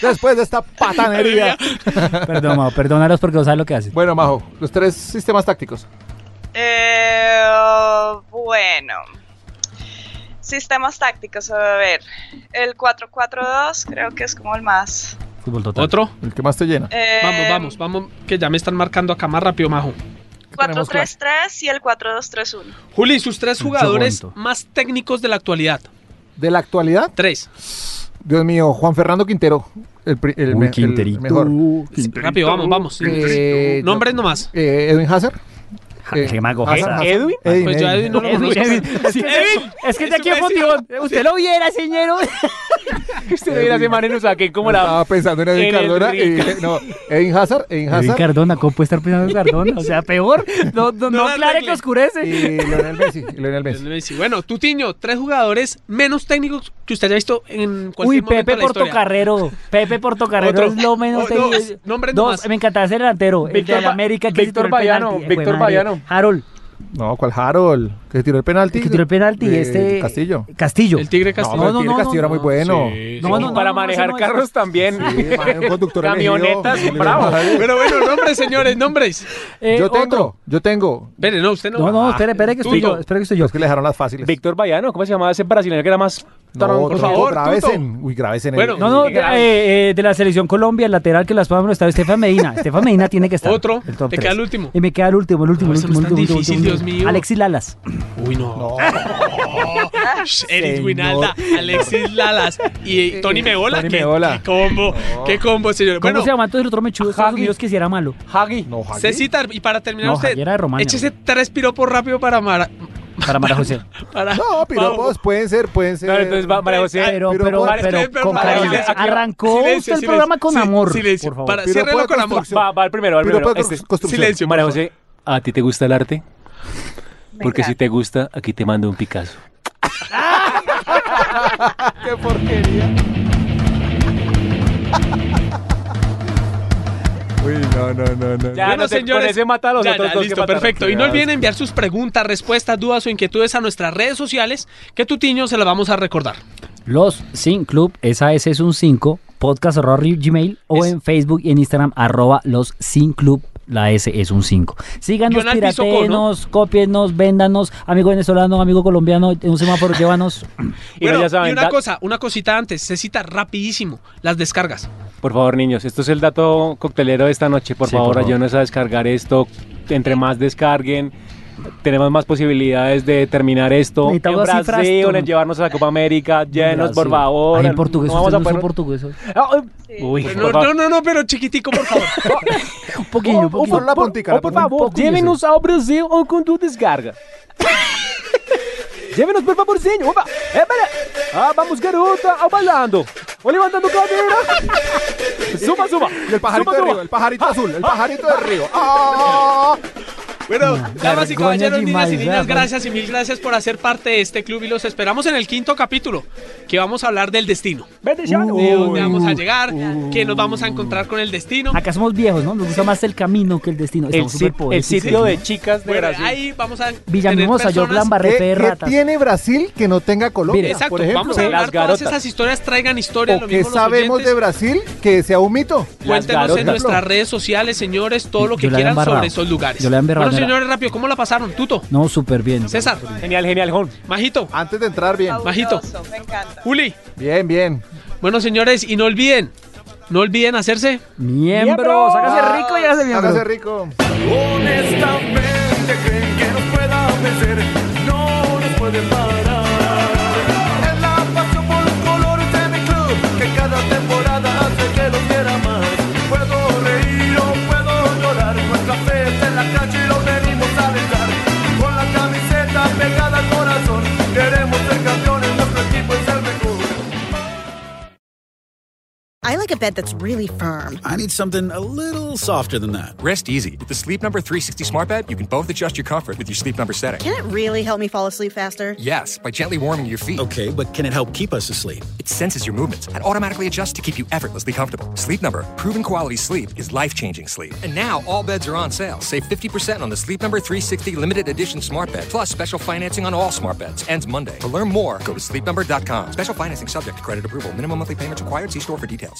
S7: Después de esta patanería.
S6: Perdón, Majo, <laughs> perdónalos porque no sabes lo que hacen.
S7: Bueno, Majo, los tres sistemas tácticos.
S9: Eh, bueno. Sistemas tácticos, a ver. El 442 creo que es como el más.
S6: Fútbol total.
S5: ¿Otro?
S7: El que más te llena.
S9: Eh,
S5: Vamos, vamos, vamos, que ya me están marcando acá más rápido, Majo.
S7: Tenemos claro.
S9: 433 y el 4231.
S5: Juli, sus tres jugadores
S6: bonito.
S5: más técnicos de la actualidad.
S7: De la actualidad,
S5: Tres.
S7: Dios mío, Juan Fernando Quintero. El, pri- el me- el- el mejor.
S5: Rápido, vamos, vamos.
S7: Eh,
S5: Nombres nomás.
S7: Eh, Edwin Hazard. Eh,
S6: Se llama
S5: Ah,
S6: Goza.
S7: Hazard, Hazard.
S8: ¿Edwin?
S7: Edwin,
S5: Pues yo a Edwin no lo
S7: Edwin.
S5: conozco.
S6: Edwin,
S5: pero- <laughs> Sí, Edwin.
S6: Es que es de aquí a
S5: Eso iba a
S6: Fotión. Usted lo viera, señor. <laughs>
S8: Usted lo viera semana y nos saqué como
S7: Estaba
S8: la.
S7: pensando en Edwin
S8: en el
S7: Cardona. Y,
S8: rico.
S7: dije, <laughs> no,
S6: <laughs>
S7: Edwin Hazard, Edwin
S6: Edwin
S7: Hazard
S6: Cardona, ¿cómo puede estar pensando en Cardona? O sea, peor. No, no, no,
S5: No la
S6: aclare
S5: arregle.
S6: que oscurece.
S7: y Lionel Messi. y Lionel Messi.
S5: Lionel Messi. Bueno, Tutiño, tres jugadores menos técnicos que usted haya visto en cualquier
S6: Uy,
S5: momento de
S6: Pepe
S5: la historia.
S6: Portocarrero. Pepe Portocarrero
S5: Otro.
S6: es lo menos
S5: Oh,
S6: técnico.
S5: dos. Nombre nomás.
S6: Dos, me encantaba ese delantero. El
S8: Víctor
S6: de la
S8: Va-
S6: América que se
S8: Víctor
S6: tiró el penalti.
S8: Bayano,
S6: Eh,
S8: Víctor
S6: jue madre.
S8: Bayano.
S6: Harold,
S7: No, ¿cuál Harold? Que se tiró el penalti.
S6: el que tiró el penalti.
S7: de-
S6: este.
S7: Castillo.
S6: Castillo.
S5: El Tigre
S7: No,
S5: Castillo.
S7: pero
S6: no,
S7: el
S6: no,
S7: Tigre Castillo era
S6: no,
S7: muy
S6: no.
S7: bueno.
S5: Sí,
S6: No,
S5: sí.
S6: no,
S8: Como
S6: no,
S8: para
S6: no,
S8: manejar
S6: ese no es.
S8: carros también.
S7: Sí, man,
S8: <laughs>
S7: un conductor elegido.
S8: Camionetas,
S7: Sí,
S8: bravo.
S5: Pero bueno, nombres, señores, nombres.
S6: Eh,
S7: Yo
S6: otro.
S7: tengo, yo tengo.
S5: Espere, no, Ah, usted no.
S6: No, no, espere, espere que
S5: Tú,
S6: estoy yo.
S5: tú.
S6: Espere que estoy yo.
S7: Los que le dejaron las fáciles.
S8: Ah, Víctor Bayano, ¿cómo se llamaba ese brasileño que era más.
S7: No,
S8: tronco?
S7: Tuto,
S5: favor,
S7: Gravesen. Uy, Gravesen.
S5: Bueno,
S6: No, no,
S8: Qué
S6: de, eh, eh, de la selección Colombia, el lateral que las podamos estar, Estefan
S5: <laughs>
S6: Medina. Estefan Medina tiene que estar.
S5: Otro.
S6: el top
S5: Te queda
S6: tres.
S5: el último.
S6: Y me queda el último, el último,
S5: No,
S6: el
S5: eso
S6: último.
S5: no es
S6: el
S5: tan
S6: último, el último, el
S5: difícil,
S6: último.
S5: Dios mío.
S6: Alexis Lalas.
S5: Uy, no.
S7: No.
S5: Sh, Eric Winalda, Alexis Lalas y eh, Tony Meola.
S7: Tony
S5: ¿Qué,
S7: Meola.
S5: qué combo, qué combo, señor.
S6: ¿Cómo
S5: Bueno,
S6: se llama entonces el otro mechudo de Estados
S8: Hagi.
S6: Unidos que si era malo?
S8: Hagi.
S7: No, Jaguar.
S5: Cecita, y para terminar
S6: No,
S5: usted,
S6: Javier era de Rumania,
S5: échese tres piropos rápido para Mara.
S6: Para Mara
S5: <laughs>
S6: José.
S5: Para,
S7: No, piropos pueden ser, pueden ser.
S8: No, entonces va- María José.
S6: Pero,
S7: Pero, este-
S6: pero,
S7: Mara,
S6: pero,
S5: espere, pero
S6: con
S5: Mara,
S6: cariño.
S5: silencio, aquí va.
S6: Arrancó usted
S5: Silencio,
S6: el
S5: silencio.
S6: programa con
S5: Sí,
S6: amor.
S5: silencio.
S6: Por favor.
S5: Para,
S7: Piropo
S5: ciérrelo
S7: de
S5: con amor.
S7: construcción.
S8: Va, va el primero, va el
S7: Piropo
S8: primero.
S7: de
S8: Este.
S7: construcción.
S5: Silencio.
S8: María José,
S4: ¿A ti te gusta el arte?
S9: Me
S4: Porque si
S9: encanta.
S4: te gusta, aquí te mando un Picasso.
S7: ¡Qué porquería! Uy, no, no, no, no.
S8: Ya,
S5: bueno,
S8: no te-
S5: señores.
S8: con ese mata a los
S5: ya,
S8: otros
S5: ya,
S8: dos que
S5: listo,
S8: mataron.
S5: perfecto. Y no olviden enviar sus preguntas, respuestas, dudas o inquietudes a nuestras redes sociales, que Tutiño se las vamos a recordar.
S6: Los Sin Club, esa es, es un 5, podcast arroba ri- Gmail o
S5: Es-
S6: en Facebook y en Instagram arroba los Sin Club. La S es un 5. Síganos,
S5: Guión al piso, ¿no?
S6: piratenos, cópienos, véndanos, amigo venezolano, amigo colombiano, en un
S5: <laughs>
S6: semáforo llévanos.
S8: Y no,
S5: bueno,
S8: ya saben,
S5: y una
S8: da-
S5: cosa, una cosita antes, se cita rapidísimo, las descargas.
S8: Por favor, niños, esto es el dato coctelero de esta noche. Por
S6: Sí, por
S8: favor,
S6: favor.
S8: ayúdenos a descargar esto. Entre más descarguen, tenemos más posibilidades de terminar esto. En
S6: Necesitamos así
S8: Brasil,
S6: fraston.
S8: en llevarnos a la Copa América. Llenos, por
S6: Brasil.
S8: favor.
S6: Ay, en portugués,
S8: No vamos
S6: usted
S8: a
S6: no
S8: poner-
S6: son portugués. hoy.
S8: Ah, uy, Uy,
S5: Pero
S8: por
S5: No,
S8: favor.
S5: no, no, no, pero chiquitico,
S8: <laughs>
S5: por favor.
S6: Un poquillo, un
S8: Oh,
S6: poquillo.
S7: por la puntica,
S8: oh, por
S7: un
S8: favor,
S6: poco,
S8: llévenos ao Brasil ou com tu descarga. llévenos, por favorzinho. Opa, é, pera. Ah, vamos, garota, ao bailando. Ou levantando cadeira.
S7: <laughs>
S8: suba, suba.
S7: Y el pajarito de
S8: Suba, Ah. suba.
S7: río, el pajarito azul, el pajarito de río. ¡Ah!
S5: Bueno, damas y
S6: vergüenza,
S5: caballeros, niñas y
S6: Gmail,
S5: niñas,
S6: ¿verdad?
S5: gracias y mil gracias por hacer parte de este club y los esperamos en el quinto capítulo, que vamos a hablar del destino.
S8: Beijão.
S5: De dónde vamos a llegar, que nos vamos a encontrar con el destino.
S6: Acá somos viejos, ¿no? Nos gusta más el camino que el destino.
S8: El,
S6: Estamos súper
S8: sit- el sitio de chicas de
S5: Bueno,
S8: Brasil.
S5: ahí vamos a
S6: Villahermosa, yo
S5: personas-
S7: ¿Qué,
S6: Barre,
S7: qué
S6: ratas.
S7: tiene Brasil que no tenga Colombia?
S6: Mire,
S5: Exacto,
S7: por ejemplo,
S5: vamos a hablar
S8: Las
S5: todas
S8: garotas.
S5: esas historias, traigan historia,
S7: ¿O
S5: lo
S7: qué
S5: mismo los
S7: sabemos
S5: oyentes.
S7: de Brasil que sea un mito?
S5: Cuéntenos en
S8: garotas.
S5: nuestras redes sociales, señores, todo lo que
S6: Yo la he
S5: quieran
S6: embarrado.
S5: sobre esos lugares.
S6: Yo la he embarrado, mira.
S5: bueno, señores, rápido, ¿cómo la pasaron? Tuto,
S6: No, súper bien.
S5: César,
S8: Genial, genial, Jon.
S5: Majito,
S7: Antes de entrar bien.
S5: Majito.
S9: Fabuloso, Me encanta.
S5: Juli.
S7: Bien, bien.
S5: Bueno, señores, y no olviden, no olviden hacerse
S6: Miembros, hágase rico y hágase miembro.
S7: Hágase rico.
S3: Honestamente creen que nos pueda vencer, no nos pueden parar. Es la pasión por los colores de mi club, que cada temporada hace que lo quiera más. Puedo reír o puedo llorar, nuestra fe está en la calle y lo venimos a alentar. Con la camiseta pegada al corazón, queremos ser campeones, nuestro equipo es el mejor.
S13: I like a bed that's really firm.
S14: I need something a little softer than that. Rest easy. With the Sleep Number 360 smart bed, you can both adjust your comfort with your sleep number setting.
S13: Can it really help me fall asleep faster?
S14: Yes, by gently warming your feet. Okay, but can it help keep us asleep? It senses your movements and automatically adjusts to keep you effortlessly comfortable. Sleep Number, proven quality sleep is life-changing sleep. And now all beds are on sale. Save 50% on the Sleep Number 360 limited edition smart bed, plus special financing on all smart beds. Ends Monday. To learn more, go to sleepnumber.com. Special financing subject to credit approval. Minimum monthly payments required. See store for details.